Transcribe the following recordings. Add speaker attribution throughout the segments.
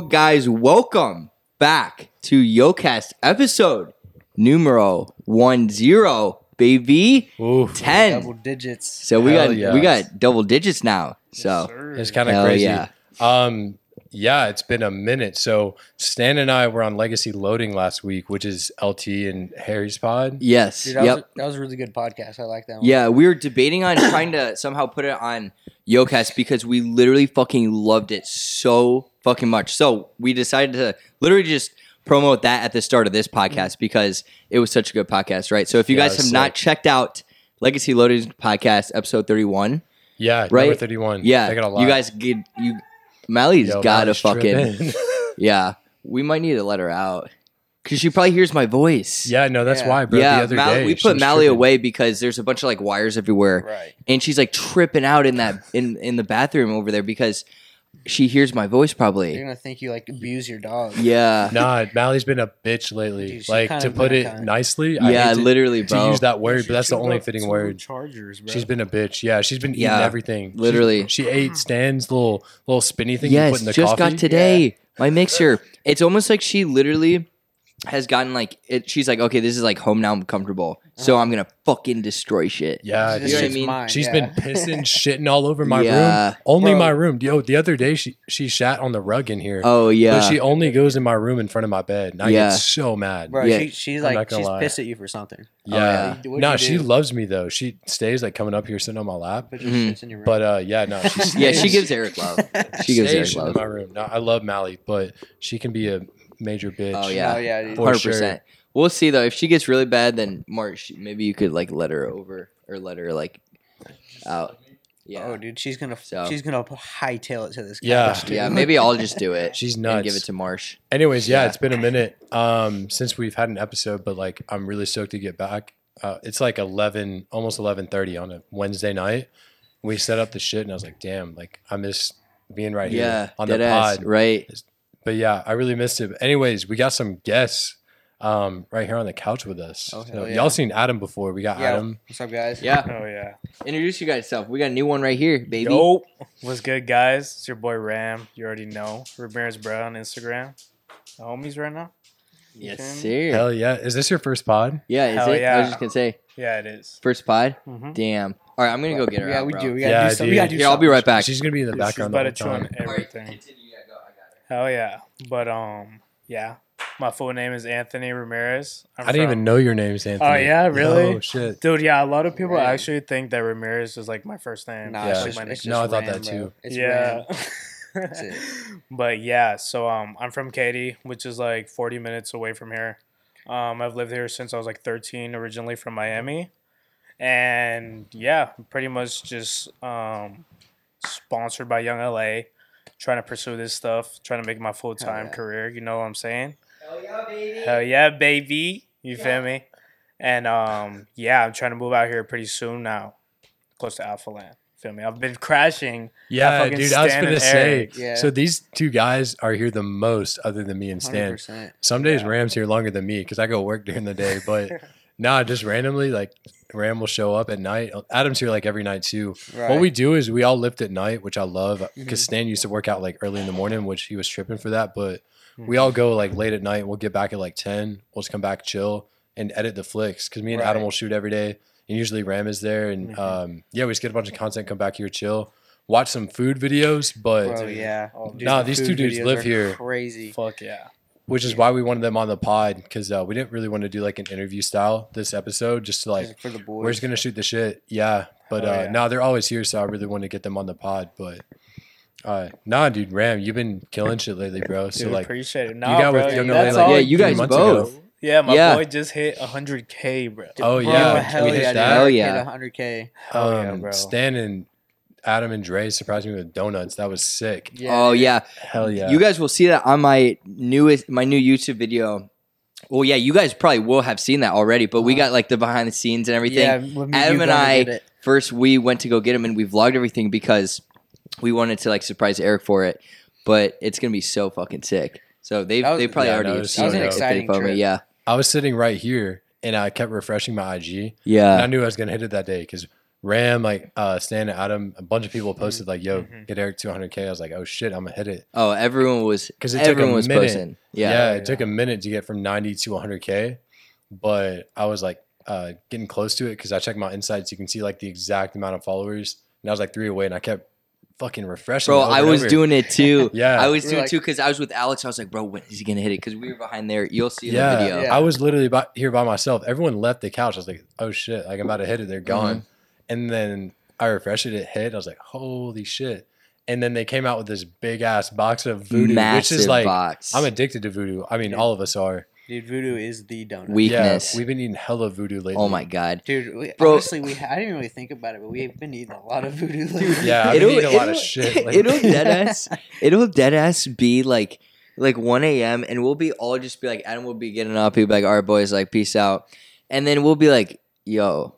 Speaker 1: guys, welcome back to YoCast episode numero one zero, baby
Speaker 2: Oof.
Speaker 1: ten.
Speaker 3: double digits.
Speaker 1: So we
Speaker 2: Hell
Speaker 1: got
Speaker 2: yes.
Speaker 1: we got double digits now. So
Speaker 2: It's kind
Speaker 1: Hell
Speaker 2: of crazy.
Speaker 1: yeah.
Speaker 2: Um, yeah, it's been a minute. So Stan and I were on Legacy Loading last week, which is LT and Harry's pod.
Speaker 1: yes,
Speaker 3: Dude, that, was
Speaker 1: yep,
Speaker 3: a, that was a really good podcast. I like that one.
Speaker 1: yeah. We were debating on trying to somehow put it on YoCast because we literally fucking loved it so fucking much. So we decided to literally just promote that at the start of this podcast because it was such a good podcast, right? So if you
Speaker 2: Yeah,
Speaker 1: guys
Speaker 2: it's
Speaker 1: have not
Speaker 2: sick.
Speaker 1: checked out Legacy Loading podcast episode thirty one.
Speaker 2: Yeah, number
Speaker 1: Right?
Speaker 2: thirty-one.
Speaker 1: Yeah,
Speaker 2: I got a lot.
Speaker 1: you guys get you. Mally's
Speaker 2: Yo,
Speaker 1: got to
Speaker 2: Molly's
Speaker 1: fucking
Speaker 2: tripping.
Speaker 1: yeah. We might need to let her out because she probably hears my voice.
Speaker 2: yeah, no, that's
Speaker 3: Yeah.
Speaker 2: why, bro.
Speaker 1: yeah.
Speaker 2: the other
Speaker 1: Mal-
Speaker 2: day,
Speaker 1: we
Speaker 2: she
Speaker 1: put
Speaker 2: was
Speaker 1: Mally
Speaker 2: tripping.
Speaker 1: away because there's a bunch of like wires everywhere,
Speaker 3: Right.
Speaker 1: and she's like tripping out in that in in the bathroom over there because she hears my voice
Speaker 3: They're
Speaker 1: probably.
Speaker 3: gonna think you like abuse your dog.
Speaker 1: Yeah,
Speaker 2: Nah, Mally's been a bitch lately.
Speaker 3: Dude, she's
Speaker 2: like
Speaker 3: kind
Speaker 2: to
Speaker 3: of
Speaker 2: put
Speaker 3: been
Speaker 2: it
Speaker 3: kind.
Speaker 2: nicely. I
Speaker 1: yeah,
Speaker 2: hate to,
Speaker 1: literally,
Speaker 2: to
Speaker 1: bro.
Speaker 2: use that word,
Speaker 4: She
Speaker 2: but that's the
Speaker 4: chewed
Speaker 2: only
Speaker 4: up
Speaker 2: fitting
Speaker 4: two
Speaker 2: word.
Speaker 4: Chargers, bro.
Speaker 2: She's been a bitch. Yeah, she's been eating
Speaker 1: Yeah.
Speaker 2: everything. She's-
Speaker 1: Literally.
Speaker 2: she ate Stan's little little spinny thing you put
Speaker 1: yes,
Speaker 2: in the
Speaker 1: just
Speaker 2: coffee.
Speaker 1: got today my mixer. It's almost like she literally has gotten like it, she's like, okay, this is like home now. I'm comfortable, so I'm gonna fucking destroy shit.
Speaker 2: Yeah,
Speaker 3: Uh-huh. This
Speaker 1: you know what I
Speaker 3: shit's
Speaker 1: mean?
Speaker 3: mine,
Speaker 2: She's
Speaker 3: yeah.
Speaker 2: been pissing, shitting all over my
Speaker 1: Yeah.
Speaker 2: room. Only
Speaker 3: Bro.
Speaker 2: my room. Yo, the other day she she shat on the rug in here.
Speaker 1: Oh yeah,
Speaker 2: But she only goes in my room in front of my bed. And I
Speaker 1: Yeah.
Speaker 2: get so mad.
Speaker 3: Bro,
Speaker 1: Yeah. Uh,
Speaker 3: she, she's
Speaker 2: I'm not
Speaker 3: like
Speaker 2: gonna
Speaker 3: she's
Speaker 2: lie.
Speaker 3: pissed at you for something.
Speaker 1: Oh,
Speaker 2: Yeah.
Speaker 3: What'd you
Speaker 2: no,
Speaker 3: do?
Speaker 2: she loves me though. She stays like coming up here sitting on my lap.
Speaker 3: Put your
Speaker 1: Mhm.
Speaker 3: shits in your room.
Speaker 2: But uh yeah, no, she
Speaker 1: yeah, she
Speaker 2: stays-
Speaker 1: gives Eric love. She gives
Speaker 2: stays
Speaker 1: Eric
Speaker 2: shitting in
Speaker 1: love.
Speaker 2: my room. No, I love Mally, but she can be a major bitch.
Speaker 1: Oh yeah,
Speaker 3: yeah, oh, yeah, dude.
Speaker 2: For
Speaker 1: hundred
Speaker 2: sure.
Speaker 1: percent. We'll see though. If she gets really bad, then March maybe you could like let her over or let her like out. Yeah,
Speaker 3: Oh, dude, she's gonna
Speaker 1: So-
Speaker 3: she's gonna hightail it to this.
Speaker 2: Yeah.
Speaker 3: couch, dude.
Speaker 1: yeah. Maybe I'll just do it.
Speaker 2: She's
Speaker 1: and give
Speaker 2: nuts.
Speaker 1: it to Marsh.
Speaker 2: Anyways, yeah,
Speaker 1: Yeah.
Speaker 2: it's been a minute um, since we've had an episode, but like I'm really stoked to get back. Uh, it's like 11, almost 11:30 on a Wednesday night. We set up the shit, and I was like, "Damn, like I miss being right
Speaker 1: Yeah,
Speaker 2: here on
Speaker 1: dead
Speaker 2: the
Speaker 1: ass,
Speaker 2: pod."
Speaker 1: right?
Speaker 2: But yeah, I really missed it. But anyways, we got some guests um, right here on the couch with us.
Speaker 3: Oh,
Speaker 2: So
Speaker 3: hell yeah.
Speaker 2: Y'all seen Adam before? We got
Speaker 3: Yeah.
Speaker 2: Adam.
Speaker 3: What's up, guys?
Speaker 1: Yeah.
Speaker 4: Oh yeah.
Speaker 1: Introduce you guys self. We got a new one right here, baby.
Speaker 4: What's good, guys? It's your boy Ram. You already know Ramirez Bro on Instagram. The homies right now.
Speaker 1: Yes,
Speaker 4: Okay.
Speaker 1: sir.
Speaker 2: Hell yeah! Is this your first pod?
Speaker 1: yeah, is
Speaker 4: Hell
Speaker 1: it? I
Speaker 4: yeah.
Speaker 1: was just gonna say
Speaker 4: Yeah, it is.
Speaker 1: first pod.
Speaker 3: Mm-hmm.
Speaker 4: Mhm.
Speaker 1: Damn. All right, I'm gonna go get her.
Speaker 3: Yeah,
Speaker 1: out,
Speaker 3: we
Speaker 1: bro.
Speaker 3: do. We gotta
Speaker 2: Yeah,
Speaker 3: do something. We
Speaker 2: dude.
Speaker 3: gotta do
Speaker 1: Here, I'll be right back.
Speaker 2: She's gonna be in the
Speaker 4: She's
Speaker 2: background
Speaker 4: about to
Speaker 2: the
Speaker 4: chew
Speaker 2: whole
Speaker 4: on
Speaker 2: time.
Speaker 1: All right,
Speaker 4: everything.
Speaker 1: continue. Yeah, go. I got her.
Speaker 4: Hell yeah. But um, yeah. My full name is Anthony Ramirez.
Speaker 2: I
Speaker 4: I'm
Speaker 2: didn't
Speaker 4: from-
Speaker 2: even know your name's Anthony.
Speaker 4: yeah? Really?
Speaker 2: Oh shit!
Speaker 4: Dude, yeah, a lot of people
Speaker 3: Ram.
Speaker 4: actually think that Ramirez is like my first name.
Speaker 3: Nah,
Speaker 2: Yeah.
Speaker 4: It's
Speaker 3: it's just,
Speaker 4: like my
Speaker 3: it's
Speaker 4: nickname.
Speaker 2: No,
Speaker 3: just
Speaker 2: I thought that
Speaker 3: Ram, bro.
Speaker 2: too.
Speaker 3: It's
Speaker 4: yeah.
Speaker 3: Ram. That's it.
Speaker 4: but yeah, so um, I'm from Katy, which is like 40 minutes away from here. Um, I've lived here since I was like 13, originally from Miami, and yeah, pretty much just um, sponsored by Young LA, trying to pursue this stuff, trying to make my full time
Speaker 3: yeah.
Speaker 4: career. You know what I'm saying? Hell yeah, baby! You feel me? And um, yeah, I'm trying to move out here pretty soon now, close to Alpha Land. Feel me? I've been crashing.
Speaker 2: Yeah,
Speaker 4: fucking
Speaker 2: dude, I was
Speaker 4: Stan
Speaker 2: gonna
Speaker 4: and
Speaker 2: say.
Speaker 4: Eric.
Speaker 3: Yeah.
Speaker 2: So these two guys are here the most, other than me and Stan.
Speaker 3: 100%.
Speaker 2: Some days
Speaker 4: Yeah.
Speaker 2: Ram's here longer than me because I go work during the day. But nah, just randomly, like Ram will show up at night. Adam's here like every night too.
Speaker 3: Right. Mm-hmm.
Speaker 2: What we do is we all lift at night, which I love because Stan used to work out like early in the morning, which he was tripping for that. But
Speaker 4: Hmm.
Speaker 2: we
Speaker 3: Mm-hmm.
Speaker 2: all go like late at night. We'll get back at like 10. We'll just come back, chill, and edit the flicks because me and Adam
Speaker 3: Right. Mm-hmm.
Speaker 2: will shoot every day. And usually Ram is there. And um, yeah, we just get a bunch of content, come back here, chill, watch some food videos. But
Speaker 3: Bro, yeah.
Speaker 4: Oh,
Speaker 3: Dude,
Speaker 2: nah,
Speaker 3: the
Speaker 2: these
Speaker 3: food
Speaker 2: two dudes
Speaker 3: videos
Speaker 2: live
Speaker 3: are
Speaker 2: here.
Speaker 3: Crazy.
Speaker 4: Fuck yeah.
Speaker 2: which is why we wanted them on the pod because uh, we didn't really want to do like an interview style this episode. Just to, like
Speaker 3: for the boys.
Speaker 2: we're just gonna shoot the shit, yeah. But
Speaker 4: Hell
Speaker 2: uh,
Speaker 4: Oh, yeah.
Speaker 2: nah, they're always here, so I really want to get them on the pod. But uh, nah, dude, Ram, you've been killing shit lately, bro. So
Speaker 4: Dude,
Speaker 2: like,
Speaker 4: appreciate it. Nah,
Speaker 2: got
Speaker 4: bro,
Speaker 2: with Young
Speaker 4: that's
Speaker 2: LA, like,
Speaker 4: all
Speaker 1: Yeah, you
Speaker 2: three
Speaker 1: guys
Speaker 2: months
Speaker 1: both.
Speaker 2: ago.
Speaker 4: Yeah, my
Speaker 1: Yeah.
Speaker 4: boy just hit 100k, bro.
Speaker 2: Oh
Speaker 3: Bro,
Speaker 2: yeah,
Speaker 3: hell
Speaker 2: we
Speaker 3: Oh, yeah,
Speaker 2: did
Speaker 3: dude.
Speaker 2: that.
Speaker 1: Hell
Speaker 3: Hit
Speaker 1: yeah.
Speaker 3: 100K.
Speaker 4: Hell yeah,
Speaker 2: Um,
Speaker 4: bro.
Speaker 2: Stan and Adam and Dre surprised me with donuts. That was sick.
Speaker 1: oh
Speaker 3: dude.
Speaker 1: yeah,
Speaker 2: Hell yeah,
Speaker 1: You guys will see that on my newest, my new YouTube video. Well, yeah, you guys probably will have seen that already, but we got like the behind the scenes and everything.
Speaker 3: Uh-huh. Yeah, when me
Speaker 1: Adam
Speaker 3: you
Speaker 1: and
Speaker 3: go to
Speaker 1: I-
Speaker 3: get it.
Speaker 1: First, we went to go get him and we vlogged everything because we wanted to like surprise Eric for it, but it's gonna be so fucking sick. So they
Speaker 3: That was-
Speaker 1: they probably
Speaker 2: Yeah,
Speaker 1: already
Speaker 2: that
Speaker 1: have
Speaker 2: was-
Speaker 1: seen
Speaker 2: that was an
Speaker 1: it if they
Speaker 3: exciting
Speaker 1: follow me.
Speaker 3: trip.
Speaker 1: Yeah,
Speaker 2: I was sitting right here and I kept refreshing my IG. And I
Speaker 1: yeah,
Speaker 2: knew I was gonna hit it that day because Ram, like uh, Stan, Adam, a bunch of people posted like, "Yo,
Speaker 4: Mhm.
Speaker 2: get Eric 200k." I was like, "Oh shit, I'm gonna hit it."
Speaker 1: Oh, everyone was
Speaker 2: 'Cause it took a
Speaker 1: everyone was
Speaker 2: minute.
Speaker 1: posting.
Speaker 2: Yeah,
Speaker 1: Yeah.
Speaker 2: it took a minute to get from 90 to 100k, but I was like uh, getting close to it because I checked my insights. You can see like the exact amount of followers, and I was like three away, and I kept fucking refreshing.
Speaker 1: Bro,
Speaker 2: it over
Speaker 1: I
Speaker 2: and
Speaker 1: was
Speaker 2: over.
Speaker 1: doing it too.
Speaker 2: Yeah,
Speaker 1: I was
Speaker 3: You're
Speaker 1: doing it
Speaker 3: like-
Speaker 1: too because I was with Alex. I was like, bro, when is he gonna hit it? Because we were behind there. You'll see in
Speaker 2: Yeah.
Speaker 1: the video.
Speaker 3: Yeah.
Speaker 2: I was literally by, here by myself. Everyone left the couch. I was like, oh shit, like I'm about to hit it. They're gone.
Speaker 1: Mm-hmm.
Speaker 2: And then I refreshed it. It hit. I was like, holy shit. And then they came out with this big ass box of voodoo,
Speaker 1: Massive
Speaker 2: which is like,
Speaker 1: box.
Speaker 2: I'm addicted to voodoo. I mean, all of us are.
Speaker 3: Dude, voodoo is the donut.
Speaker 1: We- Weakness.
Speaker 2: Yeah, we've been eating hella voodoo lately.
Speaker 1: oh my god.
Speaker 3: Dude, we,
Speaker 1: Bro.
Speaker 3: honestly, we I didn't really think about it, but we've been eating a lot of voodoo lately.
Speaker 2: Yeah, I've been eating a lot of shit lately.
Speaker 1: It'll dead ass. It'll dead ass be like like 1 a.m. and we'll be all just be like Adam will be getting up. He'll be like, all right, boys, like peace out. And then we'll be like, yo,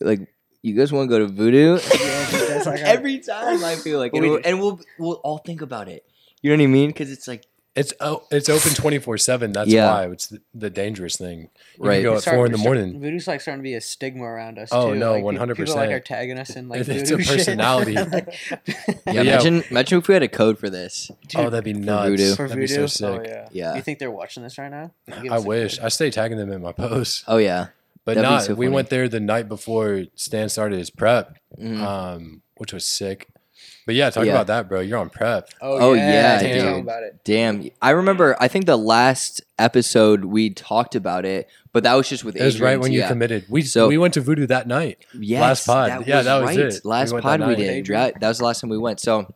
Speaker 1: like you guys want to go to voodoo?
Speaker 3: Yeah, dude, that's like our-
Speaker 1: Every time I feel like,
Speaker 3: But
Speaker 1: and
Speaker 3: we
Speaker 1: we'll,
Speaker 3: do-
Speaker 1: and we'll we'll all think about it. You know what I mean? Because it's like
Speaker 2: It's oh, it's open 24 seven. That's
Speaker 1: Yeah.
Speaker 2: why it's the, the dangerous thing. You can
Speaker 1: Right.
Speaker 2: go
Speaker 3: It's
Speaker 2: at
Speaker 3: starting-
Speaker 2: four in the
Speaker 3: it's
Speaker 2: morning.
Speaker 3: starting- Voodoo's like starting to be a stigma around us.
Speaker 2: Oh,
Speaker 3: too.
Speaker 2: no,
Speaker 3: like, pe-
Speaker 2: 100%.
Speaker 3: People like are tagging us in like
Speaker 2: It's-
Speaker 3: voodoo
Speaker 2: it's a
Speaker 3: shit.
Speaker 2: personality.
Speaker 3: Like,
Speaker 1: yeah,
Speaker 2: Yeah.
Speaker 1: Imagine imagine if we had a code for this.
Speaker 2: oh,
Speaker 3: dude,
Speaker 2: that'd be
Speaker 1: voodoo.
Speaker 2: nuts.
Speaker 3: For
Speaker 2: That'd be so
Speaker 3: voodoo?
Speaker 2: sick.
Speaker 4: Oh yeah.
Speaker 1: Yeah.
Speaker 3: you think they're watching this right now? Give
Speaker 2: I
Speaker 3: us a-
Speaker 2: wish. I stay tagging them in my posts.
Speaker 1: Oh yeah.
Speaker 2: But
Speaker 1: That'd be
Speaker 2: not.
Speaker 1: so
Speaker 2: we
Speaker 1: funny.
Speaker 2: went there the night before Stan started his prep,
Speaker 1: Mhm.
Speaker 2: um, which was sick. But yeah, talk
Speaker 1: Yeah.
Speaker 2: about that, bro. You're on prep.
Speaker 1: Oh,
Speaker 3: Oh,
Speaker 1: yeah,
Speaker 3: yeah,
Speaker 2: dude.
Speaker 3: tell me about it.
Speaker 1: Damn. I remember I think the last episode we talked about it, but that was just with
Speaker 2: It was right
Speaker 1: Adrian's,
Speaker 2: when you
Speaker 1: yeah.
Speaker 2: committed. We
Speaker 1: So-
Speaker 2: we went to Voodoo that night.
Speaker 1: Yes,
Speaker 2: Last pod. Yeah, that was
Speaker 1: right.
Speaker 2: it.
Speaker 1: Last
Speaker 2: We went
Speaker 1: pod
Speaker 2: that
Speaker 1: we
Speaker 2: night.
Speaker 1: did. Right. That was the last time we went. So,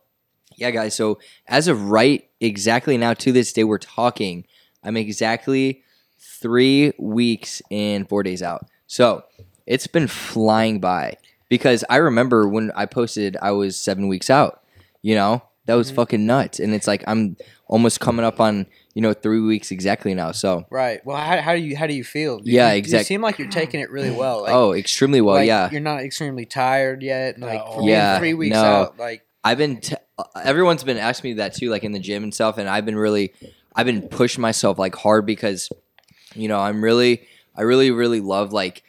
Speaker 1: yeah, guys. So, as of right, exactly now to this day, we're talking. I'm exactly three weeks and four days out. So, it's been flying by because I remember when I posted, I was seven weeks out. You know, that
Speaker 3: Mm-hmm.
Speaker 1: was fucking nuts. And it's like, I'm almost coming up on, you know, three weeks exactly now. So,
Speaker 3: Right. Well, how, how do you how do you feel? You-
Speaker 1: Yeah,
Speaker 3: you-
Speaker 1: exact-
Speaker 3: You seem like you're taking it really well. Like,
Speaker 1: oh, extremely well.
Speaker 3: like,
Speaker 1: yeah.
Speaker 3: You're not extremely tired yet. and, Like
Speaker 4: No.
Speaker 3: for being
Speaker 1: Yeah,
Speaker 3: three weeks
Speaker 1: no.
Speaker 3: out. Like
Speaker 1: I've been t- uh, everyone's been asking me that too, like in the gym and stuff, and I've been really, I've been pushing myself like hard because, you know, I'm really, I really, really love like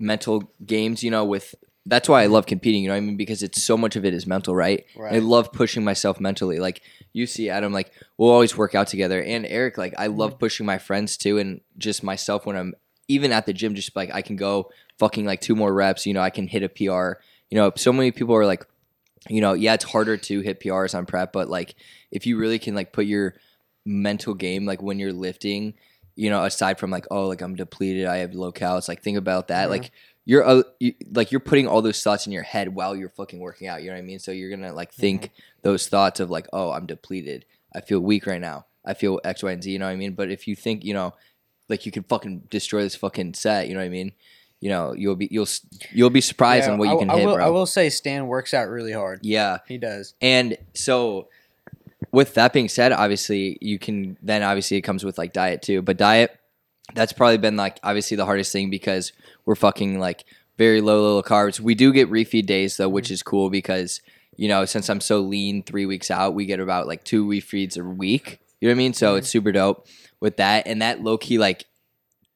Speaker 1: mental games. You know, with that's why I love competing. You know, what I mean, because it's so much of it is mental, right?
Speaker 3: Right.
Speaker 1: I love pushing myself mentally. Like you see, Adam, like we'll always work out together, and Eric, like I love pushing my friends too, and just myself when I'm even at the gym, just like I can go fucking like two more reps. You know, I can hit a PR. You know, so many people are like you know, yeah, it's harder to hit PRs on prep, but like if you really can like put your mental game like when you're lifting, you know, aside from like oh like I'm depleted, I have low calories, like think about that.
Speaker 3: Mhm.
Speaker 1: Like you're uh, you, like you're putting all those thoughts in your head while you're fucking working out. You know what I mean? So you're gonna like
Speaker 3: Mm-hmm.
Speaker 1: think those thoughts of like oh I'm depleted, I feel weak right now, I feel X Y and Z. You know what I mean? But if you think you know, like you could fucking destroy this fucking set. You know what I mean? You know you'll be you'll s- you'll be surprised
Speaker 3: yeah,
Speaker 1: on what you
Speaker 3: I-
Speaker 1: can
Speaker 3: I
Speaker 1: hit,
Speaker 3: will,
Speaker 1: bro.
Speaker 3: I will say Stan works out really hard.
Speaker 1: yeah.
Speaker 3: He does.
Speaker 1: And so, with that being said, obviously you can then obviously it comes with like diet too. But diet, that's probably been like obviously the hardest thing because we're fucking like very low little carbs. We do get refeed days though, which is cool because you know since I'm so lean, three weeks out, we get about like two refeeds a week. You know what I mean? So it's super dope with that, and that low key like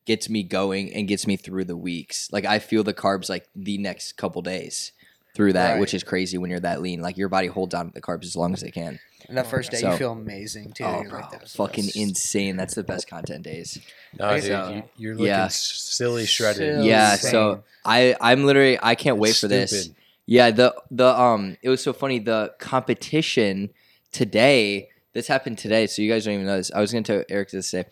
Speaker 1: gets me going and gets me through the weeks. Like I feel the carbs like the next couple days through that,
Speaker 3: Right.
Speaker 1: which is crazy when you're that lean. Like your body holds on to the carbs as long as it can.
Speaker 3: And that first day,
Speaker 1: So-
Speaker 3: you feel amazing too.
Speaker 1: oh,
Speaker 3: You're
Speaker 1: bro,
Speaker 3: like, that was the
Speaker 1: fucking
Speaker 3: best.
Speaker 1: insane. That's the best content days.
Speaker 2: No, dude,
Speaker 1: so-
Speaker 2: you, you're looking
Speaker 1: yeah.
Speaker 2: silly shredded.
Speaker 3: Silly
Speaker 1: yeah,
Speaker 3: insane.
Speaker 1: so I I'm literally I can't wait for this.
Speaker 2: Stupid.
Speaker 1: Yeah, the the um it was so funny the competition today. This happened today, so you guys don't even know this. I was going to tell Eric this today.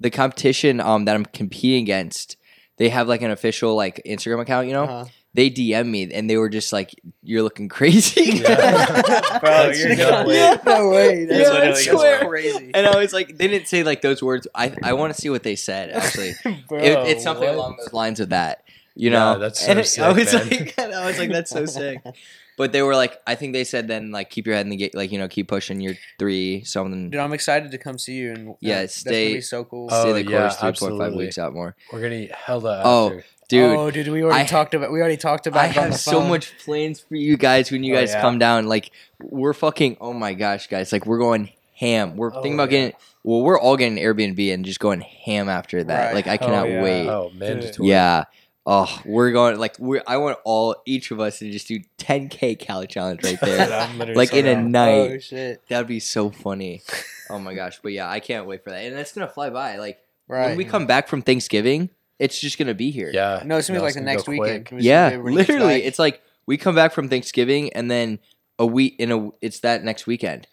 Speaker 1: The competition um that I'm competing against, they have like an official like Instagram account, you know.
Speaker 3: Uh-huh.
Speaker 1: They DM me and they were just like, "You're looking crazy."
Speaker 2: Yeah.
Speaker 4: Bro,
Speaker 2: That's
Speaker 4: you're
Speaker 2: dumb.
Speaker 4: dumb.
Speaker 1: Yeah.
Speaker 3: No way. That's
Speaker 1: Yeah, I
Speaker 3: literally- that's
Speaker 1: swear.
Speaker 3: crazy.
Speaker 1: and I was like, they didn't say like those words. I I want to see what they said actually.
Speaker 4: Bro,
Speaker 1: it, it's something
Speaker 4: what?
Speaker 1: along those lines of that. You
Speaker 2: Yeah,
Speaker 1: know,
Speaker 2: that's so
Speaker 1: And I
Speaker 2: sick,
Speaker 1: was
Speaker 2: man.
Speaker 1: like, I was like, that's so sick. But they were like, I think they said then like keep your head in the gate, like you know, keep pushing your three something.
Speaker 3: Dude, I'm excited to come see you. And uh,
Speaker 1: Yeah,
Speaker 3: that's
Speaker 1: stay-
Speaker 3: gonna be so cool.
Speaker 2: Oh,
Speaker 1: Stay the
Speaker 2: yeah,
Speaker 1: course, three point five
Speaker 2: absolutely.
Speaker 1: weeks out more,
Speaker 2: We're gonna eat hella.
Speaker 1: Oh,
Speaker 2: after.
Speaker 1: dude.
Speaker 3: oh, dude, we already
Speaker 1: I-
Speaker 3: talked about. We already talked about.
Speaker 1: I
Speaker 3: it on
Speaker 1: have
Speaker 3: the
Speaker 1: so
Speaker 3: phone.
Speaker 1: much plans for you guys when you
Speaker 4: Oh,
Speaker 1: guys
Speaker 4: yeah.
Speaker 1: come down. Like we're fucking, oh my gosh, guys! Like we're going ham. We're
Speaker 4: Oh,
Speaker 1: thinking about
Speaker 4: yeah.
Speaker 1: getting. Well, we're all getting an Airbnb and just going ham after that.
Speaker 3: Right.
Speaker 1: Like I
Speaker 4: Oh,
Speaker 1: cannot
Speaker 4: yeah.
Speaker 1: wait.
Speaker 2: Oh, mandatory.
Speaker 1: Yeah. Oh, we're going like we. are I want all each of us to just do 10k Cali challenge right there,
Speaker 4: I'm literally
Speaker 1: like
Speaker 4: so
Speaker 1: in a
Speaker 4: down.
Speaker 1: night.
Speaker 3: Oh shit!
Speaker 1: That'd be so funny. Oh my gosh. But yeah, I can't wait for that. And that's gonna fly by. Like
Speaker 3: Right.
Speaker 1: when we come back from Thanksgiving, it's just gonna be here.
Speaker 2: Yeah.
Speaker 3: no, it's gonna be like the
Speaker 2: gonna go
Speaker 3: next weekend.
Speaker 2: quick.
Speaker 3: Can we just
Speaker 1: Yeah.
Speaker 3: do it when he gets
Speaker 1: literally,
Speaker 3: back?
Speaker 1: it's like we come back from Thanksgiving and then a week in a it's that next weekend.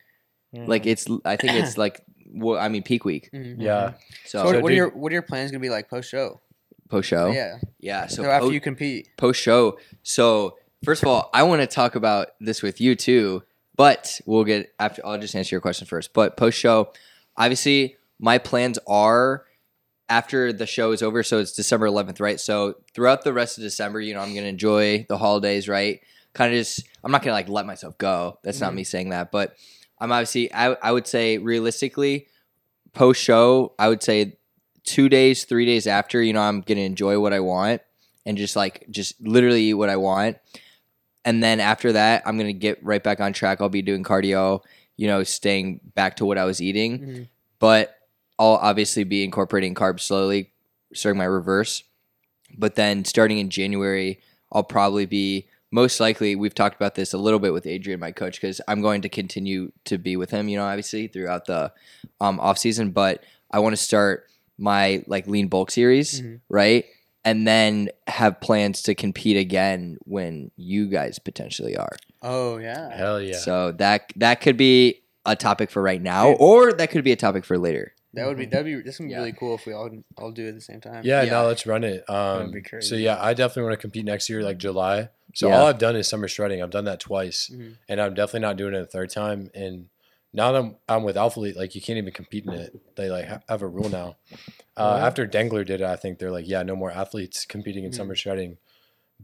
Speaker 4: Mhm.
Speaker 1: Like it's I think it's like well, I mean peak week.
Speaker 3: Mhm.
Speaker 2: Yeah.
Speaker 3: So,
Speaker 1: So,
Speaker 3: what,
Speaker 2: So
Speaker 3: what are
Speaker 2: dude-
Speaker 3: your what are your plans gonna be like post show?
Speaker 1: post show. Yeah.
Speaker 3: Yeah.
Speaker 1: so
Speaker 3: So, after
Speaker 1: po-
Speaker 3: you compete,
Speaker 1: post show. So first of all, I want to talk about this with you too, but we'll get after. I'll just answer your question first. But post show, obviously, my plans are after the show is over. So it's December 11th, right? So throughout the rest of December, you know, I'm gonna enjoy the holidays, right? Kind of just, I'm not gonna like let myself go. That's not me saying that, but I'm obviously, I, I would say realistically, post show, I would say two days, three days after, you know, I'm gonna enjoy what I want and just like just literally eat what I want. And then after that, I'm gonna get right back on track. I'll be doing cardio, you know, staying back to what I was eating.
Speaker 3: Mhm.
Speaker 1: But I'll obviously be incorporating carbs slowly, starting my reverse. But then starting in January, I'll probably be most likely we've talked about this a little bit with Adrian, my coach, because I'm going to continue to be with him, you know, obviously throughout the um off season. But I want to start my like lean bulk series,
Speaker 2: Mm-hmm.
Speaker 3: Mhm.
Speaker 1: right? and then have plans to compete again when you guys potentially are.
Speaker 3: oh yeah,
Speaker 2: Hell yeah.
Speaker 1: So that that could be a topic for right now, or that could be a topic for later.
Speaker 3: that would be that'd be this would be
Speaker 1: Yeah.
Speaker 3: really cool if we all all do it at the same time.
Speaker 2: yeah,
Speaker 1: Yeah.
Speaker 2: no, let's run it. Um,
Speaker 4: be
Speaker 2: So
Speaker 4: crazy.
Speaker 2: yeah, I definitely want to compete next year, like July. So
Speaker 1: Yeah.
Speaker 2: all I've done is summer shredding. I've done that twice,
Speaker 3: Mhm.
Speaker 2: and I'm definitely not doing it a third time. And now that I'm, I'm with Alpha Elite, like you can't even compete in it. They like ha- have a rule now. Uh, After Dengler did it, I think they're like, yeah, no more athletes competing in
Speaker 1: Hmm.
Speaker 3: Mhm.
Speaker 2: summer shredding.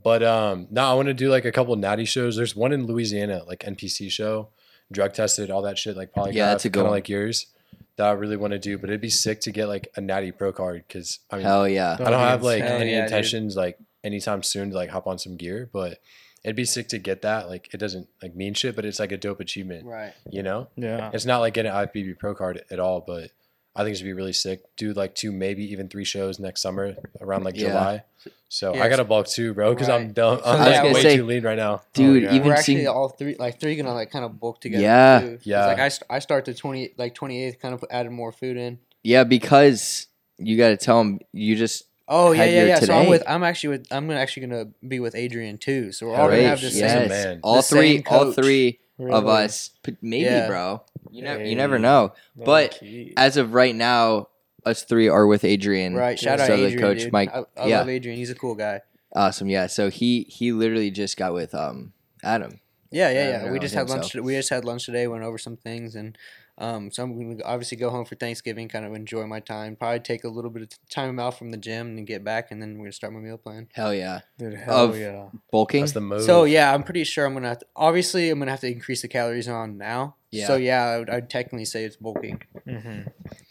Speaker 2: But um, no, I want to do like a couple natty shows. There's one in Louisiana, like NPC show, drug tested, all that shit, like polygraph,
Speaker 1: Yeah, that's a good
Speaker 2: kind of
Speaker 1: one.
Speaker 2: like yours. That I really want to do, but it'd be sick to get like a natty pro card because I mean,
Speaker 1: Hell yeah!
Speaker 2: I don't
Speaker 4: That'd be
Speaker 2: have like
Speaker 3: insane.
Speaker 2: any
Speaker 3: Hell yeah, dude.
Speaker 2: intentions like anytime soon to like hop on some gear, but it'd be sick to get that. Like it doesn't like mean shit, but it's like a dope achievement,
Speaker 3: Right.
Speaker 2: you know?
Speaker 4: yeah.
Speaker 2: It's not like getting an IPB pro card at all, but I think it'd be really sick. Do like two, maybe even three shows next summer around like
Speaker 1: Yeah.
Speaker 2: July. So
Speaker 3: Yeah,
Speaker 2: I gotta bulk too, bro, because I'm
Speaker 3: Right.
Speaker 2: dumb. I'm
Speaker 1: I was
Speaker 2: like,
Speaker 1: gonna
Speaker 2: way
Speaker 1: say-
Speaker 2: too lean right now.
Speaker 1: Dude,
Speaker 4: yeah.
Speaker 1: even
Speaker 3: Oh, We're actually
Speaker 1: seeing
Speaker 3: all three, like three, gonna like kind of bulk together.
Speaker 1: Yeah.
Speaker 3: too. 'Cause,
Speaker 2: Yeah.
Speaker 3: Like I, st- I start the twenty, like twenty eighth, kind of added more food in.
Speaker 1: yeah, because you got to tell them you just
Speaker 3: Oh yeah,
Speaker 1: Had
Speaker 3: yeah,
Speaker 1: your
Speaker 3: yeah. So I'm
Speaker 1: today.
Speaker 3: with, I'm actually with, I'm gonna actually gonna be with Adrian too. So we're all
Speaker 2: Great.
Speaker 3: gonna have the
Speaker 2: He's a
Speaker 1: yes.
Speaker 3: same.
Speaker 2: man.
Speaker 1: all
Speaker 3: The
Speaker 1: three
Speaker 3: same
Speaker 1: all
Speaker 3: coach.
Speaker 1: three of
Speaker 4: Really.
Speaker 1: us p- maybe,
Speaker 3: Yeah.
Speaker 1: bro. You never you
Speaker 4: Hey.
Speaker 1: never know. But
Speaker 4: Low-key.
Speaker 1: As of right now, us three are with Adrian.
Speaker 3: Right. Shout
Speaker 1: so
Speaker 3: out
Speaker 1: the
Speaker 3: Adrian,
Speaker 1: coach
Speaker 3: dude.
Speaker 1: Mike.
Speaker 3: I, I
Speaker 1: yeah.
Speaker 3: love Adrian. He's a cool guy.
Speaker 1: Awesome, yeah. So he he literally just got with um Adam.
Speaker 3: Yeah,
Speaker 1: Yeah,
Speaker 3: yeah, yeah.
Speaker 1: they're
Speaker 3: We
Speaker 1: all
Speaker 3: just
Speaker 1: him,
Speaker 3: had lunch.
Speaker 1: so.
Speaker 3: to- We just had lunch today. Went over some things, and um, so I'm gonna obviously go home for Thanksgiving. Kind of enjoy my time. Probably take a little bit of t- time out from the gym and get back, and then we're gonna start my meal plan.
Speaker 1: Hell yeah,
Speaker 4: Dude, hell
Speaker 1: of-
Speaker 4: yeah.
Speaker 1: bulking.
Speaker 2: That's the move.
Speaker 3: So yeah, I'm pretty sure I'm gonna have to, obviously I'm gonna have to increase the calories on now.
Speaker 1: Yeah.
Speaker 3: So yeah, I would, I would technically say it's bulking.
Speaker 4: Mm-hmm.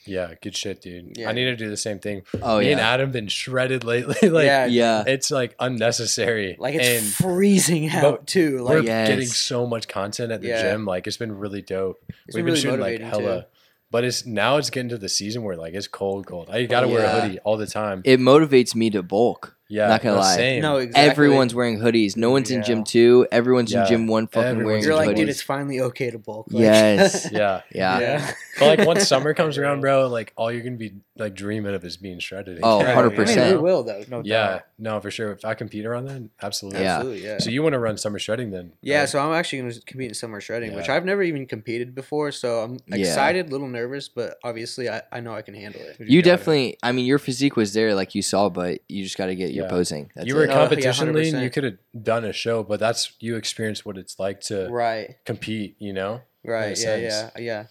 Speaker 2: yeah, good shit, dude.
Speaker 3: Yeah.
Speaker 2: I need to do the same thing.
Speaker 1: oh
Speaker 2: Me
Speaker 1: yeah,
Speaker 2: and Adam been shredded lately. like
Speaker 3: yeah,
Speaker 1: yeah.
Speaker 2: it's like unnecessary.
Speaker 3: like it's
Speaker 2: and
Speaker 3: freezing out too.
Speaker 2: we're
Speaker 3: Like
Speaker 1: Yes.
Speaker 2: getting so much content at the
Speaker 3: Yeah.
Speaker 2: gym. Like it's been really dope.
Speaker 3: it's
Speaker 2: We've been,
Speaker 3: been really
Speaker 2: shooting like
Speaker 3: motivating
Speaker 2: hella.
Speaker 3: too.
Speaker 2: But it's now it's getting to the season where like it's cold, cold. I gotta wear a
Speaker 1: Yeah.
Speaker 2: hoodie all the time.
Speaker 1: it motivates me to bulk.
Speaker 2: yeah,
Speaker 1: not gonna
Speaker 2: no,
Speaker 1: lie.
Speaker 2: same.
Speaker 3: No, exactly.
Speaker 1: Everyone's wearing hoodies. No one's in
Speaker 4: Yeah.
Speaker 1: gym two. Everyone's
Speaker 2: Yeah.
Speaker 1: in gym one fucking
Speaker 2: Everyone's
Speaker 1: wearing
Speaker 2: in
Speaker 3: You're like,
Speaker 1: hoodies.
Speaker 3: dude, it's finally okay to bulk. Like,
Speaker 1: Yes.
Speaker 2: yeah,
Speaker 1: yeah.
Speaker 3: yeah.
Speaker 2: but like once summer comes around, bro, like all you're gonna be like dreaming of is being shredded.
Speaker 1: Oh, 100
Speaker 2: again.
Speaker 3: I mean, we
Speaker 1: percent.
Speaker 3: will though.
Speaker 4: No
Speaker 2: Yeah,
Speaker 4: doubt.
Speaker 2: no, for sure. If I compete around then, absolutely.
Speaker 1: Yeah.
Speaker 3: Absolutely. Yeah.
Speaker 2: So you want to run summer shredding then?
Speaker 3: Yeah,
Speaker 2: right?
Speaker 3: so I'm actually going to compete in summer shredding, which
Speaker 2: Yeah.
Speaker 3: I've never even competed before. So I'm
Speaker 1: Yeah.
Speaker 3: excited, a little nervous, but obviously I, I know I can handle it.
Speaker 1: You
Speaker 2: got it.
Speaker 1: definitely. I mean, your physique was there, like you saw, but you just got to get your
Speaker 2: Yeah.
Speaker 1: posing. That's
Speaker 2: you were
Speaker 1: it. Oh,
Speaker 2: a
Speaker 3: No, yeah,
Speaker 2: competition lean.
Speaker 3: 100%.
Speaker 2: You could have done a show, but that's you experienced what it's like to
Speaker 3: Right.
Speaker 2: compete. You know?
Speaker 3: Right.
Speaker 2: Makes
Speaker 3: Yeah, yeah.
Speaker 2: sense.
Speaker 3: Yeah.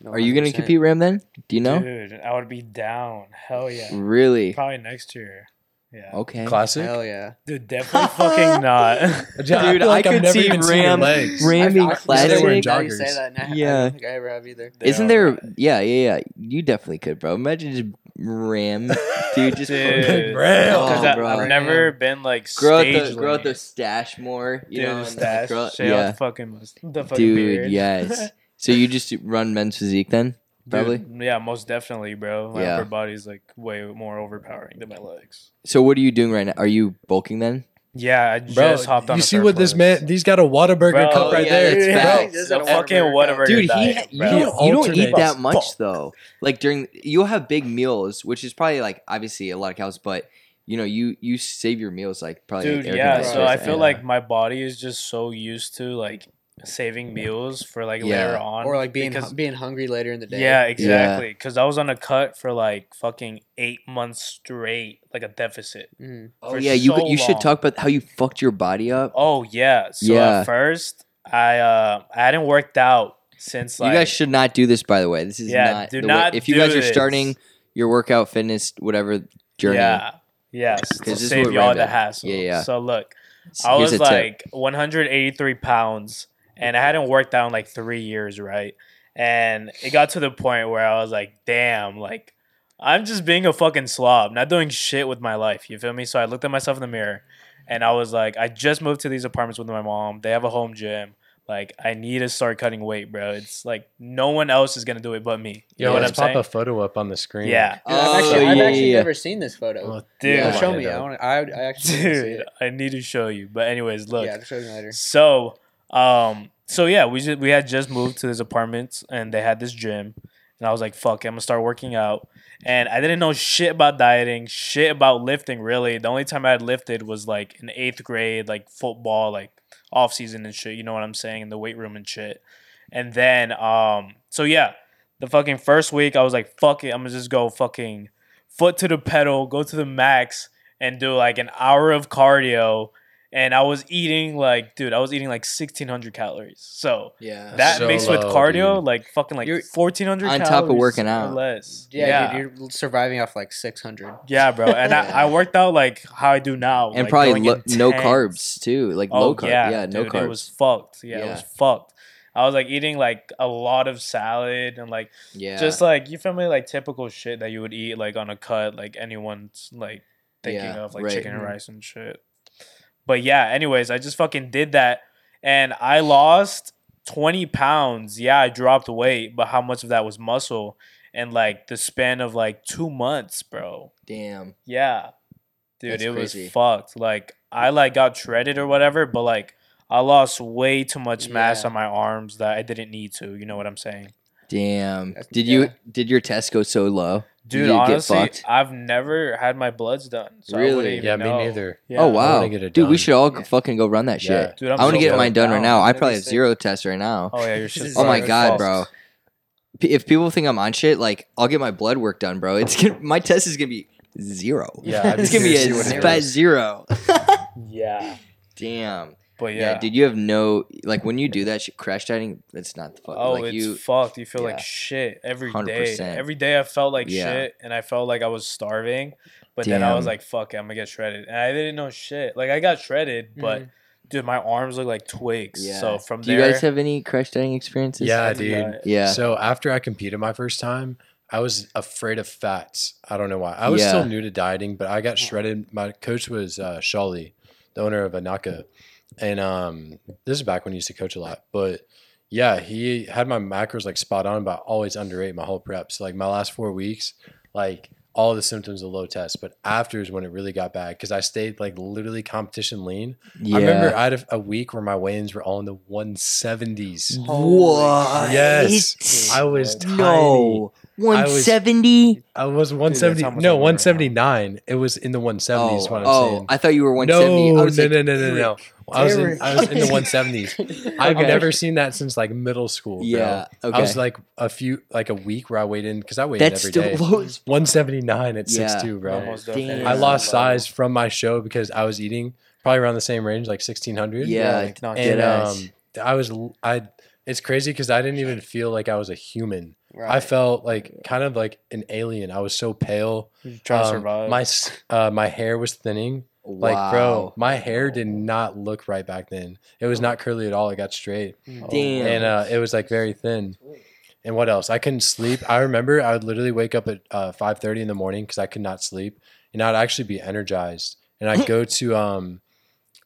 Speaker 3: No,
Speaker 1: Are you gonna
Speaker 3: 100%.
Speaker 1: compete, Ram? Then do you know?
Speaker 4: Dude, I would be down. Hell yeah.
Speaker 1: Really? Oh.
Speaker 4: Probably next year. Yeah.
Speaker 1: Okay.
Speaker 2: Classic.
Speaker 3: Hell yeah.
Speaker 4: Dude, definitely fucking not.
Speaker 2: Yeah,
Speaker 1: Dude,
Speaker 2: feel
Speaker 1: I
Speaker 2: I've
Speaker 1: could
Speaker 2: never
Speaker 1: see
Speaker 2: even seen your
Speaker 1: Ram-
Speaker 2: legs.
Speaker 1: Ram being
Speaker 3: I- I-
Speaker 2: They were
Speaker 1: classic.
Speaker 2: in jo-
Speaker 3: now you say
Speaker 2: joggers.
Speaker 3: that, and I- I
Speaker 1: Yeah.
Speaker 3: don't think I ever have either.
Speaker 4: They
Speaker 1: Isn't
Speaker 4: are
Speaker 1: there?
Speaker 4: not.
Speaker 1: Yeah, yeah, yeah. You definitely could, bro. Imagine just Ram, dude. Just
Speaker 4: Dude.
Speaker 2: Ram.
Speaker 1: Oh,
Speaker 4: Because I-
Speaker 1: bro.
Speaker 4: I've never been like
Speaker 1: grow out
Speaker 4: stage
Speaker 1: the grow out
Speaker 4: lean.
Speaker 1: the stash more. You
Speaker 4: Dude,
Speaker 1: know,
Speaker 4: the
Speaker 1: and, like,
Speaker 4: stash,
Speaker 1: grow-
Speaker 4: shave out
Speaker 1: yeah.
Speaker 4: the fucking, mus- the fucking
Speaker 1: dude
Speaker 4: beard.
Speaker 1: yes so you just run men's physique then probably.
Speaker 4: Dude, yeah, most definitely, bro. My
Speaker 1: Yeah.
Speaker 4: upper body's like way more overpowering than my legs.
Speaker 1: So what are you doing right now? Are you bulking then?
Speaker 4: Yeah, I
Speaker 2: Bro,
Speaker 4: just hopped on.
Speaker 2: you
Speaker 4: the
Speaker 2: see
Speaker 4: third
Speaker 2: what this
Speaker 4: floor.
Speaker 2: man? He's got a Whataburger
Speaker 4: Bro,
Speaker 2: cup right
Speaker 1: yeah,
Speaker 2: there.
Speaker 1: it's
Speaker 2: Bro,
Speaker 1: facts.
Speaker 4: The fucking whatever,
Speaker 1: Dude, he
Speaker 4: diet,
Speaker 1: you
Speaker 4: bro.
Speaker 1: don't, you don't eat
Speaker 2: Alternate
Speaker 1: that
Speaker 2: as
Speaker 1: much
Speaker 2: fuck.
Speaker 1: though. Like during you'll have big meals, which is probably like obviously a lot of calories, but you know you you save your meals like probably.
Speaker 4: dude
Speaker 1: like,
Speaker 4: yeah
Speaker 1: every night.
Speaker 4: so i feel
Speaker 1: Yeah.
Speaker 4: like my body is just so used to like saving meals for like
Speaker 1: Yeah.
Speaker 4: later on
Speaker 3: or like being
Speaker 4: because-
Speaker 3: hu- being hungry later in the day.
Speaker 4: yeah exactly because i was on a cut for like fucking eight months straight like a deficit
Speaker 3: Mhm.
Speaker 1: Oh
Speaker 4: for
Speaker 1: yeah, you
Speaker 4: so
Speaker 1: you should
Speaker 4: long.
Speaker 1: talk about how you fucked your body up.
Speaker 4: oh yeah so
Speaker 1: Yeah.
Speaker 4: at first i uh i hadn't worked out since like
Speaker 1: you guys should not do this, by the way. This is
Speaker 4: Yeah,
Speaker 1: not.
Speaker 4: do
Speaker 1: the
Speaker 4: not
Speaker 1: way. If you
Speaker 4: do
Speaker 1: guys are
Speaker 4: this.
Speaker 1: starting your workout, fitness, whatever journey,
Speaker 4: yeah yes to
Speaker 1: this is
Speaker 4: save
Speaker 1: what
Speaker 4: y'all
Speaker 1: ran
Speaker 4: the
Speaker 1: bad.
Speaker 4: hassle
Speaker 1: Yeah, yeah.
Speaker 4: so look
Speaker 1: s-
Speaker 4: I
Speaker 1: here's
Speaker 4: was
Speaker 1: a tip.
Speaker 4: like 183 pounds, and I hadn't worked out in like three years, right? And it got to the point where I was like, damn, like I'm just being a fucking slob, not doing shit with my life. You feel me? So I looked at myself in the mirror, and I was like, I just moved to these apartments with my mom. They have a home gym. Like I need to start cutting weight, bro. It's like no one else is gonna do it but me. You
Speaker 2: Yo,
Speaker 4: know what
Speaker 2: let's
Speaker 4: I'm
Speaker 2: pop
Speaker 4: saying?
Speaker 2: a photo up on the screen.
Speaker 4: Yeah,
Speaker 3: Dude, I've
Speaker 1: Oh,
Speaker 3: actually, I've
Speaker 1: yeah,
Speaker 3: actually
Speaker 1: yeah.
Speaker 3: never seen this photo.
Speaker 2: Well,
Speaker 4: Oh, dude,
Speaker 3: Yeah,
Speaker 2: come
Speaker 3: show
Speaker 2: on,
Speaker 3: me.
Speaker 2: though.
Speaker 3: I, wanna, I, I actually wanna see
Speaker 4: dude,
Speaker 3: it.
Speaker 4: I need to show you. But anyways, look.
Speaker 3: yeah, show me later.
Speaker 4: So, um, so yeah, we just, we had just moved to this apartment and they had this gym, and I was like, "Fuck, it, I'm gonna start working out." And I didn't know shit about dieting, shit about lifting. Really, the only time I had lifted was like in eighth grade, like football, like off season and shit. You know what I'm saying? In the weight room and shit. And then, um, so yeah, the fucking first week, I was like, "Fuck it, I'm gonna just go fucking foot to the pedal, go to the max." And do like an hour of cardio, and I was eating like, dude, I was eating like sixteen hundred calories. So
Speaker 1: yeah,
Speaker 4: that
Speaker 2: so
Speaker 4: mixed with
Speaker 2: low,
Speaker 4: cardio,
Speaker 2: dude.
Speaker 4: like fucking like
Speaker 3: You're-
Speaker 4: fourteen hundred
Speaker 1: On top of working out.
Speaker 4: less.
Speaker 3: Yeah,
Speaker 4: Yeah, yeah,
Speaker 3: Dude, you're surviving off like 600.
Speaker 4: bro. And
Speaker 1: Yeah.
Speaker 4: I, I worked out like how I do now,
Speaker 1: and
Speaker 4: like,
Speaker 1: probably
Speaker 4: going
Speaker 1: lo- no
Speaker 4: intense. Oh,
Speaker 1: carbs too, like low carb. Yeah, no
Speaker 4: dude,
Speaker 1: carbs.
Speaker 4: It was fucked. Yeah, it
Speaker 1: Yeah.
Speaker 4: was fucked. I was like eating like a lot of salad and like
Speaker 1: yeah,
Speaker 4: just like you feel me, like typical shit that you would eat like on a cut, like anyone's like thinking
Speaker 1: Yeah,
Speaker 4: of like
Speaker 1: right. mm-hmm.
Speaker 4: chicken and
Speaker 3: Mhm.
Speaker 4: rice and shit. But yeah, anyways, I just fucking did that and I lost 20 pounds. Yeah, I dropped weight, but how much of that was muscle? And like the span of like two months, bro.
Speaker 1: damn.
Speaker 4: Yeah. Dude,
Speaker 1: That's
Speaker 4: it
Speaker 1: crazy.
Speaker 4: was fucked. Like I like got shredded or whatever, but like I lost way too much mass
Speaker 3: Yeah.
Speaker 4: on my arms that I didn't need to. You know what I'm saying?
Speaker 1: Damn.
Speaker 3: That's-
Speaker 1: Did you
Speaker 3: yeah.
Speaker 1: did your test go so low? Did
Speaker 4: Dude,
Speaker 1: you get
Speaker 4: honestly,
Speaker 1: fucked?
Speaker 4: I've never had my bloods done. So
Speaker 1: Really?
Speaker 4: I wouldn't even
Speaker 2: Yeah, me
Speaker 4: know.
Speaker 2: neither.
Speaker 4: Yeah.
Speaker 1: oh wow,
Speaker 2: wanna get it
Speaker 1: dude, we
Speaker 2: done.
Speaker 1: should all g-
Speaker 3: Yeah.
Speaker 1: fucking go run that
Speaker 2: Yeah.
Speaker 1: shut.
Speaker 4: Dude, I'm
Speaker 1: I want to
Speaker 4: so
Speaker 1: get mine
Speaker 4: bummed
Speaker 1: done right
Speaker 4: out.
Speaker 1: now. I
Speaker 3: That'd be
Speaker 1: probably have
Speaker 3: sick.
Speaker 1: zero tests right now.
Speaker 4: Oh yeah, your
Speaker 3: This
Speaker 4: shit's
Speaker 3: is
Speaker 1: Oh my
Speaker 4: fucked.
Speaker 1: god, bro. P- If people think I'm on shit, like I'll get my blood work done, bro. It's gonna, my test is gonna be zero.
Speaker 2: Yeah, I'd
Speaker 1: it's gonna be
Speaker 2: curious to
Speaker 1: a
Speaker 2: see what it
Speaker 1: fat
Speaker 2: is.
Speaker 1: zero.
Speaker 4: Yeah.
Speaker 1: Damn.
Speaker 4: But
Speaker 1: Yeah.
Speaker 4: yeah.
Speaker 1: dude, you have no like when you do that shit, crash dieting. It's not the fuck.
Speaker 4: Oh,
Speaker 1: like
Speaker 4: it's
Speaker 1: you.
Speaker 4: fucked. You feel
Speaker 1: yeah.
Speaker 4: like shit every day.
Speaker 1: 100%.
Speaker 4: Every day I felt like
Speaker 1: Yeah.
Speaker 4: shit and I felt like I was starving. But then I was
Speaker 1: Damn.
Speaker 4: like, fuck it, I'm gonna get shredded. And I didn't know shit. Like I got shredded, but dude, my arms look like twigs.
Speaker 1: Mm-hmm. Yeah.
Speaker 4: So from
Speaker 1: do you
Speaker 4: there
Speaker 1: guys have any crash dieting experiences?
Speaker 2: Yeah,
Speaker 4: I did
Speaker 2: dude.
Speaker 4: not-
Speaker 1: Yeah.
Speaker 2: So after I competed my first time, I was afraid of fats. I don't know why. I was
Speaker 1: Yeah.
Speaker 2: still new to dieting, but I got shredded. My coach was uh, Shali, the owner of Anaka, and um, this is back when he used to coach a lot. But yeah, he had my macros like spot on, but I always underate my whole prep. So like my last four weeks, like all the symptoms of low test, but after is when it really got bad because I stayed like literally competition lean.
Speaker 1: yeah.
Speaker 2: I remember I had a, a week where my weigh-ins were all in the 170s.
Speaker 1: what?
Speaker 2: Yes. I was tiny.
Speaker 1: no.
Speaker 2: I was-
Speaker 1: 170.
Speaker 2: I was
Speaker 4: that's how
Speaker 2: 170.
Speaker 4: much I
Speaker 2: No,
Speaker 4: remember.
Speaker 2: 179. It was in the 170s.
Speaker 1: Oh,
Speaker 2: is what I'm
Speaker 1: oh
Speaker 2: saying.
Speaker 1: I thought you were
Speaker 2: no,
Speaker 1: 170.
Speaker 2: no,
Speaker 1: I was
Speaker 2: no,
Speaker 1: like,
Speaker 2: no, no, no, no. I was in, I was in the
Speaker 1: Derek.
Speaker 2: 170s. I've
Speaker 1: Okay.
Speaker 2: never seen that since like middle school. Bro.
Speaker 1: Yeah. Okay.
Speaker 2: I was like a few, like a week where I weighed in because I weighed
Speaker 1: That's
Speaker 2: in every
Speaker 1: still
Speaker 2: day.
Speaker 1: low as
Speaker 2: 179 at
Speaker 1: Yeah.
Speaker 2: 6'2, bro.
Speaker 4: Almost
Speaker 1: Damn.
Speaker 4: definitely.
Speaker 2: I lost
Speaker 4: Low.
Speaker 2: size from my show because I was eating probably around the same range, like 1600.
Speaker 1: Yeah,
Speaker 4: like, not
Speaker 2: And
Speaker 1: dead ass.
Speaker 2: um, I was, I, it's crazy because I didn't even feel like I was a human. I
Speaker 3: Right.
Speaker 2: felt like kind of like an alien. I was so pale.
Speaker 4: You're trying to
Speaker 2: Um,
Speaker 4: survive.
Speaker 2: My s- uh, my hair was thinning. Like, bro, my hair did not look right back then. It was not curly at all. It got straight,
Speaker 3: Mm.
Speaker 1: Damn.
Speaker 2: and uh, it was like very thin. And what else? I couldn't sleep. I remember I would literally wake up at uh, five thirty in the morning because I could not sleep, and I'd actually be energized. And I'd go to um,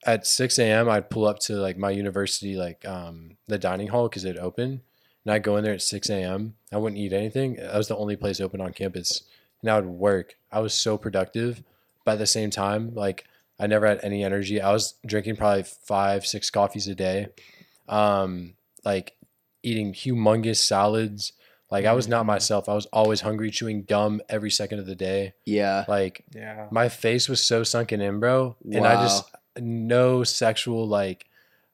Speaker 2: at six a.m. I'd pull up to like my university, like um, the dining hall because it opened, and I'd go in there at 6 a.m. I wouldn't eat anything. That was the only place open on campus. And I would work. I was so productive. But at the same time, like I never had any energy. I was drinking probably five, six coffees a day. Um, like eating humongous salads. Like I was not myself. I was always hungry, chewing gum every second of the day.
Speaker 1: Yeah.
Speaker 2: Like
Speaker 4: Yeah.
Speaker 2: my face was so sunken in, bro. And I just no sexual like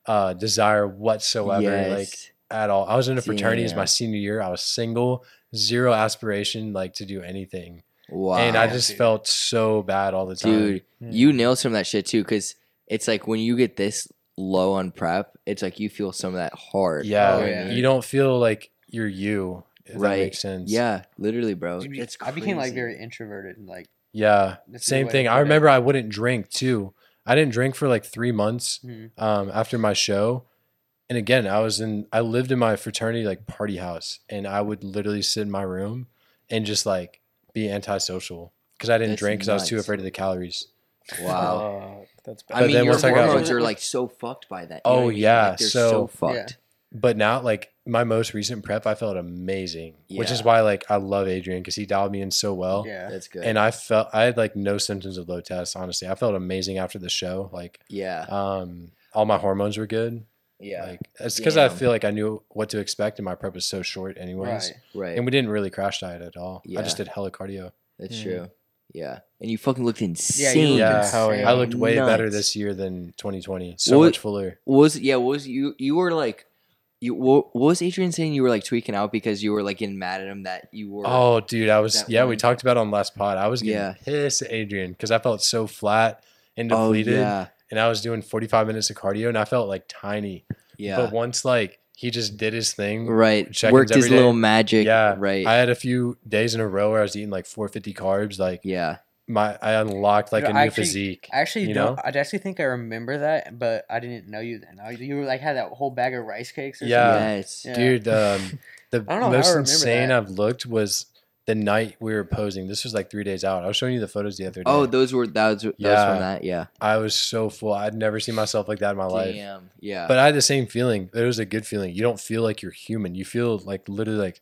Speaker 2: uh desire whatsoever, like
Speaker 1: Yes.
Speaker 2: at all. I was in a fraternity as my
Speaker 1: Damn.
Speaker 2: senior year. I was single, zero aspiration like to do anything.
Speaker 1: wow.
Speaker 2: And I
Speaker 4: Wow.
Speaker 2: just
Speaker 4: Dude.
Speaker 2: felt so bad all the time.
Speaker 1: dude,
Speaker 4: Hmm.
Speaker 1: you nail some of that shit too, because it's like when you get this low on prep, it's like you feel some of that hard.
Speaker 2: Yeah,
Speaker 3: Oh, yeah.
Speaker 2: You don't feel like you're you. If
Speaker 1: Right.
Speaker 2: That makes sense.
Speaker 1: Yeah, literally, bro.
Speaker 3: Dude,
Speaker 1: It's
Speaker 3: I became like
Speaker 1: crazy.
Speaker 3: very introverted. and, Like,
Speaker 2: Yeah.
Speaker 3: That's a good
Speaker 2: Same
Speaker 3: way to
Speaker 2: thing.
Speaker 3: put
Speaker 2: I
Speaker 3: it.
Speaker 2: remember I wouldn't drink too. I didn't drink for like three months
Speaker 3: Mhm.
Speaker 2: um, after my show. And again, I was in, I lived in my fraternity like party house and I would literally sit in my room and just like be antisocial because I didn't
Speaker 1: That's
Speaker 2: drink because I was too
Speaker 1: nuts.
Speaker 2: afraid of the calories.
Speaker 1: Wow.
Speaker 4: Fuck, uh, that's bad.
Speaker 1: I
Speaker 2: But
Speaker 1: mean,
Speaker 2: then
Speaker 1: your
Speaker 2: once I got-
Speaker 1: hormones are like so fucked by that. you know
Speaker 2: Oh,
Speaker 1: what I mean?
Speaker 2: yeah,
Speaker 1: Like, they're
Speaker 2: so-
Speaker 1: so,
Speaker 3: Yeah.
Speaker 1: fucked.
Speaker 2: But now, like my most recent prep, I felt amazing, which is
Speaker 1: Yeah.
Speaker 2: why like I love Adrian because he dialed me in so well.
Speaker 3: yeah,
Speaker 1: That's good.
Speaker 2: And I felt, I had like no symptoms of low test, honestly. I felt amazing after the show. Like,
Speaker 1: yeah,
Speaker 2: um, all my hormones were good.
Speaker 1: yeah,
Speaker 2: Like it's because I
Speaker 1: Damn.
Speaker 2: feel like I knew what to expect, and my prep was so short, anyways.
Speaker 3: right.
Speaker 1: right.
Speaker 2: And we didn't really crash diet at all. I
Speaker 1: Yeah.
Speaker 2: just did hella cardio.
Speaker 1: That's
Speaker 4: Mm.
Speaker 1: true. Yeah, and you fucking looked
Speaker 3: you
Speaker 1: insane.
Speaker 3: looked
Speaker 2: Yeah,
Speaker 3: insane.
Speaker 4: Yeah.
Speaker 2: I looked way better
Speaker 1: Nuts.
Speaker 2: this year than 2020. So
Speaker 1: What-
Speaker 2: much fuller.
Speaker 1: What was yeah? What was you? You were like, you what, what was Adrian saying? You were like tweaking out because you were like getting mad at him that you were.
Speaker 2: Oh, dude, I was.
Speaker 1: that
Speaker 2: Yeah, we
Speaker 1: one-
Speaker 2: talked about it on last pod. I was getting
Speaker 1: Yeah.
Speaker 2: pissed at Adrian because I felt so flat and
Speaker 1: Oh,
Speaker 2: depleted,
Speaker 1: yeah,
Speaker 2: and I was doing 45 minutes of cardio, and I felt like tiny.
Speaker 1: yeah,
Speaker 2: But once like he just did his thing,
Speaker 1: right.
Speaker 2: check-ins
Speaker 1: Worked his
Speaker 2: every day.
Speaker 1: little magic.
Speaker 2: Yeah,
Speaker 1: right.
Speaker 2: I had a few days in a row where I was eating like 450 carbs. Like
Speaker 1: yeah,
Speaker 2: my, I unlocked like
Speaker 3: Dude,
Speaker 2: a new
Speaker 3: I actually-
Speaker 2: physique.
Speaker 3: I actually
Speaker 2: You
Speaker 3: don't.
Speaker 2: know?
Speaker 3: I actually think I remember that, but I didn't know you then. I, you were like had that whole bag of rice cakes. Or
Speaker 2: uh, Yeah.
Speaker 1: yes,
Speaker 3: Yeah.
Speaker 2: dude um, the
Speaker 3: uh, I don't know how I
Speaker 2: most
Speaker 3: remember
Speaker 2: insane
Speaker 3: that.
Speaker 2: i've looked was the night we were posing this was like three days out i was showing you the photos the other day
Speaker 1: Oh, those were that was, that was
Speaker 2: Yeah.
Speaker 1: from that. Yeah,
Speaker 2: i was so full i'd never seen myself like that in my life
Speaker 1: damn. Yeah,
Speaker 2: but i had the same feeling it was a good feeling you don't feel like you're human you feel like literally like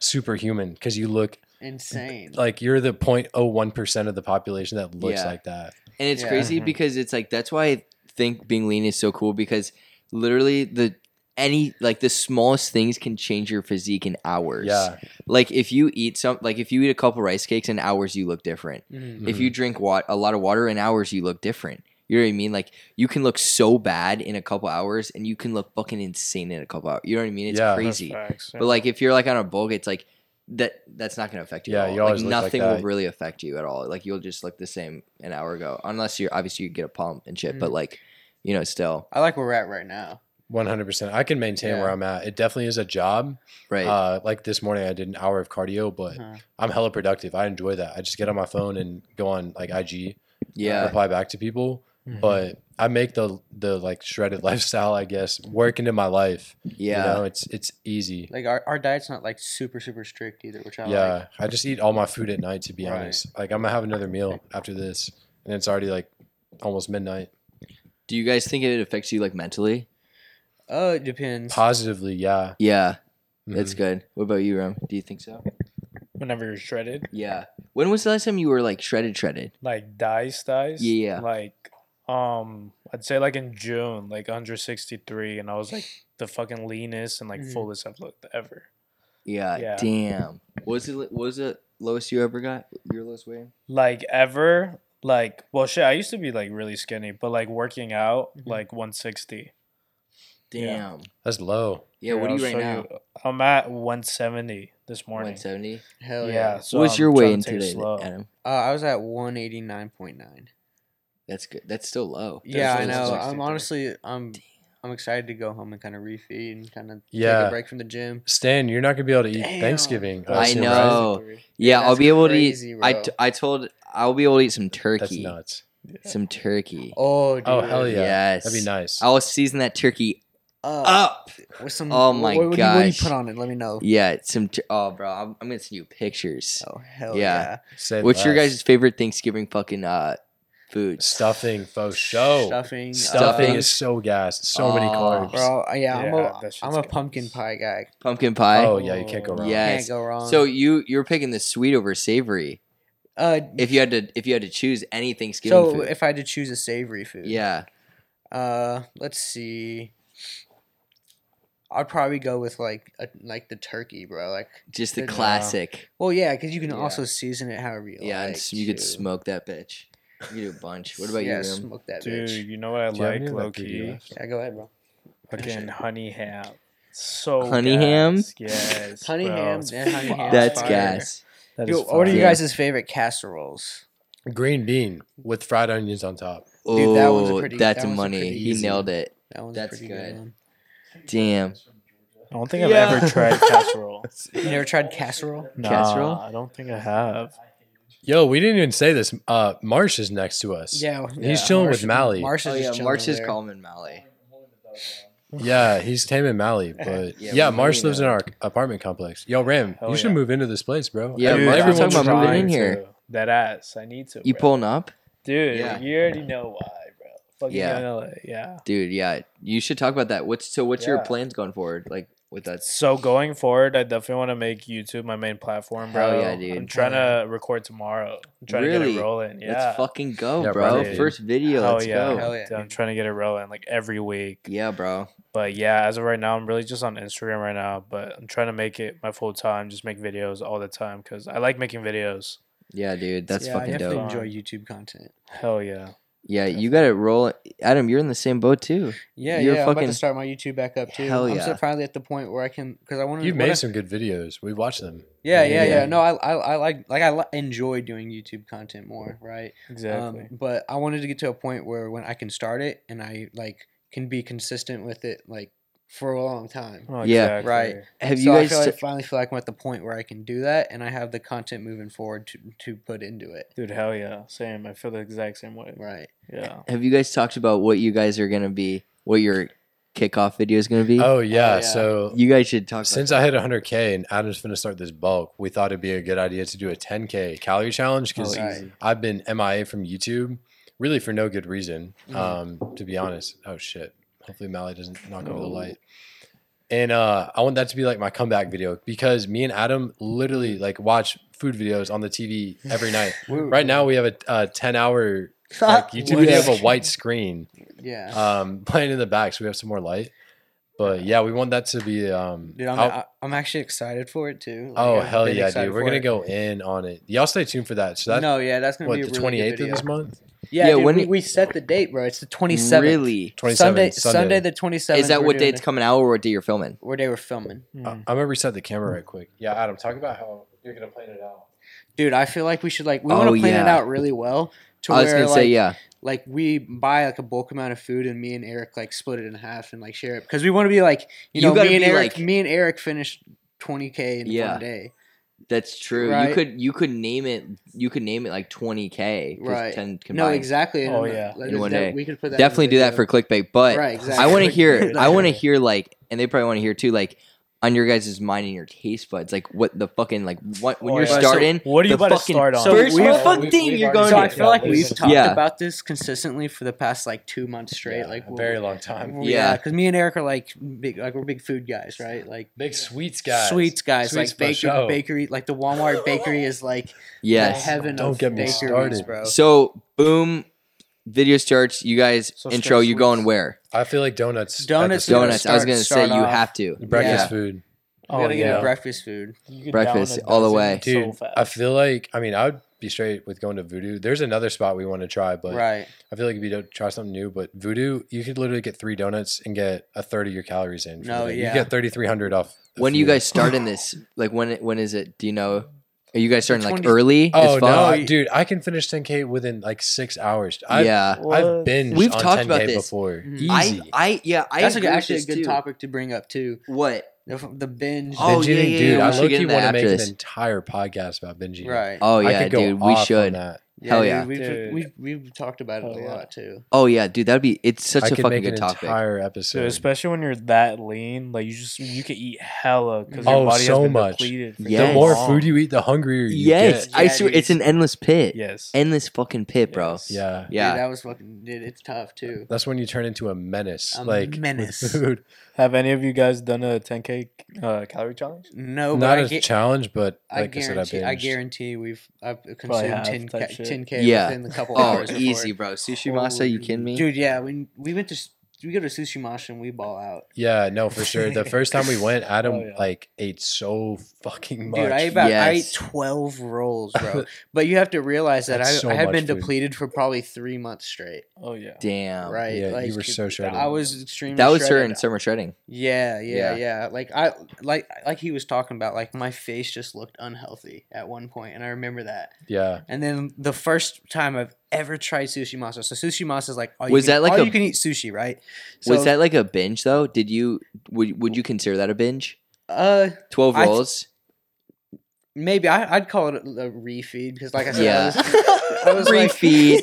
Speaker 2: superhuman because you look
Speaker 3: something. insane.
Speaker 2: like you're the 0.01% of the population that looks
Speaker 1: Yeah.
Speaker 2: like that
Speaker 1: And it's
Speaker 3: Yeah.
Speaker 1: crazy
Speaker 4: Mhm.
Speaker 1: because it's like that's why I think being lean is so cool because literally the any like the smallest things can change your physique in hours.
Speaker 2: yeah
Speaker 1: Like if you eat some like if you eat a couple rice cakes in hours you look different.
Speaker 3: Mhm.
Speaker 1: If
Speaker 2: Mm-hmm.
Speaker 1: you drink wat- a lot of water in hours you look different. You know what I mean? Like you can look so bad in a couple hours and you can look fucking insane in a couple hours. You know what I mean? It's
Speaker 2: Yeah.
Speaker 1: crazy.
Speaker 4: That's facts, yeah.
Speaker 1: But like if you're like on a bulk, it's like that that's not gonna affect you.
Speaker 2: Yeah,
Speaker 1: at all.
Speaker 2: you always
Speaker 1: like
Speaker 2: look like
Speaker 1: nothing
Speaker 2: that.
Speaker 1: will really affect you at all. Like you'll just look the same an hour ago, unless you're obviously you get a pump and shit. But
Speaker 3: Mhm.
Speaker 1: like, you know, still
Speaker 3: I like where we're at right now.
Speaker 2: 100% i can maintain
Speaker 3: Yeah.
Speaker 2: where i'm at it definitely is a job
Speaker 1: right.
Speaker 2: uh, like this morning i did an hour of cardio but
Speaker 3: Uh-huh.
Speaker 2: i'm hella productive i enjoy that i just get on my phone and go on like ig
Speaker 1: yeah,
Speaker 2: reply back to people
Speaker 3: Mm-hmm.
Speaker 2: but i make the the like shredded lifestyle i guess work into my life
Speaker 1: yeah,
Speaker 2: you know it's it's easy
Speaker 3: Like our, our diet's not like super super strict either, which I
Speaker 2: yeah
Speaker 3: like.
Speaker 2: i just eat all my food at night to be
Speaker 3: Right.
Speaker 2: honest like i'm gonna have another meal after this and it's already like almost midnight
Speaker 1: Do you guys think it affects you like mentally?
Speaker 3: Oh, it depends.
Speaker 2: positively yeah
Speaker 1: Yeah,
Speaker 2: Mhm.
Speaker 1: that's good. What about you, Ram? Do you think so?
Speaker 4: whenever you're shredded,
Speaker 1: Yeah. When was the last time you were like shredded, shredded?
Speaker 4: like dice dice.
Speaker 1: Yeah.
Speaker 4: Like um I'd say like in June, like 163, and I was like the fucking leanest and like
Speaker 1: Mm.
Speaker 3: Mhm.
Speaker 4: fullest I've looked ever.
Speaker 1: Yeah.
Speaker 4: Yeah.
Speaker 1: Damn. What was it? What was it lowest you ever got? Your lowest weight?
Speaker 4: Like ever, like well shit, I used to be like really skinny, but like working out,
Speaker 1: Mm-hmm.
Speaker 3: Mhm.
Speaker 4: like 160. Yeah.
Speaker 1: Damn.
Speaker 2: that's low
Speaker 1: Yeah. what are
Speaker 4: Here, I'll
Speaker 1: you right
Speaker 4: show
Speaker 1: now?
Speaker 4: I'm at 170 this morning.
Speaker 1: One seventy.
Speaker 3: Hell yeah.
Speaker 4: yeah. So
Speaker 1: What's
Speaker 4: I'm
Speaker 1: your weight
Speaker 4: trying to
Speaker 1: in
Speaker 4: take it
Speaker 1: today,
Speaker 4: slow.
Speaker 1: Adam?
Speaker 3: Uh, I was at one eighty nine point nine.
Speaker 1: That's good. That's still low.
Speaker 3: Yeah, I
Speaker 4: is
Speaker 3: know.
Speaker 4: 63.
Speaker 3: I'm honestly I'm I'm excited to go home and kind of refeed and kind of take
Speaker 2: Yeah.
Speaker 3: a break from the gym.
Speaker 2: stan you're not gonna be able to eat
Speaker 3: Damn.
Speaker 2: thanksgiving uh,
Speaker 1: I
Speaker 2: assume,
Speaker 1: know. Yeah, I'll
Speaker 3: that's
Speaker 1: be able to
Speaker 3: crazy,
Speaker 1: eat. I,
Speaker 3: bro.
Speaker 1: t- I told I'll be able to eat some
Speaker 2: that's
Speaker 1: turkey.
Speaker 2: nuts
Speaker 1: Some turkey.
Speaker 3: Oh, dude.
Speaker 2: oh hell yeah
Speaker 1: Yes.
Speaker 2: that'd be nice
Speaker 1: I'll season that turkey
Speaker 3: Uh,
Speaker 1: up.
Speaker 3: with some,
Speaker 1: Oh my
Speaker 3: what, what, do you- what do you
Speaker 1: gosh.
Speaker 3: put on it? Let me know.
Speaker 1: Yeah, some. Tur- oh, bro, I'm, I'm gonna send you pictures.
Speaker 3: Oh hell
Speaker 1: Yeah.
Speaker 3: yeah.
Speaker 2: Say
Speaker 1: What's your
Speaker 2: less.
Speaker 1: guys' favorite Thanksgiving fucking uh foods.
Speaker 2: Stuffing faux Oh, show.
Speaker 3: Stuffing.
Speaker 2: Stuffing
Speaker 3: uh,
Speaker 1: Stuffing.
Speaker 2: is so gassed. So many
Speaker 1: Oh.
Speaker 2: carbs.
Speaker 3: Bro, uh, yeah, I'm
Speaker 4: Yeah,
Speaker 3: a,
Speaker 4: that shit's
Speaker 3: I'm a
Speaker 4: good.
Speaker 3: pumpkin pie guy.
Speaker 1: Pumpkin pie.
Speaker 2: Oh yeah, you can't go wrong.
Speaker 1: Yeah. Yes.
Speaker 3: Can't go wrong.
Speaker 1: So you you're picking the sweet over savory.
Speaker 3: uh,
Speaker 1: If you had to if you had to choose any Thanksgiving
Speaker 3: so
Speaker 1: food.
Speaker 3: if I had to choose a savory food,
Speaker 1: yeah.
Speaker 3: Uh, let's see. I'd probably go with like a, like the turkey, bro. Like,
Speaker 1: Just the
Speaker 3: Yeah.
Speaker 1: classic.
Speaker 3: well, yeah, because you can
Speaker 1: Yeah.
Speaker 3: also season it however you
Speaker 1: Yeah,
Speaker 3: like.
Speaker 1: and s- you could
Speaker 3: too.
Speaker 1: smoke that bitch. You could do a bunch. What about
Speaker 3: yeah,
Speaker 1: you? Rim?
Speaker 3: smoke that
Speaker 4: Dude,
Speaker 3: bitch.
Speaker 4: you know what I
Speaker 2: Do you have any
Speaker 4: like,
Speaker 2: of
Speaker 4: low
Speaker 2: that PD
Speaker 4: key?
Speaker 2: left?
Speaker 3: Yeah, go ahead, bro.
Speaker 4: Fucking honey ham. So
Speaker 1: Honey ham?
Speaker 4: gas. Yes.
Speaker 3: Honey
Speaker 4: bro.
Speaker 3: ham,
Speaker 4: It's
Speaker 3: yeah, honey
Speaker 4: fucking
Speaker 3: ham.
Speaker 1: That's
Speaker 4: fire.
Speaker 1: gas.
Speaker 4: That
Speaker 3: Yo,
Speaker 4: is
Speaker 3: what are you
Speaker 4: fire.
Speaker 3: guys' favorite casseroles?
Speaker 2: Green bean with fried onions on top.
Speaker 1: Oh,
Speaker 3: Dude, that one's a pretty-
Speaker 1: that's
Speaker 3: that one's a
Speaker 1: money.
Speaker 3: pretty
Speaker 1: He
Speaker 3: easy
Speaker 1: nailed it.
Speaker 3: That one's
Speaker 1: That's
Speaker 3: a pretty good.
Speaker 1: good.
Speaker 3: one.
Speaker 1: Damn.
Speaker 4: I don't think I've
Speaker 1: Yeah.
Speaker 4: ever tried casserole.
Speaker 3: You never tried casserole?
Speaker 4: Nah,
Speaker 1: Casserole?
Speaker 4: I don't think I have.
Speaker 2: Yo, we didn't even say this. Uh, Marsh is next to us.
Speaker 3: Yeah,
Speaker 2: He's chilling with Mally.
Speaker 3: Marsh is
Speaker 1: Oh
Speaker 3: just
Speaker 1: yeah,
Speaker 3: chilling
Speaker 1: March
Speaker 3: over
Speaker 1: is
Speaker 3: there.
Speaker 1: Coleman Mally.
Speaker 2: Yeah, he's taming Mally, but
Speaker 1: Yeah,
Speaker 2: yeah,
Speaker 1: we
Speaker 2: Marsh
Speaker 1: really
Speaker 2: lives in our apartment complex. Yo, Ram,
Speaker 4: Hell
Speaker 2: you should
Speaker 4: yeah.
Speaker 2: move into this place, bro.
Speaker 1: Yeah,
Speaker 2: Every-
Speaker 1: Marsh, I'm
Speaker 2: everyone's
Speaker 1: talking about moving
Speaker 2: trying.
Speaker 1: in here.
Speaker 4: to. That ass. I need to.
Speaker 1: You
Speaker 4: bro.
Speaker 1: pulling up?
Speaker 4: Dude,
Speaker 1: Yeah.
Speaker 4: you already know why, bro. Fucking
Speaker 1: Yeah.
Speaker 4: yeah. know it. Yeah.
Speaker 1: Dude, yeah. You should talk about that. What's so what's your
Speaker 4: Yeah.
Speaker 1: plans going forward? Like with that
Speaker 4: So going forward, I definitely want to make YouTube my main platform, bro.
Speaker 1: Hell yeah, dude.
Speaker 4: I'm trying
Speaker 3: Hell
Speaker 4: to record tomorrow. I'm trying to
Speaker 1: Really?
Speaker 4: get it rolling. Yeah.
Speaker 1: Let's fucking go,
Speaker 2: Yeah,
Speaker 1: bro.
Speaker 4: bro.
Speaker 1: First video.
Speaker 4: Hell
Speaker 1: let's
Speaker 4: yeah.
Speaker 1: go.
Speaker 3: Hell yeah,
Speaker 4: Dude, I'm
Speaker 3: dude.
Speaker 4: trying to get it rolling like every week.
Speaker 1: Yeah, bro.
Speaker 4: But yeah, as of right now, I'm really just on Instagram right now. But I'm trying to make it my full time, just make videos all the time because I like making videos.
Speaker 1: Yeah, dude. That's
Speaker 3: yeah,
Speaker 1: fucking
Speaker 3: I
Speaker 1: dope.
Speaker 3: definitely
Speaker 4: dope.
Speaker 3: enjoy YouTube content.
Speaker 4: Hell yeah.
Speaker 1: Um, Yeah, you got it rolling. Adam, you're in the same boat too.
Speaker 3: Yeah,
Speaker 1: You're
Speaker 3: yeah. I'm about
Speaker 1: fucking-
Speaker 3: to start my YouTube back up too.
Speaker 1: Hell
Speaker 3: I'm
Speaker 1: yeah.
Speaker 3: so finally at the point where I can because I want to.
Speaker 2: You've made some good videos. We've watched them.
Speaker 3: Yeah, yeah,
Speaker 1: Yeah.
Speaker 3: yeah. No, I, I, I like like I li- enjoy doing YouTube content more, right?
Speaker 4: Exactly.
Speaker 3: Um, but I wanted to get to a point where when I can start it and I like can be consistent with it like for a long time.
Speaker 4: Oh,
Speaker 1: yeah.
Speaker 4: exactly.
Speaker 3: Right.
Speaker 1: Have
Speaker 3: so
Speaker 1: you guys
Speaker 3: I feel like,
Speaker 1: t-
Speaker 3: finally feel like I'm at the point where I can do that and I have the content moving forward to to put into it.
Speaker 4: Dude, hell yeah. Same. I feel the exact same way.
Speaker 3: Right.
Speaker 4: Yeah.
Speaker 1: have you guys talked about what you guys are gonna be what your kickoff video is gonna be?
Speaker 2: Oh yeah,
Speaker 3: yeah.
Speaker 2: so
Speaker 1: You guys should talk
Speaker 2: since
Speaker 1: about
Speaker 2: I hit 100k and Adam's gonna start this bulk, we thought it'd be a good idea to do a 10k calorie challenge because
Speaker 3: Right.
Speaker 2: I've been MIA from YouTube, really for no good reason. Um, to be honest. Oh shit. Hopefully Mally doesn't knock over the
Speaker 4: No.
Speaker 2: light. And uh, I want that to be like my comeback video because me and Adam literally like watch food videos on the TV every night. right now we have a, a 10 hour like, YouTube video of a white screen
Speaker 3: Yeah.
Speaker 2: um, playing in the back, so we have some more light. But yeah, we want that to be um,
Speaker 3: Dude, I'm,
Speaker 2: out-
Speaker 3: I, I'm actually exted for it too. Like,
Speaker 2: Oh
Speaker 3: I've
Speaker 2: hell
Speaker 3: been
Speaker 2: yeah,
Speaker 3: excited
Speaker 2: dude! We're
Speaker 3: for
Speaker 2: gonna
Speaker 3: it.
Speaker 2: go in on it. Y'all stay tuned for that. So that's
Speaker 3: no, yeah, that's gonna
Speaker 2: what
Speaker 3: be a
Speaker 2: the
Speaker 3: really good
Speaker 2: twenty eighth of
Speaker 3: video.
Speaker 2: this month.
Speaker 3: Yeah,
Speaker 1: Yeah,
Speaker 3: dude,
Speaker 1: when
Speaker 3: we,
Speaker 1: it-
Speaker 3: we set the date, bro. It's the twenty
Speaker 1: it.
Speaker 3: seventh.
Speaker 1: Really?
Speaker 2: 27th, Sunday,
Speaker 3: Sunday, Sunday the twenty seventh.
Speaker 1: Is that what date's coming out or what day you're filming?
Speaker 3: Where they were filming,
Speaker 2: I-
Speaker 4: Hmm.
Speaker 2: I'm gonna reset the camera right quick. Yeah, Adam, talk about how you're gonna plan it out.
Speaker 3: dude. I feel like we should like we
Speaker 1: Oh,
Speaker 3: want to plan it
Speaker 1: yeah.
Speaker 3: out really well. To
Speaker 1: I was
Speaker 3: where,
Speaker 1: gonna
Speaker 3: like,
Speaker 1: say, yeah.
Speaker 3: Like we buy like a bulk amount of food, and me and Eric like split it in half and like share it because we want to be like
Speaker 1: You
Speaker 3: you, know
Speaker 1: gotta
Speaker 3: me and
Speaker 1: be,
Speaker 3: Eric.
Speaker 1: like-
Speaker 3: me and Eric finished twenty k in
Speaker 1: Yeah.
Speaker 3: one day.
Speaker 1: That's true. You
Speaker 3: Right.
Speaker 1: could you could name it you could name it like twenty K.
Speaker 3: Right.
Speaker 1: Ten
Speaker 3: No,
Speaker 1: combined.
Speaker 3: exactly. and
Speaker 4: Oh,
Speaker 3: I'm like,
Speaker 4: yeah.
Speaker 3: like,
Speaker 1: In one
Speaker 3: that-
Speaker 1: day.
Speaker 3: we could put that in the
Speaker 1: Definitely do that for
Speaker 3: video.
Speaker 1: clickbait. But
Speaker 3: right. Exactly.
Speaker 1: I want to hear.
Speaker 3: Clickbait.
Speaker 1: I want to hear like, and they probably want to hear too. Like on your guys' mind and your taste buds, like what the fucking like what when
Speaker 4: Oh,
Speaker 1: you're
Speaker 4: yeah. So
Speaker 1: starting.
Speaker 4: what are you
Speaker 1: the
Speaker 4: about to
Speaker 1: fucking
Speaker 4: start on?
Speaker 3: So
Speaker 1: First
Speaker 3: we-
Speaker 1: motherfucking
Speaker 2: we-
Speaker 1: thing
Speaker 2: we've
Speaker 1: you're going.
Speaker 2: already
Speaker 3: So I
Speaker 2: Yeah,
Speaker 1: to-
Speaker 3: feel like we've
Speaker 2: yeah.
Speaker 3: talked
Speaker 1: Yeah.
Speaker 3: about this consistently for the past like two months straight. like
Speaker 2: a very long time.
Speaker 1: Yeah.
Speaker 3: yeah, because me and Eric are like big, like we're big food guys, right? Like
Speaker 2: Big sweets guys.
Speaker 3: sweets guys, like
Speaker 2: for
Speaker 3: baker,
Speaker 2: show.
Speaker 3: bakery, like the Walmart bakery is like the
Speaker 1: Yes.
Speaker 3: heaven
Speaker 2: Don't
Speaker 3: of
Speaker 2: get me
Speaker 3: bakeries,
Speaker 2: started.
Speaker 3: bro.
Speaker 1: So boom, video starts. You guys
Speaker 4: So
Speaker 1: intro.
Speaker 4: start
Speaker 1: You going
Speaker 4: sweets.
Speaker 1: where?
Speaker 2: I feel like donuts. at
Speaker 3: Donuts
Speaker 2: the start.
Speaker 1: Donuts. I was
Speaker 3: Start-
Speaker 1: gonna
Speaker 3: start
Speaker 1: say you
Speaker 3: off.
Speaker 1: have to.
Speaker 2: breakfast
Speaker 3: Yeah.
Speaker 2: food,
Speaker 4: Oh,
Speaker 3: we gotta get
Speaker 2: Oh, yeah.
Speaker 3: a breakfast food.
Speaker 1: breakfast all the way.
Speaker 2: dude. I feel like I mean I would be straight with going to Voodoo. There's another spot we want to try, but
Speaker 3: right.
Speaker 2: I feel like if you don't try something new, but Voodoo, you could literally get three donuts and get a third of your calories in. for
Speaker 3: No,
Speaker 2: the day.
Speaker 3: yeah.
Speaker 2: you get thirty three hundred off. the
Speaker 1: When do you
Speaker 2: food.
Speaker 1: guys start in this? Like when? When is it? Do you know? Are you guys starting like
Speaker 3: 20
Speaker 1: early?
Speaker 2: Oh
Speaker 1: as
Speaker 2: no,
Speaker 1: fuck?
Speaker 2: I- dude! I can finish 10k within like six hours. I've,
Speaker 1: yeah.
Speaker 2: I've binged
Speaker 1: We've
Speaker 2: on
Speaker 1: talked
Speaker 2: 10K
Speaker 1: about this.
Speaker 2: before.
Speaker 3: Mhm.
Speaker 1: I,
Speaker 2: Easy.
Speaker 1: I yeah I
Speaker 3: That's a
Speaker 1: agree
Speaker 3: good-
Speaker 1: with
Speaker 3: actually a
Speaker 1: this,
Speaker 3: good
Speaker 1: too.
Speaker 3: topic to bring up too.
Speaker 1: What?
Speaker 3: The, the binge.
Speaker 1: Oh,
Speaker 2: binging,
Speaker 1: yeah, yeah,
Speaker 2: dude!
Speaker 1: yeah,
Speaker 2: I
Speaker 1: we should
Speaker 2: low
Speaker 1: get
Speaker 2: key
Speaker 1: into
Speaker 2: want
Speaker 1: that
Speaker 2: to make
Speaker 1: after
Speaker 2: an
Speaker 1: this.
Speaker 2: entire podcast about binging.
Speaker 3: right.
Speaker 1: Oh
Speaker 2: I
Speaker 1: yeah,
Speaker 2: could go
Speaker 1: dude, we
Speaker 2: off on
Speaker 1: should.
Speaker 2: that.
Speaker 1: Hell
Speaker 3: dude,
Speaker 1: yeah.
Speaker 4: Dude.
Speaker 3: We've, we've, we've talked about it
Speaker 4: Hell
Speaker 3: a
Speaker 4: yeah.
Speaker 3: lot too.
Speaker 1: Oh yeah, dude, that'd be it's such
Speaker 2: I
Speaker 1: a
Speaker 2: could
Speaker 1: fucking
Speaker 2: make
Speaker 1: good
Speaker 2: an
Speaker 1: topic.
Speaker 2: entire
Speaker 4: So
Speaker 2: episode.
Speaker 4: especially when you're that lean, like you just you could eat hella because your
Speaker 2: Oh,
Speaker 4: body
Speaker 2: so
Speaker 4: has been
Speaker 2: much.
Speaker 4: depleted. for
Speaker 1: The
Speaker 4: so
Speaker 2: the more
Speaker 4: long.
Speaker 2: food you eat, the hungrier you
Speaker 1: yes,
Speaker 2: get.
Speaker 1: I
Speaker 3: Yeah,
Speaker 1: swear
Speaker 3: dude.
Speaker 1: it's an endless pit.
Speaker 4: yes,
Speaker 1: Endless fucking pit, bro.
Speaker 4: Yes.
Speaker 2: Yeah,
Speaker 1: Yeah.
Speaker 3: Dude, that was fucking. Dude, it's tough too.
Speaker 2: that's when you turn into a menace.
Speaker 3: A
Speaker 2: like with
Speaker 3: menace.
Speaker 2: food.
Speaker 4: Have any of you guys done a 10k uh, calorie challenge?
Speaker 3: No, but
Speaker 2: Not
Speaker 3: I
Speaker 2: a
Speaker 3: gu-
Speaker 2: challenge, but
Speaker 3: I
Speaker 2: like I, said, I've
Speaker 3: guarantee. I,
Speaker 2: been
Speaker 3: guarantee we've I've consumed
Speaker 4: have
Speaker 3: ten
Speaker 4: type
Speaker 3: k,
Speaker 4: shit.
Speaker 3: 10 k
Speaker 1: Yeah.
Speaker 3: within a couple
Speaker 1: Oh,
Speaker 3: hours. before.
Speaker 1: easy, bro. Sushi masa, you kidding me?
Speaker 3: dude. Yeah, when we went to s- we go to sushi mash and we ball out.
Speaker 2: Yeah, no, for sure. The first time we went, Adam
Speaker 4: Oh, yeah.
Speaker 2: like ate so fucking much.
Speaker 3: Dude, I about I ate
Speaker 1: Yes.
Speaker 3: twelve rolls, bro. but you have to realize that I,
Speaker 2: That's so
Speaker 3: I have
Speaker 2: much
Speaker 3: been
Speaker 2: food.
Speaker 3: depleted for probably three months straight.
Speaker 4: Oh yeah.
Speaker 1: Damn.
Speaker 3: Right?
Speaker 2: yeah, you were so shredded.
Speaker 3: I was extremely.
Speaker 1: That was her
Speaker 3: shredded.
Speaker 1: in summer shredding.
Speaker 3: Yeah,
Speaker 1: Yeah.
Speaker 3: yeah, yeah, Like I like like he was talking about. Like my face just looked unhealthy at one point, and I remember that.
Speaker 2: yeah,
Speaker 3: And then the first time I've ever tried sushi masa. So sushi masa is like all you
Speaker 1: Was
Speaker 3: can,
Speaker 1: that like
Speaker 3: all
Speaker 1: a-
Speaker 3: you can eat sushi, right?
Speaker 1: was that like a binge though? Did you would would you consider that a binge?
Speaker 3: uh
Speaker 1: Twelve
Speaker 3: I th-
Speaker 1: rolls.
Speaker 3: maybe I, I'd call it a, a refeed because like I said,
Speaker 1: Yeah.
Speaker 3: I was, I was like-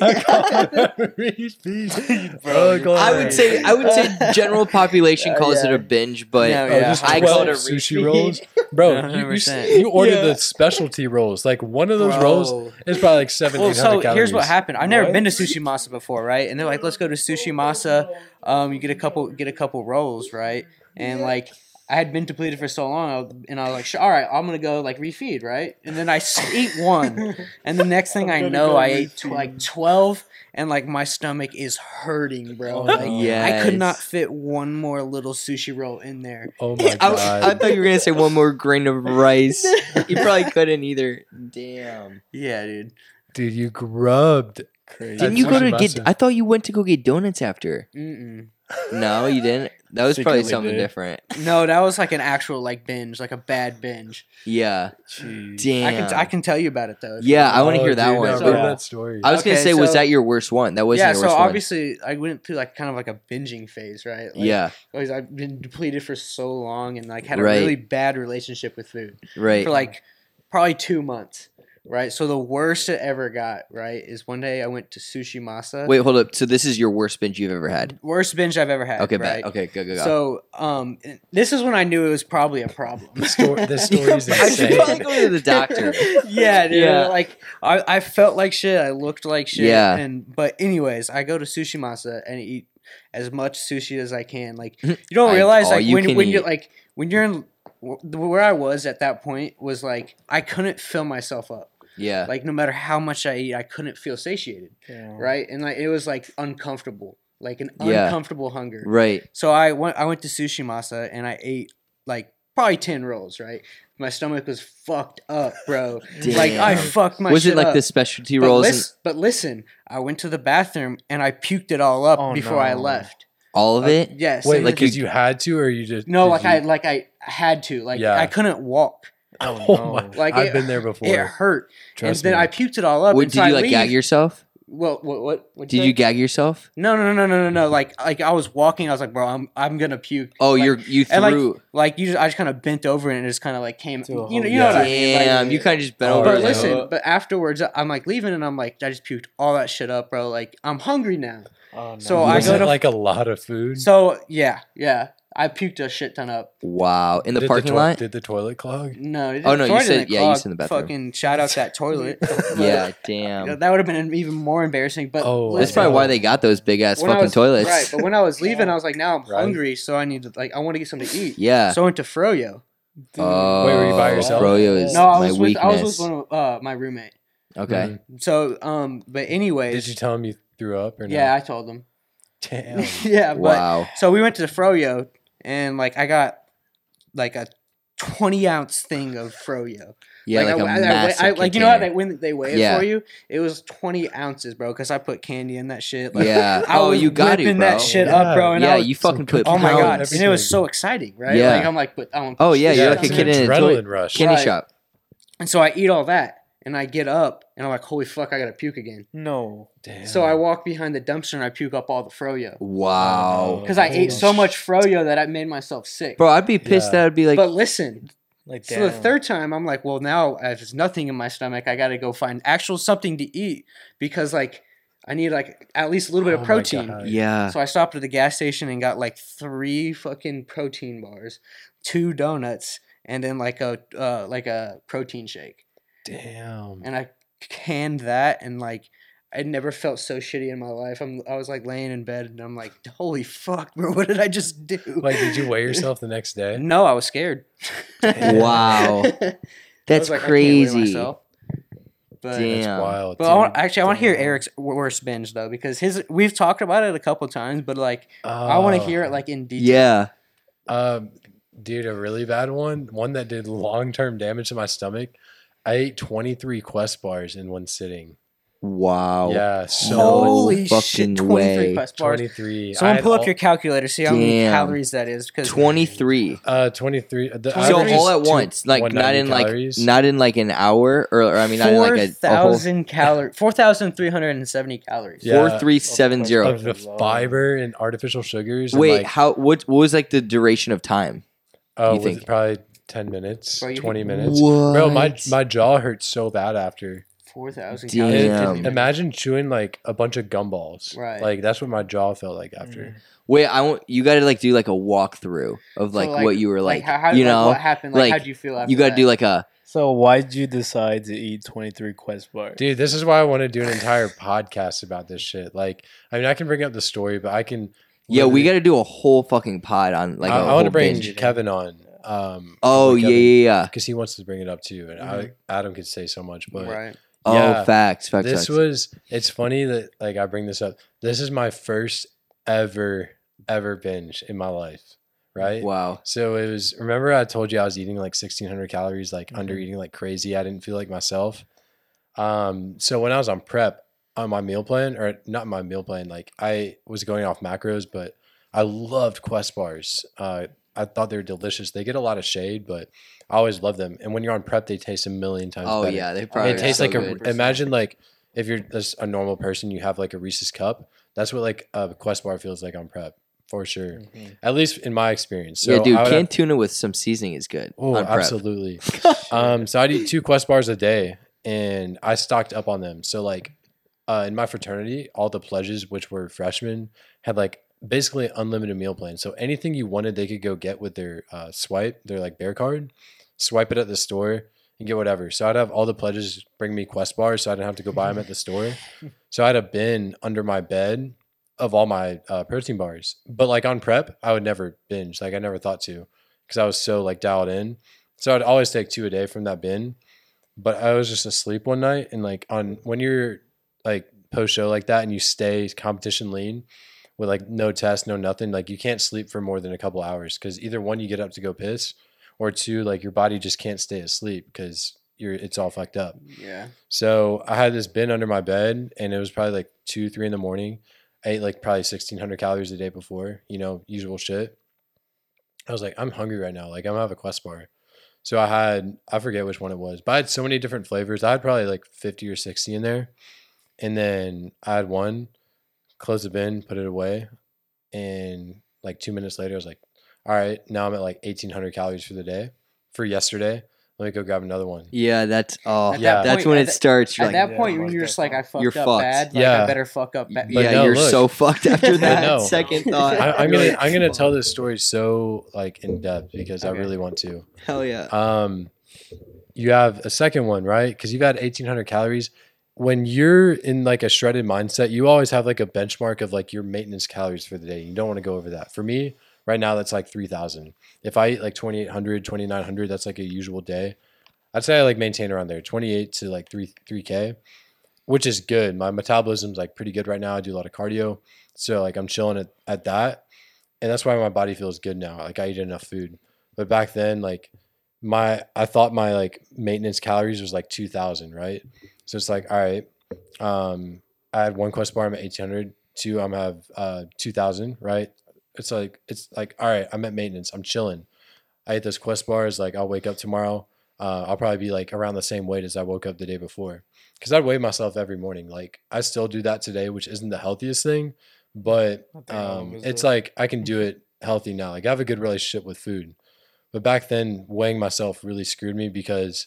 Speaker 1: Refeed.
Speaker 2: Oh,
Speaker 4: Bro, you're
Speaker 1: I would say I would say general population
Speaker 3: Uh,
Speaker 1: calls it
Speaker 3: yeah.
Speaker 1: a binge, but
Speaker 3: No,
Speaker 2: Oh,
Speaker 3: yeah.
Speaker 2: just
Speaker 1: I
Speaker 2: 12
Speaker 1: called a
Speaker 2: sushi
Speaker 1: refeed.
Speaker 2: rolls, bro. You, you, s-
Speaker 3: 100%.
Speaker 2: you ordered
Speaker 4: Yeah.
Speaker 2: the specialty rolls. Like one of those rolls
Speaker 3: Bro.
Speaker 2: is probably like seventeen
Speaker 3: Well,
Speaker 2: hundred
Speaker 3: so
Speaker 2: calories.
Speaker 3: here's what happened. I've never
Speaker 4: What?
Speaker 3: been to sushi masa before, right? And they're like, "Let's go to sushi masa." Um, you get a couple, get a couple rolls, right? And like, I had been depleted for so long, I was- and I was like, "Sh- "All right, I'm gonna go like refeed, right?" And then I s- eat one, and the next thing
Speaker 4: I'm
Speaker 3: I
Speaker 4: gonna
Speaker 3: know,
Speaker 4: go
Speaker 3: I ate tw-
Speaker 4: refeed.
Speaker 3: like twelve, and like my stomach is hurting, bro.
Speaker 4: Oh,
Speaker 3: Like, I could not
Speaker 1: Yes.
Speaker 3: fit one more little sushi roll in there.
Speaker 2: Oh my
Speaker 1: I,
Speaker 2: god!
Speaker 1: I thought you were gonna say one more grain of rice. you probably couldn't either. Damn.
Speaker 3: Yeah, dude.
Speaker 2: Dude, you grubbed.
Speaker 4: Crazy.
Speaker 1: Didn't you go to
Speaker 2: Sushi
Speaker 1: get?
Speaker 2: masa.
Speaker 1: I thought you went to go get donuts after.
Speaker 3: Mm-mm.
Speaker 1: No, you didn't. That was probably
Speaker 4: Secretly
Speaker 1: something
Speaker 4: did.
Speaker 1: different.
Speaker 3: No, that was like an actual like binge, like a bad binge.
Speaker 1: Yeah.
Speaker 4: Jeez.
Speaker 1: Damn.
Speaker 3: I can I can tell you about it though. if you
Speaker 1: yeah,
Speaker 3: want.
Speaker 1: I want to
Speaker 2: Oh,
Speaker 1: hear that
Speaker 2: dude,
Speaker 1: one.
Speaker 2: I
Speaker 3: So-
Speaker 2: remember that story.
Speaker 1: I was gonna
Speaker 3: Okay,
Speaker 1: say, was
Speaker 3: so-
Speaker 1: that your worst one? That wasn't
Speaker 3: yeah,
Speaker 1: your
Speaker 3: so
Speaker 1: worst
Speaker 3: obviously I went through like kind of like a binging phase, right?
Speaker 1: one.
Speaker 3: Like,
Speaker 1: Yeah.
Speaker 3: always- I've been depleted for so long and like had a
Speaker 1: Right.
Speaker 3: really bad relationship with food
Speaker 1: Right.
Speaker 3: for like probably two months, right? So the worst it ever got, right, is one day I went to sushi masa.
Speaker 1: Wait, hold up. So this is your worst binge you've ever had?
Speaker 3: worst binge I've ever had.
Speaker 1: Okay,
Speaker 3: right?
Speaker 1: bet. Okay, go go go.
Speaker 3: So um, this is when I knew it was probably a problem.
Speaker 2: The story- the story's
Speaker 1: I should
Speaker 2: insane.
Speaker 1: probably go to the doctor.
Speaker 3: yeah, dude.
Speaker 1: Yeah.
Speaker 3: Like I, I felt like shit. I looked like shit.
Speaker 1: Yeah.
Speaker 3: And but anyways, I go to sushi masa and eat as much sushi as I can. Like
Speaker 1: Mhm.
Speaker 3: you don't
Speaker 1: Like,
Speaker 3: realize
Speaker 1: all
Speaker 3: like
Speaker 1: you
Speaker 3: when
Speaker 1: can
Speaker 3: when you're
Speaker 1: eat.
Speaker 3: like when you're in wh- where I was at that point was like I couldn't fill myself up.
Speaker 1: Yeah.
Speaker 3: Like no matter how much I eat, I couldn't feel satiated. Right. And like it was like uncomfortable. Like an
Speaker 1: Yeah.
Speaker 3: uncomfortable hunger.
Speaker 1: right.
Speaker 3: So I went I went to sushi masa and I ate like probably ten rolls, right? My stomach was fucked up, bro. Like I
Speaker 1: Damn.
Speaker 3: fucked my
Speaker 1: was
Speaker 3: shit
Speaker 1: it like
Speaker 3: up.
Speaker 1: the specialty
Speaker 3: But,
Speaker 1: rolls? and
Speaker 3: lis- but listen, I went to the bathroom and I puked it all up
Speaker 4: Oh,
Speaker 3: before I
Speaker 4: no.
Speaker 3: left. Uh,
Speaker 1: all of it?
Speaker 3: Yes.
Speaker 2: Wait,
Speaker 3: and-
Speaker 1: like
Speaker 2: like because you, had to, or you just
Speaker 3: no,
Speaker 2: did
Speaker 3: like
Speaker 2: you-
Speaker 3: I like I had to. Like
Speaker 2: Yeah.
Speaker 3: I couldn't walk.
Speaker 4: Oh,
Speaker 2: Oh
Speaker 4: no.
Speaker 2: my!
Speaker 3: Like,
Speaker 2: I've
Speaker 3: it-
Speaker 2: been there before.
Speaker 3: It hurt.
Speaker 2: Trust
Speaker 3: and then
Speaker 2: me.
Speaker 3: I puked it all up.
Speaker 1: What,
Speaker 3: and
Speaker 1: did
Speaker 3: so
Speaker 1: you
Speaker 3: I
Speaker 1: like gag
Speaker 3: leave-
Speaker 1: yourself?
Speaker 3: Well, what what, what
Speaker 1: Did you gag yourself?
Speaker 3: No, no, no, no, no, no. Like like I was walking, I was like, bro, I'm I'm gonna puke.
Speaker 1: Oh,
Speaker 3: Like,
Speaker 1: you're you
Speaker 3: and like
Speaker 1: threw.
Speaker 3: like you just I just kind of bent over and it just kind of like came.
Speaker 4: To a
Speaker 3: You know,
Speaker 4: whole-
Speaker 3: you know what I mean? Like,
Speaker 1: damn, you kind of just bent
Speaker 2: Oh,
Speaker 1: over.
Speaker 3: But
Speaker 1: and-
Speaker 2: yeah.
Speaker 3: listen, but afterwards, I'm like leaving, and I'm like, I just puked all that shit up, bro. Like, I'm hungry now.
Speaker 4: Oh, no.
Speaker 3: So I
Speaker 2: Was
Speaker 3: go
Speaker 2: it
Speaker 3: to-
Speaker 2: like a lot of food.
Speaker 3: So yeah, yeah, I puked a shit ton up.
Speaker 1: Wow, in the
Speaker 2: Did
Speaker 1: parking
Speaker 2: toi-
Speaker 1: lot.
Speaker 2: Did the toilet clog?
Speaker 3: No, it
Speaker 1: Oh,
Speaker 3: didn't-
Speaker 1: no, you
Speaker 3: toilet
Speaker 1: said-
Speaker 3: didn't
Speaker 1: yeah, you
Speaker 3: clog.
Speaker 1: said in the bathroom.
Speaker 3: Fucking shout out that toilet.
Speaker 1: yeah,
Speaker 3: But
Speaker 1: damn.
Speaker 3: that would have been even more embarrassing. But
Speaker 2: Oh,
Speaker 1: That's
Speaker 3: listen,
Speaker 1: probably why they got those big ass
Speaker 3: when I
Speaker 1: fucking
Speaker 3: was-
Speaker 1: toilets.
Speaker 3: Right, but when I was leaving,
Speaker 4: Yeah.
Speaker 3: I was like, now I'm
Speaker 2: Right.
Speaker 3: hungry, so I need to like I want to get something to eat.
Speaker 1: Yeah.
Speaker 3: So I went to Froyo.
Speaker 1: Oh,
Speaker 2: Wait, were you by yourself?
Speaker 1: Froyo is
Speaker 3: No, I
Speaker 1: my
Speaker 3: was with
Speaker 1: weakness.
Speaker 3: I was with one of uh, my roommate.
Speaker 1: okay.
Speaker 2: Mhm.
Speaker 3: So um, but
Speaker 2: Did
Speaker 3: anyways,
Speaker 2: you tell him you threw up or no?
Speaker 3: yeah, I told him.
Speaker 2: Damn.
Speaker 3: yeah, but
Speaker 1: Oh. Wow.
Speaker 3: So we went to the Froyo, and like I got like a twenty ounce thing of Froyo.
Speaker 1: Yeah, like,
Speaker 3: I-
Speaker 1: a
Speaker 3: I- I-
Speaker 1: massive
Speaker 3: I- like you know how they
Speaker 1: container.
Speaker 3: when they weigh it
Speaker 1: Yeah.
Speaker 3: for you, it was twenty ounces, bro. Because I put candy in that shit. Like,
Speaker 1: Yeah.
Speaker 3: I
Speaker 1: oh,
Speaker 3: was
Speaker 1: you got it,
Speaker 3: whipping
Speaker 1: bro.
Speaker 3: that shit
Speaker 2: Yeah.
Speaker 3: up, bro. And
Speaker 1: yeah,
Speaker 3: I was,
Speaker 1: you fucking put.
Speaker 3: oh my god,
Speaker 1: pounds.
Speaker 3: and it was so exciting, right?
Speaker 1: Yeah.
Speaker 3: Like I'm like, but I want
Speaker 1: Oh yeah, you're
Speaker 3: shit
Speaker 1: like a
Speaker 3: on
Speaker 1: kid
Speaker 3: it.
Speaker 1: in a toy
Speaker 2: adrenaline rush.
Speaker 1: candy
Speaker 3: Right.
Speaker 1: shop.
Speaker 3: And so I eat all that, and I get up, and I'm like, holy fuck, I gotta puke again.
Speaker 4: No.
Speaker 2: Damn.
Speaker 3: So I walk behind the dumpster and I puke up all the Froyo.
Speaker 1: Wow.
Speaker 2: Oh,
Speaker 3: Because I
Speaker 2: Oh,
Speaker 3: ate so
Speaker 2: sh-
Speaker 3: much Froyo that I made myself sick.
Speaker 1: Bro, I'd be pissed.
Speaker 2: Yeah.
Speaker 1: That would be like.
Speaker 3: but listen,
Speaker 4: Like
Speaker 3: So the
Speaker 4: damn.
Speaker 3: third time, I'm like, well, now uh, there's nothing in my stomach. I got to go find actual something to eat because, like, I need like at least a little bit
Speaker 2: Oh
Speaker 3: of
Speaker 2: my
Speaker 3: protein.
Speaker 2: God.
Speaker 1: Yeah.
Speaker 3: So I stopped at the gas station and got like three fucking protein bars, two donuts, and then like a uh, like a protein shake.
Speaker 2: Damn.
Speaker 3: And I canned that and like I never felt so shitty in my life. I'm I was like laying in bed and I'm like, holy fuck, bro, what did I just do?
Speaker 2: Like, did you weigh yourself the next day?
Speaker 3: No, I was scared.
Speaker 1: Wow.
Speaker 3: I
Speaker 1: That's
Speaker 3: was like, I can't weigh
Speaker 1: crazy.
Speaker 3: myself. But
Speaker 1: Damn.
Speaker 2: Wild.
Speaker 3: But I want,
Speaker 2: dude.
Speaker 3: actually, I want to hear
Speaker 2: Damn.
Speaker 3: Eric's w- worst binge though, because his we've talked about it a couple times, but like I want to
Speaker 2: Oh.
Speaker 3: hear it like in detail.
Speaker 1: Yeah.
Speaker 2: Um, dude, a really bad one, one that did long term damage to my stomach. I ate 23 Quest bars in one sitting.
Speaker 1: Wow.
Speaker 2: yeah, so
Speaker 1: Oh. No.
Speaker 3: Holy
Speaker 1: fucking
Speaker 3: shit! Twenty
Speaker 1: way.
Speaker 3: three Quest bars.
Speaker 2: 23. I
Speaker 3: Someone
Speaker 2: had
Speaker 3: pull up
Speaker 2: all-
Speaker 3: your calculator, see how many
Speaker 1: Damn.
Speaker 3: calories that is. Because
Speaker 1: 23.
Speaker 2: uh 23. The
Speaker 1: So
Speaker 2: average is
Speaker 1: all at
Speaker 2: two-
Speaker 1: once, like not
Speaker 2: 190
Speaker 1: in like
Speaker 2: calories.
Speaker 1: not in like an hour, or, or I mean not in
Speaker 3: four
Speaker 1: like a, a whole
Speaker 3: thousand calories, four thousand three hundred and seventy calories.
Speaker 2: Yeah.
Speaker 1: four three seven zero.
Speaker 2: of the fiber and artificial sugars. and,
Speaker 1: Wait,
Speaker 2: like,
Speaker 1: how? What? What was like the duration of time?
Speaker 2: oh,
Speaker 1: you
Speaker 2: with
Speaker 1: think?
Speaker 2: probably 10 minutes,
Speaker 3: Bro, you
Speaker 2: 20
Speaker 3: could-
Speaker 2: minutes. Bro, my
Speaker 1: What?
Speaker 2: my jaw hurts so bad after.
Speaker 3: Four thousand
Speaker 1: Damn.
Speaker 3: calories.
Speaker 1: Damn.
Speaker 2: It- imagine chewing like a bunch of gumballs.
Speaker 3: Right. Mm.
Speaker 2: Like that's what my jaw felt like after.
Speaker 1: Wait, I want you got to like do like a walkthrough of
Speaker 3: So,
Speaker 1: like, what you were like, you
Speaker 3: like,
Speaker 1: know,
Speaker 3: what happened? Like,
Speaker 1: like,
Speaker 3: how would you feel? After
Speaker 1: you got to
Speaker 3: that?
Speaker 1: do like a
Speaker 4: So why'd you decide to eat twenty three quest bars?
Speaker 2: Dude, this is why I want to do an entire podcast about this shit. Like, I mean, I can bring up the story, but I can.
Speaker 1: yeah, we got
Speaker 2: literally-
Speaker 1: to do a whole fucking pod on like
Speaker 2: I,
Speaker 1: a
Speaker 2: I want
Speaker 1: whole
Speaker 2: to bring
Speaker 1: binge.
Speaker 2: Kevin on. Um,
Speaker 1: Oh yeah, yeah, yeah.
Speaker 2: because he wants to bring it up too, and I, Adam could say so much, but
Speaker 3: Mm-hmm. right.
Speaker 1: Oh,
Speaker 2: Yeah.
Speaker 1: facts, facts, facts.
Speaker 2: this was. It's funny that like I bring this up. This is my first ever ever binge in my life, right?
Speaker 1: wow.
Speaker 2: So it was. Remember, I told you I was eating like sixteen hundred calories, like under eating like crazy. I didn't feel like myself. Um. So when I was on prep on my meal plan, or not my meal plan, like I was going off macros, but I loved Quest bars. Uh, I thought they were delicious. They get a lot of shade, but I always love them. And when you're on prep, they taste a million times.
Speaker 1: Oh
Speaker 2: better.
Speaker 1: yeah, they
Speaker 2: And
Speaker 1: probably
Speaker 2: it tastes
Speaker 1: so
Speaker 2: like a.
Speaker 1: good.
Speaker 2: Imagine like if you're just a normal person, you have like a Reese's cup. That's what like a Quest bar feels like on prep for sure. At least in my experience. So
Speaker 1: Mm-hmm. yeah, dude,
Speaker 2: I would have-
Speaker 1: canned tuna with some seasoning is good.
Speaker 2: Oh,
Speaker 1: on prep.
Speaker 2: absolutely. um, so I'd eat two Quest bars a day, and I stocked up on them. So like, uh, in my fraternity, all the pledges, which were freshmen, had like basically unlimited meal plans. So anything you wanted, they could go get with their uh, swipe, their like bear card, swipe it at the store and get whatever. So I'd have all the pledges bring me Quest bars, so I didn't have to go buy them at the store. So I had a bin under my bed of all my uh, protein bars. But like on prep, I would never binge. Like I never thought to because I was so like dialed in. So I'd always take two a day from that bin. But I was just asleep one night and like on when you're like post show like that and you stay competition lean with like no test, no nothing, like you can't sleep for more than a couple hours because either one you get up to go piss or two like your body just can't stay asleep because you're it's all fucked up.
Speaker 3: Yeah.
Speaker 2: So I had this bin under my bed, and it was probably like two, three in the morning. I ate like probably sixteen hundred calories the day before, you know, usual shit. I was like, I'm hungry right now. Like I'm gonna have a Quest bar. So I had I forget which one it was, but I had so many different flavors. I had probably like fifty or sixty in there, and then I had one, closed the bin, put it away, and like two minutes later, I was like, all right, now I'm at like eighteen hundred calories for the day, for yesterday. Let me go grab another one.
Speaker 1: Yeah, that's oh,
Speaker 3: At
Speaker 2: Yeah.
Speaker 3: that
Speaker 1: that's
Speaker 3: point-
Speaker 1: when
Speaker 3: at
Speaker 1: it
Speaker 3: that-
Speaker 1: starts. You're
Speaker 3: At
Speaker 1: like,
Speaker 3: that
Speaker 4: Yeah,
Speaker 3: point,
Speaker 4: most
Speaker 3: you're just like, I
Speaker 4: definitely.
Speaker 3: fucked
Speaker 1: You're
Speaker 3: up
Speaker 1: fucked.
Speaker 3: bad. Like,
Speaker 2: Yeah.
Speaker 3: I better fuck up. Ba-
Speaker 1: yeah,
Speaker 2: no,
Speaker 1: you're
Speaker 2: look.
Speaker 1: so fucked after
Speaker 3: But
Speaker 1: that
Speaker 2: no.
Speaker 1: second thought.
Speaker 2: I, I'm
Speaker 1: You're
Speaker 2: gonna
Speaker 1: like,
Speaker 2: I'm gonna tell this story so like in depth because I
Speaker 3: Okay.
Speaker 2: really want to.
Speaker 1: Hell yeah.
Speaker 2: Um, you have a second one, right? Because you've had 1,800 calories. When you're in like a shredded mindset, you always have like a benchmark of like your maintenance calories for the day. You don't want to go over that. For me, right now, that's like 3,000. If I eat like 2,800, 2,900, that's like a usual day. I'd say I like maintain around there, 28 to like 3 3k, which is good. My metabolism's like pretty good right now. I do a lot of cardio, so like I'm chilling at, at that, and that's why my body feels good now. Like I eat enough food, but back then, like my I thought my like maintenance calories was like 2,000, right? So it's like all right, um, I had one quest bar. I'm at 1,800. Two, I'm have uh 2,000, right? It's like it's like all right. I'm at maintenance. I'm chilling. I ate those quest bars. Like I'll wake up tomorrow uh, I'll probably be like around the same weight as I woke up the day before. Cause I'd weigh myself every morning. Like I still do that today, which isn't the healthiest thing, but
Speaker 4: I think all of
Speaker 2: um,
Speaker 4: us
Speaker 2: it's
Speaker 4: do.
Speaker 2: like I can do it healthy now. Like I have a good relationship with food. But back then, weighing myself really screwed me because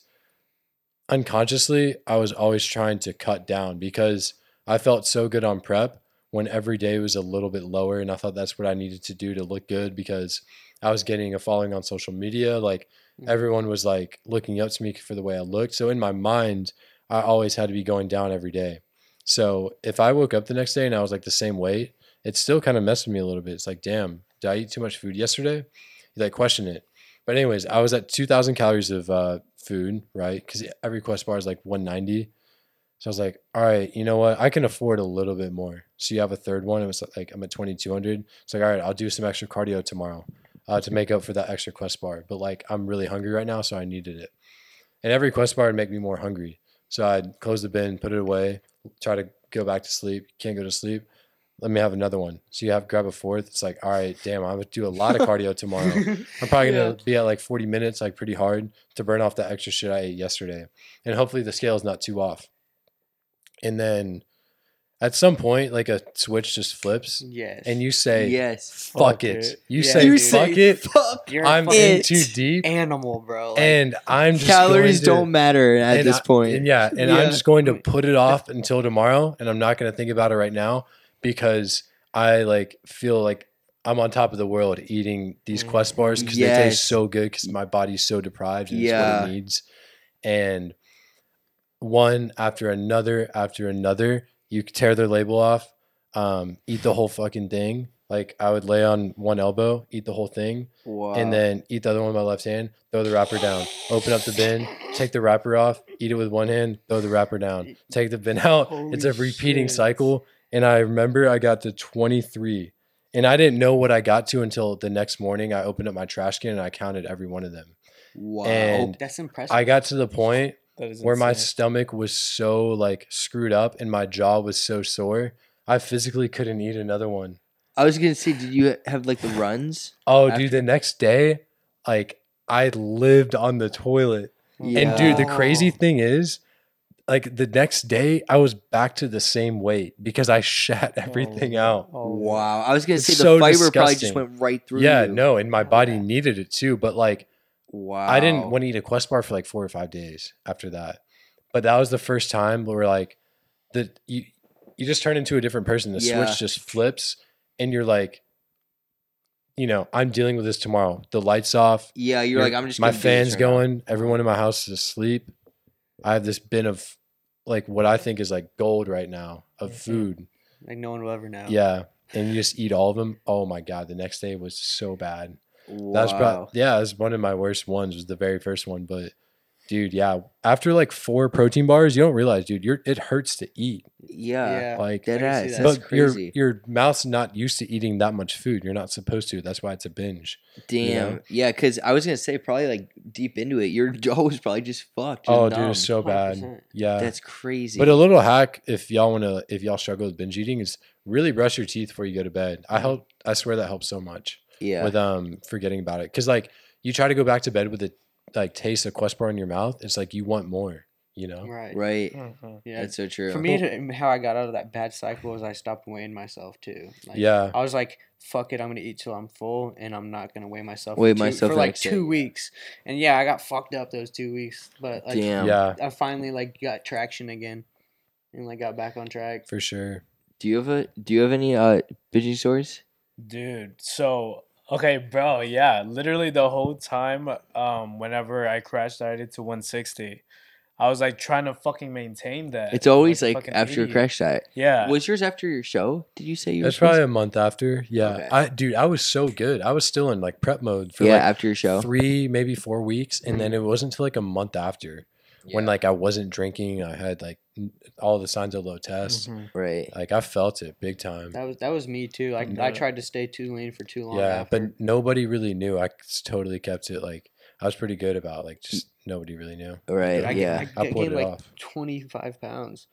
Speaker 2: unconsciously, I was always trying to cut down because I felt so good on prep when every day was a little bit lower. And I thought that's what I needed to do to look good because I was getting a following on social media. Like
Speaker 4: Mm-hmm.
Speaker 3: Mhm.
Speaker 2: everyone was like looking up to me for the way I looked. So in my mind, I always had to be going down every day. So if I woke up the next day and I was like the same weight, it still kind of messed with me a little bit. It's like, damn, did I eat too much food yesterday? You like question it. But anyways, I was at 2,000 calories of uh, food, right? Because every Quest bar is like 190. So I was like, all right, you know what? I can afford a little bit more. So you have a third one. It was like, I'm at 2,200. It's like, all right, I'll do some extra cardio tomorrow uh, to make up for that extra Quest bar. But like, I'm really hungry right now, so I needed it. And every Quest bar would make me more hungry. So I'd close the bin, put it away, try to go back to sleep. Can't go to sleep let me have another one. So you have grab a fourth. It's like, all right, damn, I'm gonna do a lot of cardio tomorrow. I'm probably gonna be at like 40 minutes, like pretty hard to burn off the extra shit I ate yesterday, and hopefully the scale is not too off. And then, at some point, like a switch just flips,
Speaker 3: Yes.
Speaker 2: and you say,
Speaker 1: yes.
Speaker 2: "Fuck,
Speaker 4: Fuck
Speaker 2: it.
Speaker 4: it.
Speaker 2: You
Speaker 3: Yeah,
Speaker 2: say,
Speaker 3: dude.
Speaker 2: "Fuck it."
Speaker 1: Fuck.
Speaker 3: You're
Speaker 2: I'm
Speaker 3: I'm
Speaker 2: in
Speaker 1: fucking
Speaker 2: too deep,
Speaker 3: animal, bro. Like,
Speaker 2: and I'm just
Speaker 1: Calories
Speaker 2: going to-
Speaker 1: don't matter at
Speaker 2: and
Speaker 1: this
Speaker 2: I-
Speaker 1: point.
Speaker 2: and yeah, and I'm
Speaker 3: Yeah.
Speaker 2: just going to put it off until tomorrow, and I'm not going to think about it right now because I like feel like I'm on top of the world eating these Quest bars because they
Speaker 1: Mm. Yes.
Speaker 2: taste so good because my body's so deprived and it's
Speaker 1: Yeah.
Speaker 2: what it needs. And one after another after another, you tear their label off, um, eat the whole fucking thing. Like I would lay on one elbow, eat the whole thing,
Speaker 1: Wow.
Speaker 2: and then eat the other one with my left hand, throw the wrapper down, open up the bin, take the wrapper off, eat it with one hand, throw the wrapper down, take the bin out. it's a
Speaker 3: Holy
Speaker 2: repeating
Speaker 3: shit.
Speaker 2: cycle. And I remember I got to 23 and I didn't know what I got to until the next morning. I opened up my trash can and I counted every one of them.
Speaker 1: wow.
Speaker 2: and-
Speaker 3: oh, that's impressive.
Speaker 2: I got to the point
Speaker 4: That is
Speaker 2: where my
Speaker 4: insane.
Speaker 2: stomach was so like screwed up and my jaw was so sore, I physically couldn't eat another one.
Speaker 1: I was gonna say, did you have like the runs?
Speaker 2: Oh,
Speaker 3: After-
Speaker 2: dude, the next day, like I lived on the toilet. And dude, the crazy thing is, like the next day, I was back to the same weight because I shat everything out.
Speaker 4: Oh,
Speaker 1: Wow. I was gonna
Speaker 2: It's
Speaker 1: say the
Speaker 2: so
Speaker 1: fiber probably just
Speaker 2: disgusting.
Speaker 1: went right through.
Speaker 2: Yeah,
Speaker 1: you.
Speaker 2: no, and my body needed it too. But like,
Speaker 1: Wow.
Speaker 2: I didn't want to eat a Quest bar for like four or five days after that. But that was the first time where like the you you just turn into a different person. The
Speaker 1: Yeah.
Speaker 2: switch just flips, and you're like, you know, I'm dealing with this tomorrow. The lights off.
Speaker 1: Yeah, you're
Speaker 2: Your-
Speaker 1: like, I'm just.
Speaker 2: my
Speaker 1: gonna do this
Speaker 2: fans
Speaker 1: right now.
Speaker 2: going. Everyone in my house is asleep. I have this bin of like what I think is like gold right now of
Speaker 4: Mhm.
Speaker 2: food.
Speaker 3: like no one will ever know.
Speaker 2: Yeah, and you just eat all of them. Oh my god, the next day was so bad.
Speaker 1: Wow.
Speaker 2: That was probably yeah, that was one of my worst ones. Was the very first one, but dude, yeah, after like four protein bars, you don't realize, dude, you're it hurts to eat.
Speaker 1: yeah.
Speaker 3: Yeah.
Speaker 2: Like,
Speaker 1: Dead
Speaker 3: I can see
Speaker 1: ass.
Speaker 3: that.
Speaker 1: That's
Speaker 2: but your
Speaker 1: crazy.
Speaker 2: your mouth's not used to eating that much food. You're not supposed to. That's why it's a binge.
Speaker 1: Damn.
Speaker 2: know?
Speaker 1: Yeah, because I was gonna say probably like deep into it, your jaw was probably just fucked. just
Speaker 2: oh, dude,
Speaker 1: numb.
Speaker 2: it's so bad.
Speaker 3: 100%.
Speaker 2: Yeah,
Speaker 1: That's crazy.
Speaker 2: But a little hack if y'all want to, if y'all struggle with binge eating, is really brush your teeth before you go to bed. I help. I swear that helps so much
Speaker 1: Mm-hmm. yeah.
Speaker 2: with um forgetting about it because like you try to go back to bed with a like taste of Quest bar in your mouth, it's like you want more. You know.
Speaker 3: Right.
Speaker 1: right.
Speaker 4: Mhm.
Speaker 3: Hmm, Yeah.
Speaker 1: That's so true.
Speaker 3: For me, to- how I got out of that bad cycle was I stopped weighing myself too. Like,
Speaker 2: Yeah.
Speaker 3: I was like, "Fuck it, I'm gonna eat till I'm full, and I'm not gonna weigh myself."
Speaker 1: Weigh
Speaker 3: for two-
Speaker 1: myself
Speaker 3: for
Speaker 1: the
Speaker 3: like
Speaker 1: next day,
Speaker 3: two
Speaker 1: yeah.
Speaker 3: weeks, and yeah, I got fucked up those two weeks, but like,
Speaker 1: Damn.
Speaker 2: Yeah,
Speaker 3: I finally like got traction again, and like got back on track.
Speaker 2: for sure.
Speaker 1: Do you have a Do you have any uh bitchy stories?
Speaker 4: Dude, so okay, bro, yeah. Literally the whole time, um, whenever I crash dieted to 160, I was like trying to fucking maintain that.
Speaker 1: It's always
Speaker 4: a
Speaker 1: like,
Speaker 4: fucking
Speaker 1: after a
Speaker 4: idiot.
Speaker 1: crash diet.
Speaker 4: Yeah.
Speaker 1: Was yours after your show? Did you say you?
Speaker 2: That's
Speaker 1: were supposed-
Speaker 2: probably a month after. Yeah,
Speaker 1: Okay.
Speaker 2: I dude, I was so good. I was still in like prep mode for
Speaker 1: yeah
Speaker 2: like
Speaker 1: after your show. Mm-hmm.
Speaker 2: three, maybe four weeks, and then it wasn't until like a month after when
Speaker 1: Yeah.
Speaker 2: like I wasn't drinking. I had like n- all the signs of low test.
Speaker 4: Mhm.
Speaker 1: right.
Speaker 2: Like I felt it big time.
Speaker 3: That was that was me too. Like
Speaker 4: Yeah.
Speaker 3: I tried to stay too lean for too long.
Speaker 2: yeah
Speaker 3: after.
Speaker 2: but nobody really knew i s- totally kept it like i was pretty good about like just nobody really knew
Speaker 1: Right.
Speaker 3: Dude, I,
Speaker 1: yeah.
Speaker 3: I,
Speaker 2: uh, I pulled
Speaker 3: gained
Speaker 2: it
Speaker 3: like
Speaker 2: off.
Speaker 3: 25 pounds.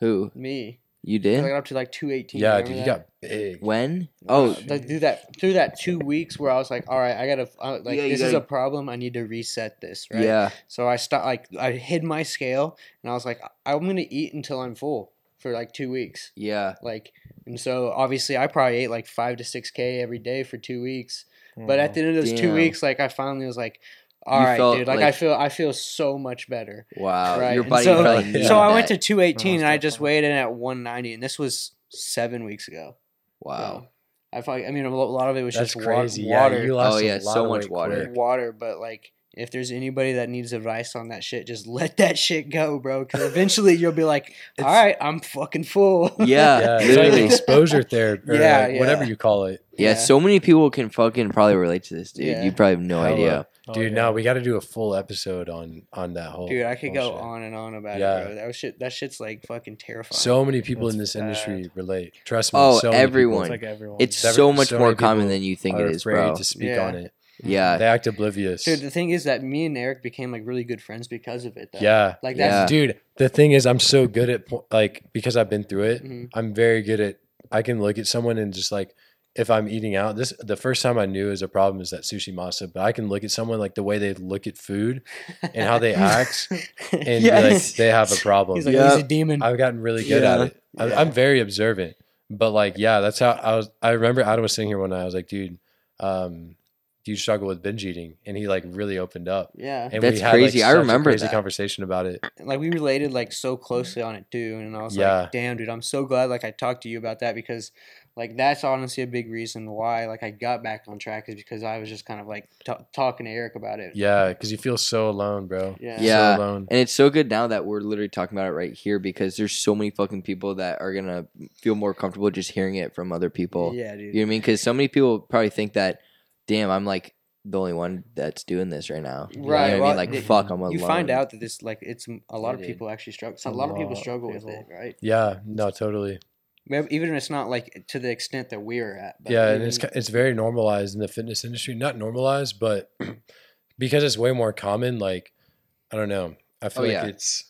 Speaker 1: Who
Speaker 3: Me,
Speaker 1: you
Speaker 3: I got
Speaker 1: did?
Speaker 3: up to like 218.
Speaker 2: yeah
Speaker 3: remember
Speaker 2: dude you
Speaker 3: that?
Speaker 2: got big
Speaker 1: When?
Speaker 3: Oh,
Speaker 1: Oh,
Speaker 3: like through that through that two weeks where I was like, all right, I gotta I, like
Speaker 1: Yeah, you
Speaker 3: this is a
Speaker 1: gotta-
Speaker 3: problem. I need to reset this, right?
Speaker 1: yeah.
Speaker 3: So I stopped like I hid my scale and I was like, "I- I'm gonna eat until I'm full for like two weeks,
Speaker 1: Yeah.
Speaker 3: like, and so obviously I probably ate like five to six k every day for two weeks.
Speaker 4: Mm-hmm.
Speaker 3: But at the end of those two
Speaker 1: Damn.
Speaker 3: weeks, like I finally was like, all
Speaker 1: You
Speaker 3: right,
Speaker 1: felt
Speaker 3: dude. Like, I
Speaker 1: like-
Speaker 3: feel I feel so much better.
Speaker 1: Wow,
Speaker 3: Right.
Speaker 1: your
Speaker 3: And
Speaker 1: body
Speaker 3: so-
Speaker 1: probably
Speaker 2: so
Speaker 1: needed
Speaker 3: So I went to
Speaker 1: that.
Speaker 3: 218 and I
Speaker 4: that's
Speaker 3: just
Speaker 4: definitely-
Speaker 3: weighed in at 190, and this was seven weeks ago.
Speaker 1: wow.
Speaker 3: So I probably, I mean, a lo- a lot of it was
Speaker 2: That's
Speaker 3: just wa-
Speaker 2: crazy.
Speaker 3: water.
Speaker 2: Yeah, you lost
Speaker 1: Oh,
Speaker 2: a
Speaker 1: yeah,
Speaker 2: lot
Speaker 1: so
Speaker 2: of
Speaker 1: much
Speaker 2: weight
Speaker 1: water.
Speaker 2: quick.
Speaker 3: water, but like if there's anybody that needs advice on that shit, just let that shit go, bro. Because eventually you'll be like, all
Speaker 2: It's-
Speaker 3: right, I'm fucking full.
Speaker 1: Yeah,
Speaker 2: Yeah, it's like
Speaker 1: literally.
Speaker 2: exposure therapy, or
Speaker 3: Yeah,
Speaker 2: like whatever
Speaker 3: yeah.
Speaker 2: you call it,
Speaker 1: Yeah, so many people can fucking probably relate to this, dude.
Speaker 3: Yeah.
Speaker 1: You probably have no
Speaker 2: Hella.
Speaker 1: idea.
Speaker 4: Oh,
Speaker 2: dude.
Speaker 4: yeah.
Speaker 2: No, we got to do a full episode on on that whole.
Speaker 3: dude, I could
Speaker 2: whole
Speaker 3: go
Speaker 2: shit.
Speaker 3: on and on about
Speaker 2: Yeah.
Speaker 3: it, bro. That was shit. That shit's like fucking terrifying.
Speaker 2: So many people in this
Speaker 4: That's
Speaker 2: industry relate. Trust me.
Speaker 1: Oh,
Speaker 2: so many people
Speaker 1: everyone.
Speaker 4: It's like everyone.
Speaker 1: It's
Speaker 2: Every-
Speaker 1: so much
Speaker 2: so
Speaker 1: more
Speaker 2: many
Speaker 1: common
Speaker 2: people
Speaker 1: than you think
Speaker 2: are
Speaker 1: it is,
Speaker 2: afraid
Speaker 1: bro.
Speaker 2: to speak
Speaker 3: Yeah.
Speaker 2: on it.
Speaker 1: Yeah,
Speaker 2: They act oblivious.
Speaker 3: dude, the thing is that me and Eric became like really good friends because of it. Though.
Speaker 2: yeah,
Speaker 3: like
Speaker 1: Yeah.
Speaker 3: that's
Speaker 2: dude. The thing is, I'm so good at po- like because I've been through it.
Speaker 3: Mhm.
Speaker 2: I'm very good at. I can look at someone and just like if I'm eating out. This the first time I knew is a problem is that sushi masa, but I can look at someone like the way they look at food and how they act and be
Speaker 1: Yes.
Speaker 2: like they have a problem.
Speaker 3: He's like,
Speaker 1: Yeah.
Speaker 3: he's a demon.
Speaker 2: I've gotten really good at
Speaker 1: Yeah.
Speaker 2: it. I'm,
Speaker 3: Yeah.
Speaker 2: I'm very observant, but like, yeah, that's how I was. I remember Adam was sitting here one night. I was like, dude, um, do you struggle with binge eating? And he like really opened up.
Speaker 3: yeah,
Speaker 2: And
Speaker 1: That's crazy. I
Speaker 2: such a
Speaker 1: remember
Speaker 2: crazy
Speaker 1: that.
Speaker 2: conversation about it.
Speaker 3: like we related like so closely on it too and i was
Speaker 2: Mm-hmm. Yeah.
Speaker 3: like damn dude i'm so glad like i talked to you about that because like that's honestly a big reason why like i got back on track is because i was just kind of like t- talking to eric about it
Speaker 2: Yeah, because you feel so alone, bro.
Speaker 3: Yeah.
Speaker 1: Yeah.
Speaker 2: so alone.
Speaker 1: and it's so good now that we're literally talking about it right here because there's so many fucking people that are gonna feel more comfortable just hearing it from other people.
Speaker 3: yeah dude
Speaker 1: You know what I mean? Because so many people probably think that, damn, I'm like the only one that's doing this right now. You know what
Speaker 3: Right,
Speaker 1: I
Speaker 3: well,
Speaker 1: mean, like
Speaker 3: it-
Speaker 1: fuck, I'm alone.
Speaker 3: you find out that this like it's a lot
Speaker 1: Yeah,
Speaker 3: of
Speaker 1: dude.
Speaker 3: people actually struggle a
Speaker 2: A
Speaker 3: lot of people
Speaker 2: lot of
Speaker 3: struggle with it
Speaker 2: people.
Speaker 3: right
Speaker 2: Yeah, no, totally.
Speaker 3: Maybe- even if it's not like to the extent that we're at but
Speaker 2: yeah,
Speaker 3: you
Speaker 2: and it's
Speaker 3: know,
Speaker 2: ki- it's very normalized in the fitness industry. Not normalized, but because it's way more common. Like, I don't know. I feel
Speaker 1: Oh,
Speaker 2: like
Speaker 1: yeah.
Speaker 2: it's.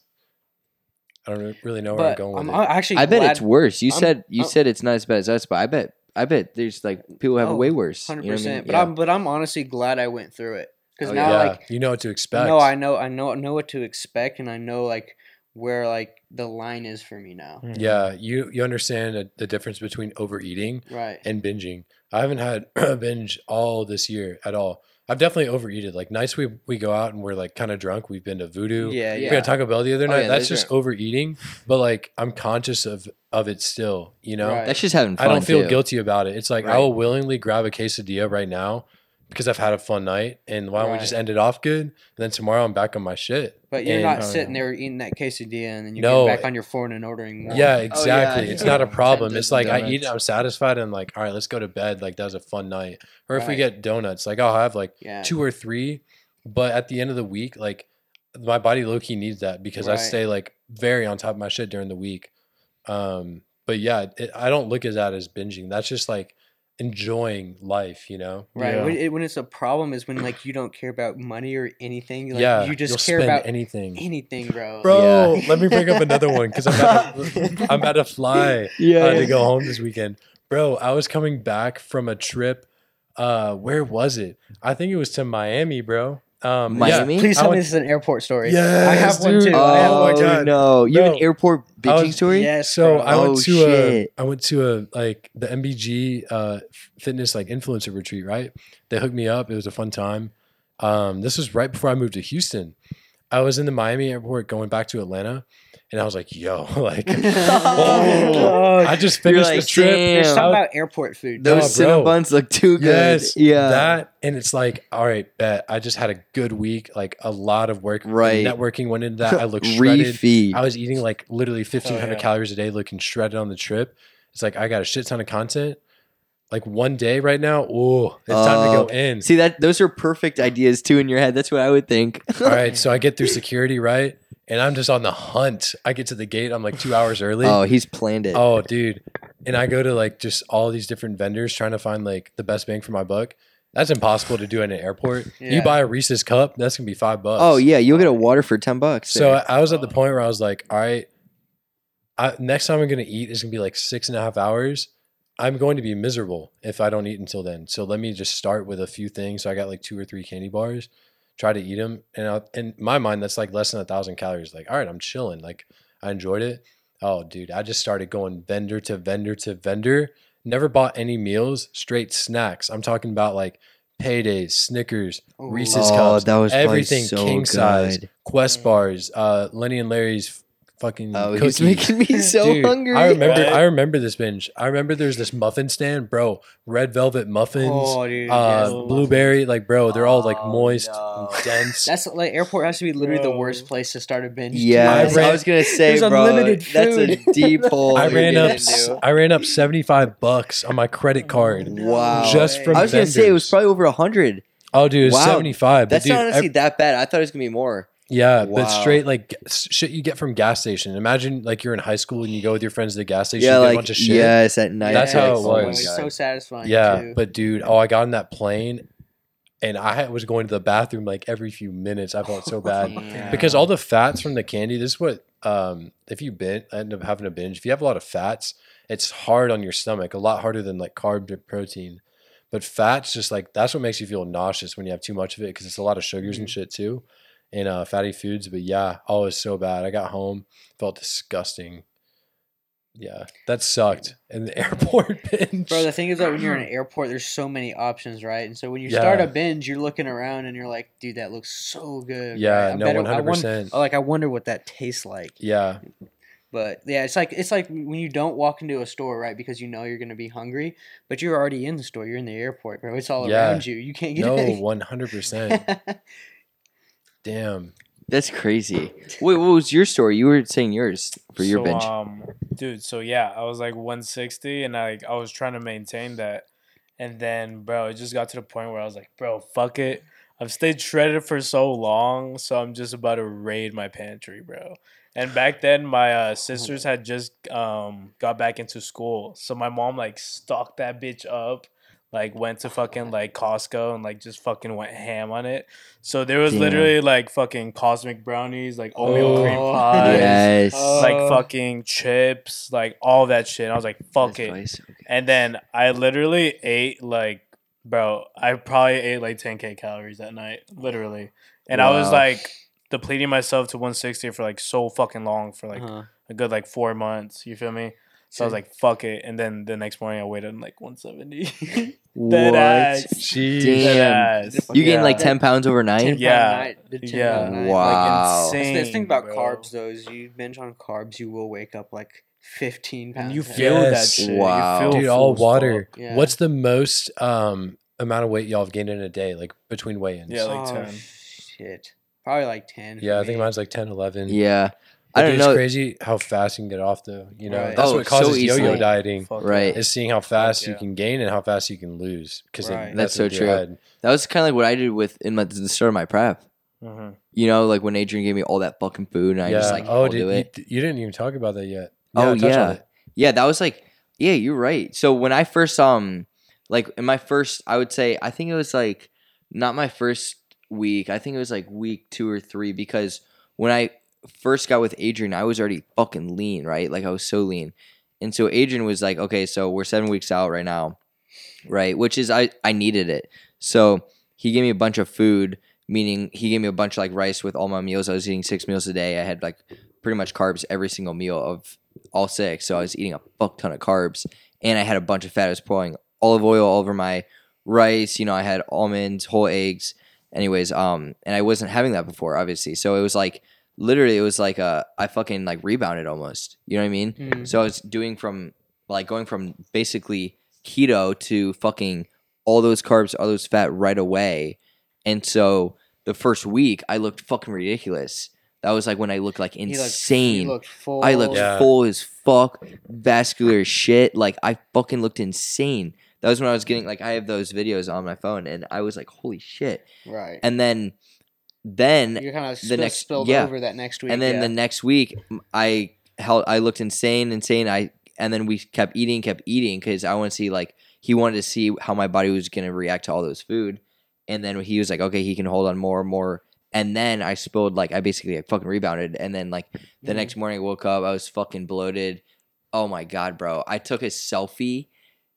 Speaker 2: I don't really know where
Speaker 3: but
Speaker 2: I'm going
Speaker 3: i'm
Speaker 2: with it.
Speaker 3: actually
Speaker 1: I bet
Speaker 3: glad-
Speaker 1: it's worse. You
Speaker 3: I'm-
Speaker 1: said you
Speaker 3: I'm-
Speaker 1: said it's not as bad as us, but I bet I bet there's like people have
Speaker 3: Oh,
Speaker 1: it way worse. You know what
Speaker 3: hundred
Speaker 1: I mean?
Speaker 3: percent. But
Speaker 1: Yeah.
Speaker 3: I'm but I'm honestly glad I went through it because
Speaker 1: Oh,
Speaker 3: now
Speaker 2: yeah,
Speaker 3: like
Speaker 2: you know what to expect.
Speaker 3: No, I know, I know, I know what to expect, and I know like where like the line is for me now.
Speaker 4: Mhm.
Speaker 2: Yeah, you you understand the- the difference between overeating
Speaker 3: Right.
Speaker 2: and binging. I haven't had a binge all this year at all. I've definitely overeaten. Like nights we we go out and we're like kind of drunk. We've been to Voodoo.
Speaker 3: yeah,
Speaker 2: We
Speaker 3: yeah.
Speaker 2: had Taco Bell the other
Speaker 1: Oh,
Speaker 2: night.
Speaker 1: yeah,
Speaker 2: That's
Speaker 1: those
Speaker 2: just
Speaker 1: are-
Speaker 2: overeating, but like I'm conscious of of it still. You know,
Speaker 3: Right.
Speaker 1: That's just having
Speaker 2: I
Speaker 1: fun.
Speaker 2: don't feel
Speaker 1: too.
Speaker 2: guilty about it. It's like
Speaker 1: Right.
Speaker 2: I will willingly grab a quesadilla right now because I've had a fun night, and why don't we
Speaker 3: Right.
Speaker 2: just end it off good? And then tomorrow I'm back on my shit.
Speaker 3: But you're
Speaker 2: And-
Speaker 3: not
Speaker 4: Oh,
Speaker 3: sitting
Speaker 4: yeah.
Speaker 3: there eating that quesadilla, and then you
Speaker 2: No.
Speaker 3: get back on your phone and ordering more.
Speaker 2: Yeah, exactly.
Speaker 1: Oh, yeah.
Speaker 2: It's not a problem.
Speaker 1: Tempted
Speaker 2: It's like I eat
Speaker 1: donuts.
Speaker 2: it, I'm satisfied, and I'm like, all right, let's go to bed. Like that was a fun night. Or if we
Speaker 3: Right.
Speaker 2: get donuts, like I'll have like
Speaker 3: yeah,
Speaker 2: two or three, but at the end of the week, like my body low key needs that because I
Speaker 3: Right.
Speaker 2: stay like very on top of my shit during the week. Um, but yeah, it, I don't look at that as binging. That's just like enjoying life, you know?
Speaker 3: right.
Speaker 4: Yeah.
Speaker 3: When, it, when it's a problem is when like you don't care about money or anything. Like,
Speaker 2: yeah,
Speaker 3: you just
Speaker 2: you'll
Speaker 3: care
Speaker 2: spend
Speaker 3: about
Speaker 2: anything.
Speaker 3: anything, bro.
Speaker 2: Bro,
Speaker 1: Yeah.
Speaker 2: let me bring up another one because I'm, about to- I'm about to fly. I had to go home this weekend. Bro, I was coming back from a trip. Uh, where was it? I think it was to Miami, bro. Um, yeah.
Speaker 1: Miami?
Speaker 3: Please
Speaker 2: I
Speaker 3: tell me
Speaker 2: went-
Speaker 3: this is an airport story.
Speaker 2: Yes,
Speaker 3: I have one
Speaker 2: dude.
Speaker 3: too. I have
Speaker 2: Oh
Speaker 1: Oh,
Speaker 3: one
Speaker 2: my God.
Speaker 1: no! You have an
Speaker 2: No.
Speaker 1: airport
Speaker 2: I
Speaker 1: bitching
Speaker 2: was-
Speaker 1: story?
Speaker 3: Yes.
Speaker 2: So
Speaker 3: bro.
Speaker 2: I
Speaker 1: Oh,
Speaker 2: went to
Speaker 1: shit.
Speaker 2: a I went to a like the MBG uh f- fitness like influencer retreat, right? They hooked me up. It was a fun time. Um, this was right before I moved to Houston. I was in the Miami airport going back to Atlanta, and I was like, "Yo, like,
Speaker 3: Oh,
Speaker 2: I just finished
Speaker 1: like,
Speaker 2: the trip.
Speaker 1: "Damn."
Speaker 3: There's
Speaker 1: Yeah.
Speaker 3: something
Speaker 2: I was-
Speaker 3: about airport food.
Speaker 2: No,
Speaker 1: Those
Speaker 2: bro.
Speaker 1: Cinnabons look too good.
Speaker 2: Yes,
Speaker 1: yeah.
Speaker 2: that and it's like, all right, bet I just had a good week. Like a lot of work,
Speaker 1: Right.
Speaker 2: Networking went into that. I looked shredded.
Speaker 1: refeed.
Speaker 2: I was eating like literally fifteen hundred
Speaker 4: yeah.
Speaker 2: calories a day, looking shredded on the trip. It's like I got a shit ton of content. Like one day right now, oh, it's time to
Speaker 1: Oh.
Speaker 2: go in.
Speaker 1: See that? Those are perfect ideas too in your head. That's what I would think.
Speaker 2: All right, so I get through security, right, and I'm just on the hunt. I get to the gate, I'm like two hours early.
Speaker 1: oh, he's planned it.
Speaker 2: Oh, dude. And I go to like just all these different vendors trying to find like the best bang for my buck. That's impossible to do in an airport. You
Speaker 3: Yeah.
Speaker 2: buy a Reese's cup, that's gonna be five bucks.
Speaker 1: Oh yeah, you'll get a water for ten bucks.
Speaker 2: So
Speaker 1: there.
Speaker 2: I, I was at the point where I was like, all right, I, next time I'm gonna eat is gonna be like six and a half hours. I'm going to be miserable if I don't eat until then. So let me just start with a few things. So I got like two or three candy bars, try to eat them, and I, in my mind that's like less than a thousand calories. Like, all right, I'm chilling. Like I enjoyed it. Oh, dude, I just started going vendor to vendor to vendor. Never bought any meals, straight snacks. I'm talking about like paydays, Snickers,
Speaker 3: Ooh.
Speaker 2: Reese's
Speaker 1: Oh,
Speaker 2: cups,
Speaker 1: that was probably
Speaker 2: everything
Speaker 1: so
Speaker 2: king size,
Speaker 1: good.
Speaker 2: Quest bars, uh, Lenny and Larry's f- fucking
Speaker 1: Oh,
Speaker 2: cookies.
Speaker 1: he's making me so
Speaker 2: Mm, Dude,
Speaker 1: hungry.
Speaker 2: I remember.
Speaker 4: Right?
Speaker 2: I remember this binge. I remember there's this muffin stand, bro. Red velvet muffins,
Speaker 3: Oh, dude,
Speaker 2: uh,
Speaker 3: yes.
Speaker 2: blueberry. Like, bro, they're all like
Speaker 1: Oh,
Speaker 2: moist,
Speaker 1: no.
Speaker 2: and dense.
Speaker 3: That's like airport has to be literally the
Speaker 4: Bro.
Speaker 3: worst place to start a binge.
Speaker 1: Yeah,
Speaker 2: I
Speaker 1: I, was gonna say,
Speaker 3: There's
Speaker 1: bro,
Speaker 3: unlimited
Speaker 1: that's a
Speaker 3: food.
Speaker 1: deep hole.
Speaker 2: I
Speaker 1: you're
Speaker 2: ran up.
Speaker 1: getting
Speaker 2: s-
Speaker 1: into.
Speaker 2: I ran up seventy five bucks on my credit
Speaker 1: Oh,
Speaker 2: card.
Speaker 1: Wow.
Speaker 2: Just
Speaker 4: way.
Speaker 2: from
Speaker 1: I was gonna say it was
Speaker 2: vendors.
Speaker 1: probably over hundred.
Speaker 2: Oh, dude, it was
Speaker 1: Wow.
Speaker 2: seventy five.
Speaker 1: That's
Speaker 2: dude,
Speaker 1: not honestly
Speaker 2: ev-
Speaker 1: that bad. I thought it was gonna be more.
Speaker 2: yeah,
Speaker 1: Wow.
Speaker 2: but straight like g- s- shit you get from gas station. Imagine like you're in high school and you go with your friends to the gas station,
Speaker 1: yeah,
Speaker 2: you get
Speaker 1: like
Speaker 2: a bunch of shit.
Speaker 1: yes, at night.
Speaker 2: That's how it
Speaker 1: Oh my
Speaker 3: It
Speaker 2: was.
Speaker 3: was so
Speaker 1: God.
Speaker 3: satisfying.
Speaker 2: Yeah,
Speaker 3: too.
Speaker 2: but dude, oh, I got in that plane, and I was going to the bathroom like every few minutes. I felt so bad.
Speaker 3: Yeah.
Speaker 2: because all the fats from the candy this is what um if you bin- end up having a binge if you have a lot of fats it's hard on your stomach a lot harder than like carbs or protein but fats just like that's what makes you feel nauseous when you have too much of it because it's a lot of sugars
Speaker 3: Mm-hmm.
Speaker 2: and shit too and uh fatty foods but yeah oh it was so bad i got home felt disgusting yeah that sucked and the airport binge
Speaker 3: Bro, the thing is that when you're in an airport, there's so many options, right? And so when you
Speaker 2: Yeah.
Speaker 3: start a binge, you're looking around and you're like, "Dude, that looks so good."
Speaker 2: yeah
Speaker 3: right? I
Speaker 2: no
Speaker 3: bet it- I
Speaker 2: 100
Speaker 3: wonder-
Speaker 1: oh,
Speaker 2: percent
Speaker 3: Like I wonder what that tastes like.
Speaker 2: yeah
Speaker 3: But yeah, it's like it's like when you don't walk into a store, right? Because you know you're gonna be hungry, but you're already in the store. You're in the airport, bro. It's all
Speaker 2: Yeah.
Speaker 3: around you. You can't get
Speaker 2: no
Speaker 3: any-
Speaker 2: 100 percent damn
Speaker 1: That's crazy. Wait, what was your story? You were saying yours for your
Speaker 4: so,
Speaker 1: bench.
Speaker 4: Um, dude, so yeah, I was like 160 and I, I was trying to maintain that. And then, bro, it just got to the point where I was like, bro, fuck it. I've stayed shredded for so long, so I'm just about to raid my pantry, bro. And back then, my uh, sisters had just um, got back into school. So my mom, like, stocked that bitch up, like, went to fucking, like, Costco and, like, just fucking went ham on it. So there was
Speaker 1: Damn.
Speaker 4: literally, like, fucking cosmic brownies, like, oatmeal cream
Speaker 3: Oh.
Speaker 2: uh,
Speaker 4: pies
Speaker 1: yes.
Speaker 3: Oh,
Speaker 4: like
Speaker 3: Uh,
Speaker 4: fucking chips, like all that shit. I was like, fuck
Speaker 1: That's
Speaker 4: it.
Speaker 1: probably so good.
Speaker 4: And then I literally ate like, bro, I probably ate like 10k calories that night, literally. And I was
Speaker 1: Wow.
Speaker 4: like depleting myself to 160 for like so fucking long for like
Speaker 3: Uh-huh.
Speaker 4: a good like four months. You feel me? So I was
Speaker 3: Same.
Speaker 4: like, fuck it. And then the next morning I waited on like 170.
Speaker 1: What?
Speaker 4: ass.
Speaker 2: Jeez.
Speaker 1: Damn.
Speaker 4: Dead ass.
Speaker 1: You gain
Speaker 4: Yeah.
Speaker 1: like ten pounds
Speaker 3: Ten
Speaker 1: overnight?
Speaker 4: Yeah.
Speaker 3: pound a night, the ten
Speaker 4: Yeah.
Speaker 3: pound a night.
Speaker 1: Wow.
Speaker 4: Like,
Speaker 3: That's
Speaker 4: insane,
Speaker 3: the thing about
Speaker 4: bro.
Speaker 3: carbs, though, is you binge on carbs, you will wake up like 15 pounds.
Speaker 4: And you
Speaker 3: heavy.
Speaker 4: feel that
Speaker 2: Yes.
Speaker 4: shit. You
Speaker 1: Wow.
Speaker 4: feel
Speaker 2: dude
Speaker 4: full
Speaker 2: all
Speaker 4: as
Speaker 2: water
Speaker 4: fuck.
Speaker 3: Yeah.
Speaker 2: what's the most um amount of weight y'all have gained in a day like between weigh-ins
Speaker 4: Yeah, like 10.
Speaker 3: Oh, Shit. Probably like 10. for
Speaker 2: yeah i think
Speaker 3: me.
Speaker 2: mine's like 10 11
Speaker 1: Yeah.
Speaker 2: But
Speaker 1: I don't
Speaker 2: dude, it's
Speaker 1: know.
Speaker 2: crazy how fast you can get off though you know
Speaker 3: Right.
Speaker 2: that's
Speaker 1: Oh,
Speaker 2: what
Speaker 1: so
Speaker 2: causes
Speaker 1: easily.
Speaker 2: yo-yo dieting
Speaker 4: Fuck
Speaker 1: Right.
Speaker 2: is seeing how fast you
Speaker 4: yeah.
Speaker 2: can gain and how fast you can lose because
Speaker 3: Right.
Speaker 1: That's
Speaker 2: that's,
Speaker 1: so
Speaker 2: in your
Speaker 1: true.
Speaker 2: head.
Speaker 1: That was kind of like what I did with in my, the start of my prep.
Speaker 4: yeah. Mhm.
Speaker 1: You know, like when Adrian gave me all that fucking food, and I
Speaker 2: yeah
Speaker 1: just like,
Speaker 2: oh
Speaker 1: I'll
Speaker 2: dude
Speaker 1: do it.
Speaker 2: You, you didn't even talk about that yet
Speaker 1: Oh,
Speaker 2: touch on
Speaker 1: yeah.
Speaker 2: it.
Speaker 1: Yeah, that was like, yeah, you're right. So when I first, um, like in my first, I would say, I think it was like not my first week. I think it was like week two or three because when I first got with Adrian, I was already fucking lean, right? Like I was so lean. And so Adrian was like, okay, so we're seven weeks out right now, right? Which is, I, I needed it. So he gave me a bunch of food, meaning he gave me a bunch of like rice with all my meals. I was eating six meals a day. I had like pretty much carbs every single meal of all six. So I was eating a fuck ton of carbs and I had a bunch of fat. I was pouring olive oil all over my rice. You know, I had almonds, whole eggs. Anyways, um, and I wasn't having that before, obviously. So it was like literally, it was like uh, I fucking like rebounded almost. You know what I mean?
Speaker 3: Mm.
Speaker 1: So I was doing from like going from basically keto to fucking all those carbs, all those fat right away. And so the first week I looked fucking ridiculous. That was like when I looked like
Speaker 3: He looked-
Speaker 1: insane.
Speaker 3: He looked full.
Speaker 1: I looked
Speaker 2: Yeah.
Speaker 1: full as fuck, vascular as shit. Like I fucking looked insane. That was when I was getting like I have those videos on my phone, and I was like, holy shit.
Speaker 3: Right.
Speaker 1: And then, then,
Speaker 3: You're kind of
Speaker 1: next-
Speaker 3: spilled
Speaker 1: yeah.
Speaker 3: over that next week.
Speaker 1: and then
Speaker 3: yeah.
Speaker 1: the next week, m- I held. I looked insane, insane. I and then we kept eating, kept eating because I want to see like he wanted to see how my body was gonna react to all those food. And then he was like, okay, he can hold on more and more. And then I spilled like I basically like, fucking rebounded. And then like the
Speaker 2: Mm-hmm.
Speaker 3: Mhm.
Speaker 1: next morning I woke up, I was fucking bloated. Oh my god, bro. I took a selfie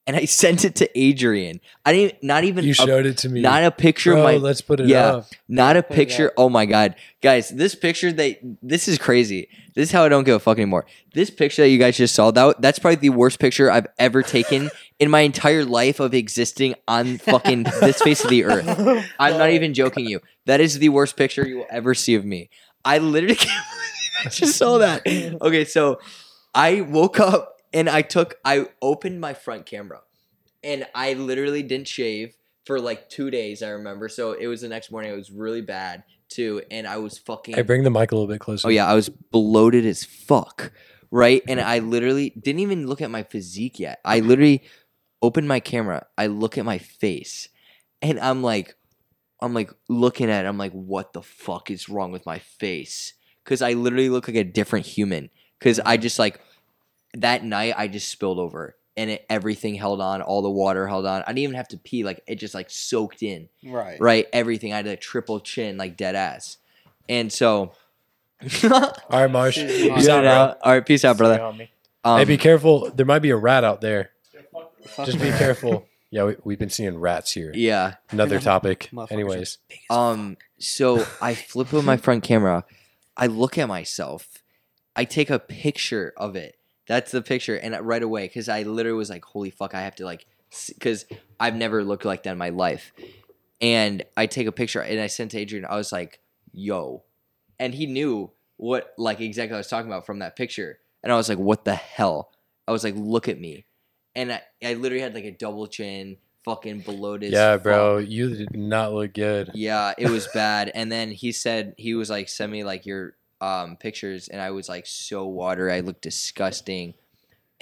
Speaker 1: and I sent it to Adrian. I didn't not even
Speaker 2: You
Speaker 1: a,
Speaker 2: showed it to me.
Speaker 1: not a picture
Speaker 2: Bro,
Speaker 1: of my
Speaker 2: let's put it
Speaker 1: yeah.
Speaker 2: up.
Speaker 1: Not a
Speaker 3: it
Speaker 1: picture.
Speaker 3: up.
Speaker 1: Oh my god, guys, this picture they this is crazy. This is how I don't give a fuck anymore. This picture that you guys just saw that that's probably the worst picture I've ever taken in my entire life of existing on fucking this face of the earth. I'm not even joking you. That is the worst picture you will ever see of me. I literally can't believe I just saw that. Okay, so I woke up and I took I opened my front camera and I literally didn't shave for like two days, I remember. So it was the next morning, it was really bad too, and I was fucking
Speaker 2: Hey, bring the mic a little bit closer.
Speaker 1: Oh yeah, I was bloated as fuck, right? And I literally didn't even look at my physique yet. I literally opened my camera, I look at my face, and I'm like, I'm like looking at it, I'm like, what the fuck is wrong with my face? Cause I literally look like a different human. Cause I just like that night I just spilled over and it, everything held on, all the water held on. I didn't even have to pee, like it just like soaked in
Speaker 3: Right.
Speaker 1: right? Everything. I had a triple chin, like dead ass. And so,
Speaker 2: All right, Marsh.
Speaker 3: Seriously,
Speaker 2: Peace
Speaker 3: Marsh.
Speaker 2: out, bro.
Speaker 1: All right, peace out, brother.
Speaker 4: Homie.
Speaker 1: Um,
Speaker 2: hey, be careful. There might be a rat out there.
Speaker 1: Uh,
Speaker 3: Fuck
Speaker 2: Just
Speaker 3: me.
Speaker 2: be careful. Yeah, we, we've been seeing rats here.
Speaker 1: yeah.
Speaker 2: Another topic.
Speaker 3: Motherfuckers.
Speaker 2: Anyways,
Speaker 1: Um. So I flip with my front camera. I look at myself. I take a picture of it. That's the picture, and right away, because I literally was like, "Holy fuck!" I have to like, because I've never looked like that in my life. And I take a picture, and I sent to Adrian. I was like, "Yo," and he knew what like exactly I was talking about from that picture. And I was like, "What the hell?" I was like, "Look at me," and I, I literally had like a double chin, fucking bloated. as
Speaker 2: yeah,
Speaker 1: fuck.
Speaker 2: bro, you did not look good.
Speaker 1: Yeah, it was bad. And then he said he was like, send me like your um pictures, and I was like so watery. I looked disgusting,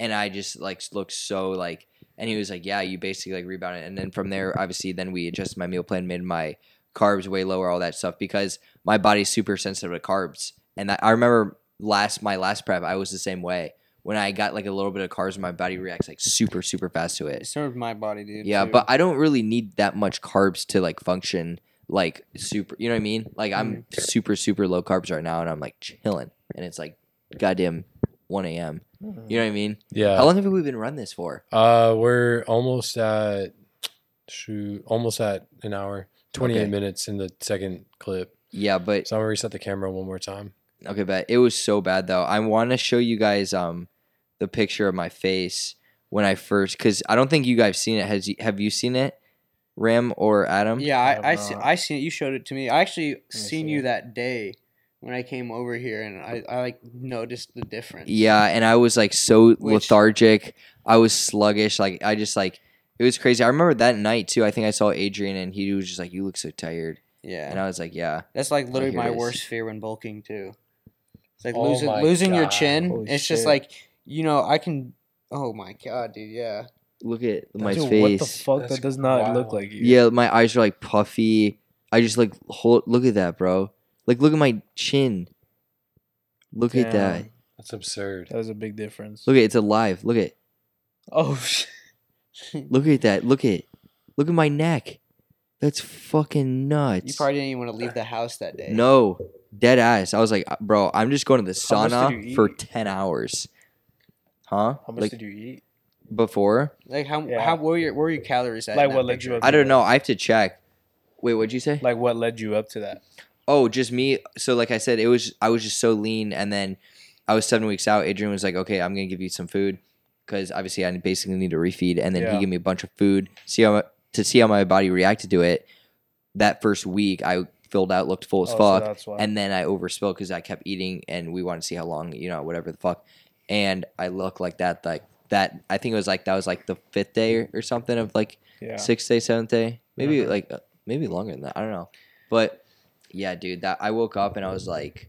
Speaker 1: and I just like looked so like. And he was like, yeah, you basically like rebounded. And then from there, obviously, then we adjusted my meal plan, made my carbs way lower, all that stuff because my body's super sensitive to carbs. And that, I remember last my last prep, I was the same way. When I got like a little bit of carbs, my body reacts like super super fast to it.
Speaker 3: It served my body, dude.
Speaker 1: Yeah,
Speaker 3: too.
Speaker 1: but I don't really need that much carbs to like function like super. You know what I mean? Like I'm
Speaker 3: Mm,
Speaker 1: super super low carbs right now, and I'm like chilling, and it's like goddamn 1 a.m. You know what I mean? How
Speaker 2: Yeah.
Speaker 1: long have we been running this for?
Speaker 2: Uh, we're almost at shoot, almost at an hour, 28
Speaker 1: Okay.
Speaker 2: minutes in the second clip.
Speaker 1: Yeah, but
Speaker 2: So I'm gonna reset the camera one more time.
Speaker 1: okay, but it was so bad though. I want to show you guys um the picture of my face when I first because I don't think you guys seen it. Has you, have you seen it, Ram or Adam?
Speaker 3: Yeah,
Speaker 4: I'm
Speaker 3: I I,
Speaker 1: uh,
Speaker 3: see,
Speaker 4: not.
Speaker 3: I seen it. You showed it to me. I actually seen
Speaker 4: see
Speaker 3: you
Speaker 4: it.
Speaker 3: that day when I came over here, and I, I like noticed the difference.
Speaker 1: Yeah, and I was like so
Speaker 3: Which-
Speaker 1: lethargic. I was sluggish. Like I just like it was crazy. I remember that night too. I think I saw Adrian and he was just like, "You look so tired," and
Speaker 3: yeah.
Speaker 1: I was like, "Yeah."
Speaker 3: That's like literally
Speaker 1: here
Speaker 3: my
Speaker 1: it is.
Speaker 3: worst fear when bulking too. It's like
Speaker 2: Oh
Speaker 3: losing
Speaker 2: my
Speaker 3: losing your
Speaker 2: God,
Speaker 3: chin.
Speaker 2: holy
Speaker 3: it's just
Speaker 2: shit.
Speaker 3: like you know I can. Oh my god, dude. Yeah.
Speaker 1: Look at my
Speaker 4: Dude,
Speaker 1: face.
Speaker 4: What the fuck?
Speaker 2: That's
Speaker 4: That does not
Speaker 2: wild.
Speaker 4: look like you.
Speaker 1: Yeah, my eyes are like puffy. I just like hold. Look at that, bro. Like look at my chin. Look at that.
Speaker 4: Damn.
Speaker 2: That's absurd.
Speaker 4: That was a big difference.
Speaker 1: Look at it's alive. Look at
Speaker 3: Oh. sh-
Speaker 1: look at that. Look at look at my neck. That's fucking nuts.
Speaker 3: You probably didn't even want to leave the house that day.
Speaker 1: No, dead ass. I was like, "Uh, bro, I'm just going to the
Speaker 4: How much did
Speaker 1: sauna
Speaker 4: you
Speaker 1: for
Speaker 4: eat?
Speaker 1: ten hours. Huh?
Speaker 4: How much
Speaker 1: like
Speaker 4: did you eat?
Speaker 1: before?
Speaker 3: Like how
Speaker 4: Yeah.
Speaker 3: how where were your where were your calories at? in
Speaker 4: Like
Speaker 3: that
Speaker 4: what led you
Speaker 3: picture?
Speaker 4: up?
Speaker 1: I
Speaker 4: to
Speaker 1: don't
Speaker 4: that?
Speaker 1: know. I have to check. Wait, what'd you say?
Speaker 4: Like what led you up to that?
Speaker 1: oh, just me. So like I said, it was I was just so lean, and then I was seven weeks out. Adrian was like, okay, I'm gonna give you some food because obviously I basically need to refeed, and then he
Speaker 4: Yeah.
Speaker 1: gave me a bunch of food. See how my, to see how my body reacted to it. That first week, I filled out, looked full as
Speaker 4: Oh, so
Speaker 1: fuck.
Speaker 4: that's why.
Speaker 1: and then I overspilled because I kept eating, and we wanted to see how long, you know, whatever the fuck. And I look like that, like that. I think it was like that was like the fifth day or something of like
Speaker 4: yeah.
Speaker 1: sixth day, seventh day, maybe
Speaker 3: Uh-huh.
Speaker 4: Mhm.
Speaker 1: like uh, maybe longer than that. I don't know, but yeah, dude, that I woke up and I was like,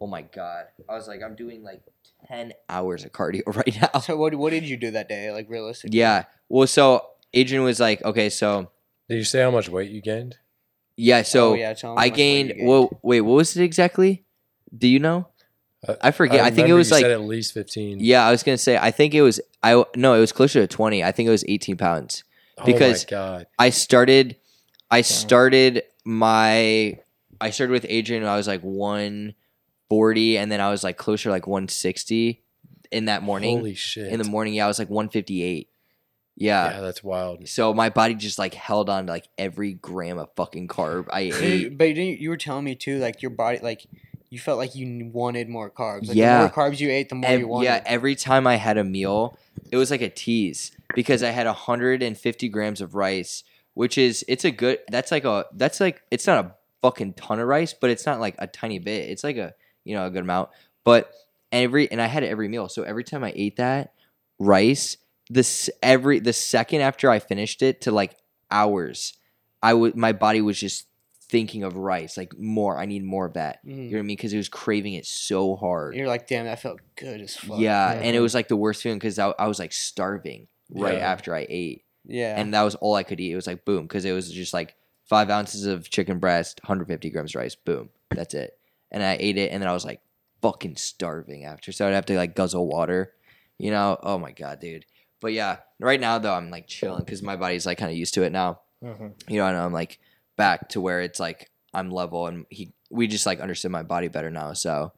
Speaker 1: oh my god, I was like, I'm doing like ten hours of cardio right now.
Speaker 3: So what what did you do that day? Like realistically.
Speaker 1: Yeah. Well, so Adrian was like, okay, so
Speaker 2: Did you say how much weight you gained?
Speaker 1: yeah, so
Speaker 3: oh, yeah, tell 'em how
Speaker 1: I
Speaker 3: much weight you
Speaker 1: gained. Well, wait, what was it exactly? Do you know?
Speaker 2: Uh,
Speaker 1: I forget. I, think it
Speaker 2: remember
Speaker 1: was
Speaker 2: you
Speaker 1: like
Speaker 2: said at least 15.
Speaker 1: Yeah, I was gonna say. I think it was. I no, it was closer to twenty. I think it was eighteen pounds. because-
Speaker 2: oh my god,
Speaker 1: I started. I started my. I started with Adrian. when I was like one forty, and then I was like closer to like one sixty in that morning.
Speaker 2: holy shit!
Speaker 1: in the morning, yeah, I was like one fifty eight, Yeah.
Speaker 2: yeah, that's wild.
Speaker 1: So my body just like held on to like every gram of fucking carb I ate.
Speaker 3: Dude, but you, you were telling me too, like your body, like you felt like you wanted more carbs. Like,
Speaker 1: Yeah.
Speaker 3: the more carbs you ate, the more
Speaker 1: Ev-
Speaker 3: you wanted.
Speaker 1: yeah, every time I had a meal, it was like a tease because I had 150 grams of rice, which is it's a good that's like a that's like it's not a fucking ton of rice, but it's not like a tiny bit. It's like a you know a good amount. But every and I had it every meal. So every time I ate that rice, this every the second after I finished it to like hours, I would my body was just thinking of rice, like more. I need more of that. You
Speaker 3: Mhm.
Speaker 1: know what I mean? Because it was craving it so hard.
Speaker 3: You're like, damn, that felt good as fuck.
Speaker 1: Yeah,
Speaker 2: Yeah.
Speaker 1: and it was like the worst feeling because I, I was like starving right
Speaker 2: Yeah.
Speaker 1: after I ate,
Speaker 3: yeah.
Speaker 1: and that was all I could eat. It was like boom, because it was just like five ounces of chicken breast, 150 grams of rice, boom, that's it. And I ate it, and then I was like fucking starving after, so I'd have to like guzzle water, you know? Oh my god, dude. But yeah, right now though, I'm like chilling because my body's like kind of used to it now you know, and I'm like back to where it's like I'm level, and he we just like understood my body better now. So,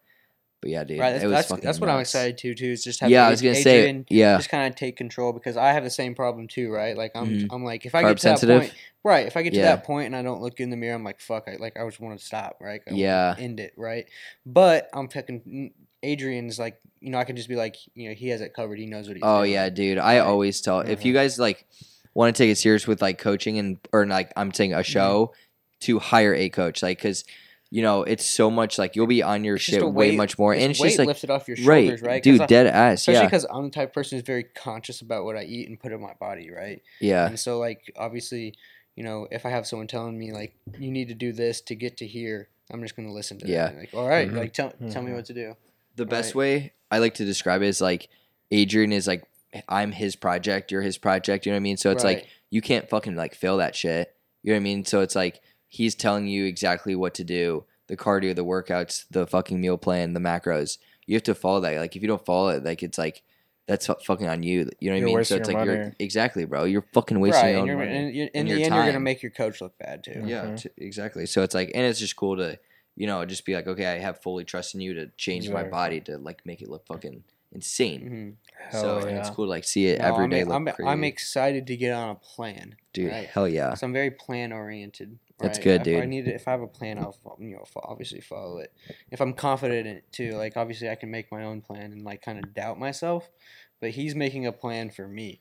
Speaker 1: but yeah, dude,
Speaker 3: right. That's,
Speaker 1: it was
Speaker 3: that's,
Speaker 1: fucking
Speaker 3: that's what I'm
Speaker 1: nuts.
Speaker 3: excited to too. Is just have
Speaker 1: Yeah, I
Speaker 3: Ad-
Speaker 1: was gonna say,
Speaker 3: Adrian
Speaker 1: yeah,
Speaker 3: Just kind of take control because I have the same problem too, right? Like I'm,
Speaker 1: Mhm.
Speaker 3: I'm like if I
Speaker 1: Carb
Speaker 3: get to
Speaker 1: sensitive?
Speaker 3: that point, right? If I get to
Speaker 1: Yeah.
Speaker 3: that point and I don't look in the mirror, I'm like, fuck, I like I just want to stop, right? I wanna
Speaker 1: yeah,
Speaker 3: end it, right? But I'm fucking mm, Adrian's like, you know, I can just be like, you know, he has it covered. He knows what he's
Speaker 1: oh
Speaker 3: doing.
Speaker 1: yeah, dude. I always tell if
Speaker 3: Uh-huh.
Speaker 1: you guys like want to take it serious with like coaching and or like I'm saying
Speaker 3: Mm-hmm.
Speaker 1: a show to hire a coach, like because you know it's so much like you'll be on your
Speaker 3: It's just
Speaker 1: shit
Speaker 3: a
Speaker 1: way
Speaker 3: weight-
Speaker 1: much more, and it's
Speaker 3: weight
Speaker 1: just like
Speaker 3: lifted off your shoulders,
Speaker 1: right,
Speaker 3: right? 'Cause
Speaker 1: dude,
Speaker 3: I-
Speaker 1: dead ass,
Speaker 3: Especially
Speaker 1: yeah,
Speaker 3: because I'm the type of person who's very conscious about what I eat and put in my body, right?
Speaker 1: yeah,
Speaker 3: And so, like, obviously, you know, if I have someone telling me like you need to do this to get to here, I'm just going to listen to
Speaker 1: Yeah.
Speaker 3: that. Like, all right,
Speaker 2: Mhm.
Speaker 3: like tell tell me what to do.
Speaker 1: the best
Speaker 3: Right.
Speaker 1: way I like to describe it is like Adrian is like I'm his project, you're his project, you know what I mean? So it's like
Speaker 3: Right.
Speaker 1: you can't fucking like fail that shit. You know what I mean? So it's like he's telling you exactly what to do, the cardio, the workouts, the fucking meal plan, the macros. You have to follow that. Like if you don't follow it, like it's like that's fu- fucking on you. You know what
Speaker 4: You're
Speaker 1: I mean? So
Speaker 4: wasting
Speaker 1: it's
Speaker 4: your
Speaker 1: like you're
Speaker 4: money.
Speaker 1: exactly, bro. You're fucking wasting
Speaker 3: right,
Speaker 1: your
Speaker 3: and
Speaker 1: own
Speaker 3: you're,
Speaker 1: money.
Speaker 3: and, you in
Speaker 1: and
Speaker 3: the
Speaker 1: your
Speaker 3: end, you're going to
Speaker 1: time.
Speaker 3: make your coach look bad too.
Speaker 2: Yeah.
Speaker 1: Yeah, t- exactly. So it's like, and it's just cool to, you know, just be like, okay, I have fully trust in you to change my
Speaker 2: Exactly.
Speaker 1: body to like make it look fucking insane.
Speaker 3: hmm
Speaker 1: so
Speaker 4: Hell
Speaker 1: and it's
Speaker 4: yeah.
Speaker 1: cool to like see it
Speaker 3: No,
Speaker 1: every
Speaker 3: I'm,
Speaker 1: day.
Speaker 3: I'm,
Speaker 1: look crazy.
Speaker 3: I'm excited to get on a plan,
Speaker 1: dude,
Speaker 3: right.
Speaker 1: hell yeah.
Speaker 3: so I'm very plan oriented.
Speaker 1: That's good,
Speaker 3: if I
Speaker 1: dude.
Speaker 3: need to, if I have a plan, I'll fo- you know fo- obviously follow it. If I'm confident in it too, like obviously I can make my own plan and like kind of doubt myself, but he's making a plan for me,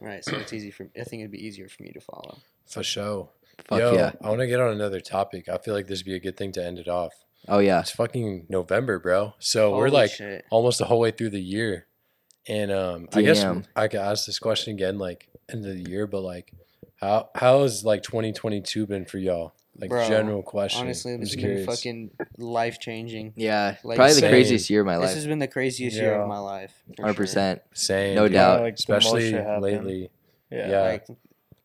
Speaker 3: right? So it's easy for I think it'd be easier for me to follow.
Speaker 2: For sure.
Speaker 1: Fuck
Speaker 2: Yo,
Speaker 1: yeah.
Speaker 2: I want to get on another topic. I feel like this would be a good thing to end it off.
Speaker 1: Oh yeah.
Speaker 2: It's fucking November, bro. So we're
Speaker 3: Holy
Speaker 2: like
Speaker 3: shit.
Speaker 2: almost the whole way through the year. And um, I guess
Speaker 1: Damn.
Speaker 2: I could ask this question again, like end of the year, but like, how how has like 2022 been for y'all? Like
Speaker 3: Bro,
Speaker 2: general question.
Speaker 3: honestly,
Speaker 2: I'm
Speaker 3: this
Speaker 2: just
Speaker 3: has been
Speaker 2: curious.
Speaker 3: fucking life changing.
Speaker 1: Yeah.
Speaker 3: Like,
Speaker 1: Probably the
Speaker 2: Same.
Speaker 1: craziest year of my
Speaker 3: This
Speaker 1: life.
Speaker 3: has been the craziest year
Speaker 4: Yeah.
Speaker 3: of my life. for sure.
Speaker 1: Hundred percent.
Speaker 2: Same,
Speaker 1: No
Speaker 2: dude.
Speaker 1: doubt.
Speaker 4: Like, the most
Speaker 2: especially
Speaker 4: shit happened.
Speaker 2: lately.
Speaker 4: Yeah.
Speaker 2: Yeah.
Speaker 3: Like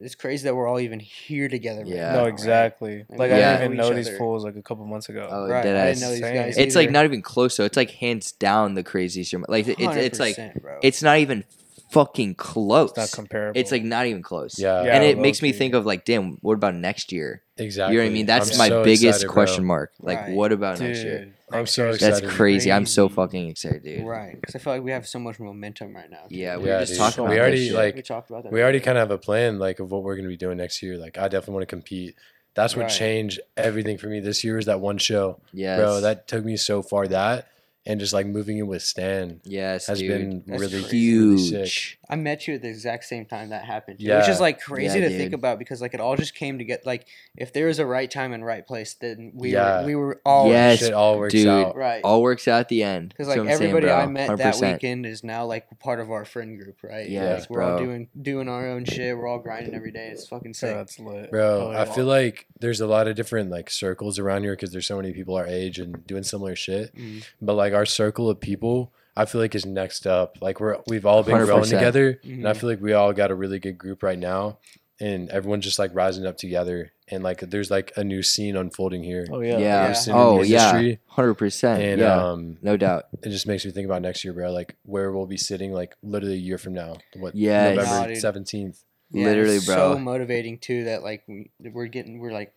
Speaker 3: it's crazy that we're all even here together. right
Speaker 1: Yeah.
Speaker 3: now,
Speaker 4: No,
Speaker 3: right?
Speaker 4: exactly.
Speaker 3: Like,
Speaker 4: Like
Speaker 1: we
Speaker 4: I
Speaker 1: Yeah.
Speaker 4: didn't even
Speaker 3: know
Speaker 4: know
Speaker 3: each
Speaker 4: these
Speaker 3: other.
Speaker 4: fools like a couple months ago.
Speaker 1: Oh,
Speaker 3: Right.
Speaker 1: dead
Speaker 3: I
Speaker 1: ass.
Speaker 3: didn't know these
Speaker 4: Same.
Speaker 3: guys.
Speaker 1: It's like
Speaker 3: either.
Speaker 1: not even close. So it's like hands down the craziest year. of my- Like it's it's like
Speaker 3: 100%, bro.
Speaker 1: it's not even fucking close.
Speaker 4: it's not comparable.
Speaker 1: It's, like not even close.
Speaker 2: Yeah.
Speaker 1: And it
Speaker 4: low
Speaker 1: makes me
Speaker 4: key.
Speaker 1: think of like, damn, what about next year?
Speaker 2: Exactly.
Speaker 1: You know what I mean? That's
Speaker 2: I'm
Speaker 1: my
Speaker 2: so
Speaker 1: biggest
Speaker 2: excited, bro.
Speaker 1: question mark. Like,
Speaker 3: Right.
Speaker 1: what about
Speaker 4: Dude,
Speaker 1: next year?
Speaker 2: I'm so
Speaker 4: That's
Speaker 1: That's
Speaker 2: excited.
Speaker 1: crazy. I'm so
Speaker 3: Crazy.
Speaker 1: fucking excited, dude.
Speaker 3: Right, because I feel like we have so much momentum right now.
Speaker 1: Yeah, we
Speaker 2: Yeah,
Speaker 1: were just
Speaker 2: dude.
Speaker 1: talking
Speaker 2: We
Speaker 1: about
Speaker 2: already,
Speaker 1: this shit.
Speaker 2: like-
Speaker 3: we talked about that.
Speaker 2: We already kind of have a plan like of what we're going to be doing next year. Like I definitely want to compete. That's what
Speaker 3: Right.
Speaker 2: changed everything for me this year is that one show.
Speaker 1: yes.
Speaker 2: Bro, that took me so far that and just like moving in with Stan
Speaker 1: yes,
Speaker 2: has
Speaker 1: dude.
Speaker 2: been
Speaker 3: That's
Speaker 2: really really
Speaker 1: huge.
Speaker 2: sick.
Speaker 3: I met you at the exact same time that happened, too, which
Speaker 2: Yeah.
Speaker 3: is like crazy
Speaker 1: Yeah,
Speaker 3: to think
Speaker 1: dude.
Speaker 3: about because like it all just came to get like if there was a right time and right place, then we
Speaker 2: Yeah.
Speaker 3: were, we were all
Speaker 1: Yes,
Speaker 2: Shit all works
Speaker 1: dude.
Speaker 2: out.
Speaker 3: right.
Speaker 1: All works out at the end.
Speaker 3: because
Speaker 1: That's
Speaker 3: like
Speaker 1: what I'm saying,
Speaker 3: everybody
Speaker 1: bro.
Speaker 3: I met that
Speaker 1: 100%.
Speaker 3: weekend is now like part of our friend group, right?
Speaker 1: Yes,
Speaker 3: like, we're all
Speaker 1: bro.
Speaker 3: doing doing our own shit. We're all grinding every day. It's fucking
Speaker 4: Yeah,
Speaker 3: sick.
Speaker 4: that's lit.
Speaker 2: Bro,
Speaker 4: Hell
Speaker 2: I
Speaker 4: Oh, yeah.
Speaker 2: feel like there's a lot of different like circles around here because there's so many people our age and doing similar shit.
Speaker 3: Mm.
Speaker 2: But like our circle of people, I feel like is next up. Like we're we've all been growing
Speaker 1: 100%.
Speaker 2: together, and I
Speaker 3: Mhm.
Speaker 2: feel like we all got a really good group right now, and everyone's just like rising up together. And like there's like a new scene unfolding here,
Speaker 4: Oh
Speaker 1: Yeah.
Speaker 4: yeah.
Speaker 3: Yeah.
Speaker 1: Oh
Speaker 2: Industry.
Speaker 1: yeah. Hundred percent.
Speaker 2: and
Speaker 1: Yeah.
Speaker 2: um,
Speaker 1: no doubt.
Speaker 2: it just makes me think about next year, bro. Like where we'll be sitting, like literally a year from now. What?
Speaker 1: Yes.
Speaker 3: Nah,
Speaker 2: November
Speaker 3: dude.
Speaker 2: seventeenth.
Speaker 3: Yeah,
Speaker 1: Literally,
Speaker 3: it's
Speaker 1: bro.
Speaker 3: So motivating too that like we- we're getting we're like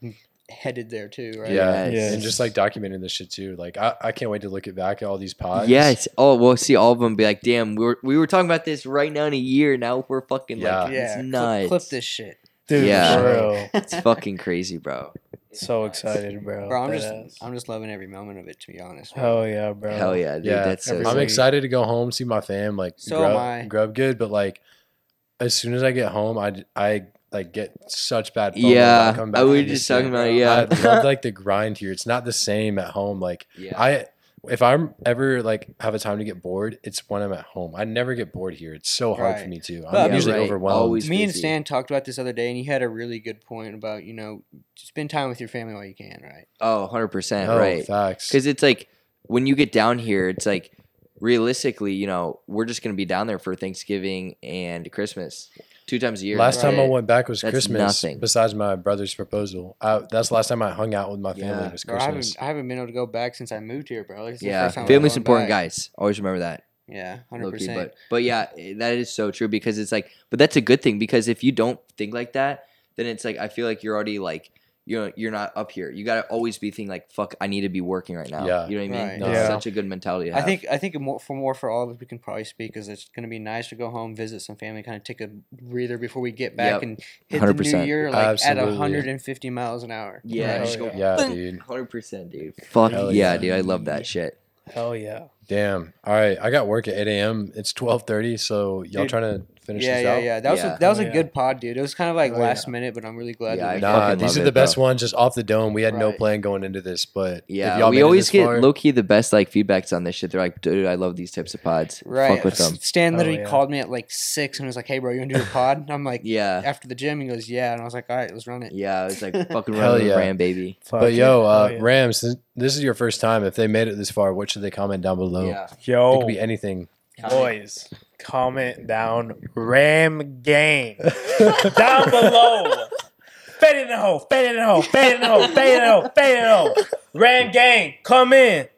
Speaker 3: headed there too, right?
Speaker 2: Yeah.
Speaker 1: Yes.
Speaker 2: And just like documenting this shit too. Like I, I can't wait to look at back at all these pods.
Speaker 1: Yes. Oh, we'll see all of them. Be like, damn, we were we were talking about this right now in a year. Now we're fucking
Speaker 2: Yeah.
Speaker 1: like,
Speaker 3: yeah.
Speaker 1: it's
Speaker 3: cl-
Speaker 1: nuts.
Speaker 3: clip this shit,
Speaker 4: Dude,
Speaker 1: Yeah.
Speaker 4: bro.
Speaker 1: It's fucking crazy, bro.
Speaker 4: So excited, bro.
Speaker 3: bro. I'm just,
Speaker 4: Deadass.
Speaker 3: I'm just loving every moment of it. To be honest, bro.
Speaker 4: Hell yeah, bro.
Speaker 1: Hell yeah, dude.
Speaker 2: Yeah.
Speaker 1: That's so.
Speaker 4: Every
Speaker 2: I'm
Speaker 1: sick.
Speaker 4: week.
Speaker 2: excited to go home, see my fam, like
Speaker 3: So
Speaker 2: grub,
Speaker 3: am I.
Speaker 2: grub good, but like as soon as I get home, I I like get such bad. FOMO when
Speaker 1: Yeah,
Speaker 2: come
Speaker 1: I
Speaker 2: back
Speaker 1: was
Speaker 2: to
Speaker 1: just
Speaker 2: this
Speaker 1: talking
Speaker 2: shit.
Speaker 1: about it, yeah.
Speaker 2: I love like the grind here. It's not the same at home. Like
Speaker 1: yeah.
Speaker 2: I, if I'm ever like have a time to get bored, it's when I'm at home. I never get bored here. It's so hard for
Speaker 3: Right.
Speaker 2: me too. I'm
Speaker 3: But- Yeah,
Speaker 2: usually
Speaker 1: right.
Speaker 2: overwhelmed.
Speaker 1: Always-
Speaker 3: Me and
Speaker 1: busy.
Speaker 3: Stan talked about this other day, and he had a really good point about you know spend time with your family while you can, right?
Speaker 1: oh, 100 percent.
Speaker 2: No,
Speaker 1: Right.
Speaker 2: Facts.
Speaker 1: Because it's like when you get down here, it's like realistically, you know, we're just gonna be down there for Thanksgiving and Christmas, two times a year.
Speaker 2: Last time I
Speaker 1: Right.
Speaker 2: went back was
Speaker 1: That's
Speaker 2: Christmas.
Speaker 1: nothing.
Speaker 2: Besides my brother's proposal, I, that's the last time I hung out with my family
Speaker 1: Yeah.
Speaker 2: was
Speaker 3: Bro, I haven't,
Speaker 2: Christmas.
Speaker 3: I haven't been able to go back since I moved here, bro. Like, this is the
Speaker 1: Yeah,
Speaker 3: first time I'm
Speaker 1: family's
Speaker 3: going
Speaker 1: important,
Speaker 3: back.
Speaker 1: guys. Always remember that.
Speaker 3: Yeah, hundred
Speaker 1: low-key,
Speaker 3: percent.
Speaker 1: but but yeah, i- that is so true because it's like, but that's a good thing because if you don't think like that, then it's like I feel like you're already like you know you're not up here. You gotta always be thinking like, fuck, I need to be working right now.
Speaker 2: Yeah.
Speaker 1: you know what I mean. That's
Speaker 3: Right.
Speaker 4: Yeah.
Speaker 1: such a good mentality. To
Speaker 3: I
Speaker 1: have.
Speaker 3: think I think more for more for all of us we can probably speak is it's gonna be nice to go home, visit some family, kind of take a breather before we get back
Speaker 1: Yep.
Speaker 3: and hit the
Speaker 1: 100%.
Speaker 3: new year like
Speaker 2: Absolutely.
Speaker 3: at hundred and fifty miles an hour.
Speaker 1: yeah,
Speaker 4: Hell
Speaker 1: just go
Speaker 4: yeah.
Speaker 2: yeah, dude.
Speaker 1: hundred percent, dude. Fuck yeah,
Speaker 2: Hell yeah.
Speaker 1: dude. I love that shit.
Speaker 4: Hell yeah.
Speaker 2: Damn. All right, I got work at 8 a.m. It's 12:30, so y'all
Speaker 3: Dude.
Speaker 2: trying to finish
Speaker 3: yeah,
Speaker 2: this
Speaker 3: yeah,
Speaker 2: out?
Speaker 3: yeah. That was
Speaker 1: Yeah.
Speaker 3: a, that was
Speaker 4: Oh,
Speaker 3: a
Speaker 4: yeah.
Speaker 3: good pod, dude. It was kind of like
Speaker 4: Oh,
Speaker 3: last
Speaker 4: yeah.
Speaker 3: minute, but I'm really glad.
Speaker 1: Yeah,
Speaker 3: that
Speaker 1: I
Speaker 3: we
Speaker 1: fucking
Speaker 2: Nah,
Speaker 1: love
Speaker 2: these are
Speaker 1: it,
Speaker 2: the best
Speaker 1: bro.
Speaker 2: ones, just off the dome. We had no
Speaker 3: Right.
Speaker 2: plan going into this, but if
Speaker 1: Yeah,
Speaker 2: y'all made
Speaker 1: we
Speaker 2: it
Speaker 1: always
Speaker 2: this
Speaker 1: get
Speaker 2: far-
Speaker 1: low key the best like feedbacks on this shit. They're like, dude, I love these types of pods.
Speaker 3: Right.
Speaker 1: Fuck with them.
Speaker 3: Stan
Speaker 4: Oh,
Speaker 3: literally
Speaker 4: yeah.
Speaker 3: called me at like six and was like, "Hey, bro, you want to do a pod?" And I'm like,
Speaker 1: Yeah,
Speaker 3: After the gym, he goes, "Yeah," and I was like, "All right, let's run it."
Speaker 1: yeah. It's like fucking
Speaker 2: Hell
Speaker 1: run the
Speaker 2: yeah.
Speaker 1: ram, baby.
Speaker 4: Fuck
Speaker 2: But
Speaker 4: yeah.
Speaker 2: yo, uh,
Speaker 4: Hell yeah.
Speaker 2: Rams, this- this is your first time. If they made it this far, what should they comment down below?
Speaker 1: Yeah,
Speaker 2: It
Speaker 4: yo,
Speaker 2: could be anything.
Speaker 4: boys, comment down Ram Gang down below. Fade in the hole, fade in the hole, fade in the hole, fade in the hole, fade in the hole. Ram Gang, come in.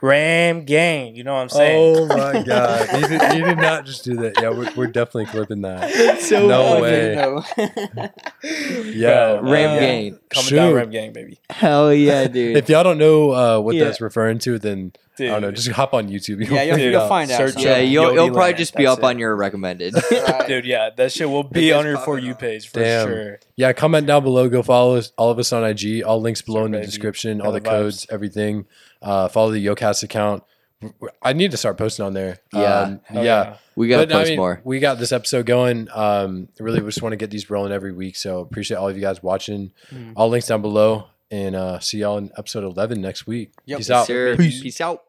Speaker 4: Ram Gang, you know what I'm saying?
Speaker 2: Oh my god! You did, you did not just do that. Yeah, we're, we're definitely clipping that.
Speaker 3: so
Speaker 2: No
Speaker 3: funny,
Speaker 2: way.
Speaker 3: though.
Speaker 2: Yeah,
Speaker 4: Bro,
Speaker 1: ram
Speaker 4: yeah.
Speaker 1: game.
Speaker 4: Coming down
Speaker 2: shoot.
Speaker 4: Ram Gang, baby.
Speaker 1: Hell yeah, dude.
Speaker 2: If y'all don't know uh, what
Speaker 4: Yeah.
Speaker 2: that's referring to, then
Speaker 4: Dude.
Speaker 2: I don't know. Just hop on YouTube.
Speaker 3: yeah, you'll,
Speaker 4: Dude,
Speaker 3: you'll
Speaker 4: uh,
Speaker 3: find out.
Speaker 4: search
Speaker 3: something.
Speaker 1: Yeah,
Speaker 4: Yo-
Speaker 1: you'll,
Speaker 4: Yo
Speaker 1: you'll probably
Speaker 4: Land,
Speaker 1: just be up
Speaker 4: that's it.
Speaker 1: on your recommended.
Speaker 3: Right.
Speaker 4: Dude, yeah, that shit will be
Speaker 1: gets
Speaker 4: on your
Speaker 1: popping
Speaker 4: For You
Speaker 1: up.
Speaker 4: page for
Speaker 2: Damn.
Speaker 4: sure.
Speaker 2: Yeah, comment down below. Go follow us, all of us on IG. All links below in the
Speaker 4: baby.
Speaker 2: description.
Speaker 4: Got
Speaker 2: All
Speaker 4: the
Speaker 2: the codes, everything. Uh, follow the YoCast account. I need to start posting on there.
Speaker 1: Yeah.
Speaker 2: Um, yeah.
Speaker 4: Hell
Speaker 1: we gotta
Speaker 2: But, I
Speaker 1: post
Speaker 2: mean,
Speaker 1: more.
Speaker 2: We got this episode going. Um, really, we just want to get these rolling every week. So appreciate all of you guys watching.
Speaker 3: Mhm.
Speaker 4: Mm.
Speaker 2: All links down below, and uh, see y'all in episode eleven next week.
Speaker 3: Yep.
Speaker 2: Peace
Speaker 3: Yes,
Speaker 2: out.
Speaker 1: Sir,
Speaker 2: Peace.
Speaker 1: Peace out.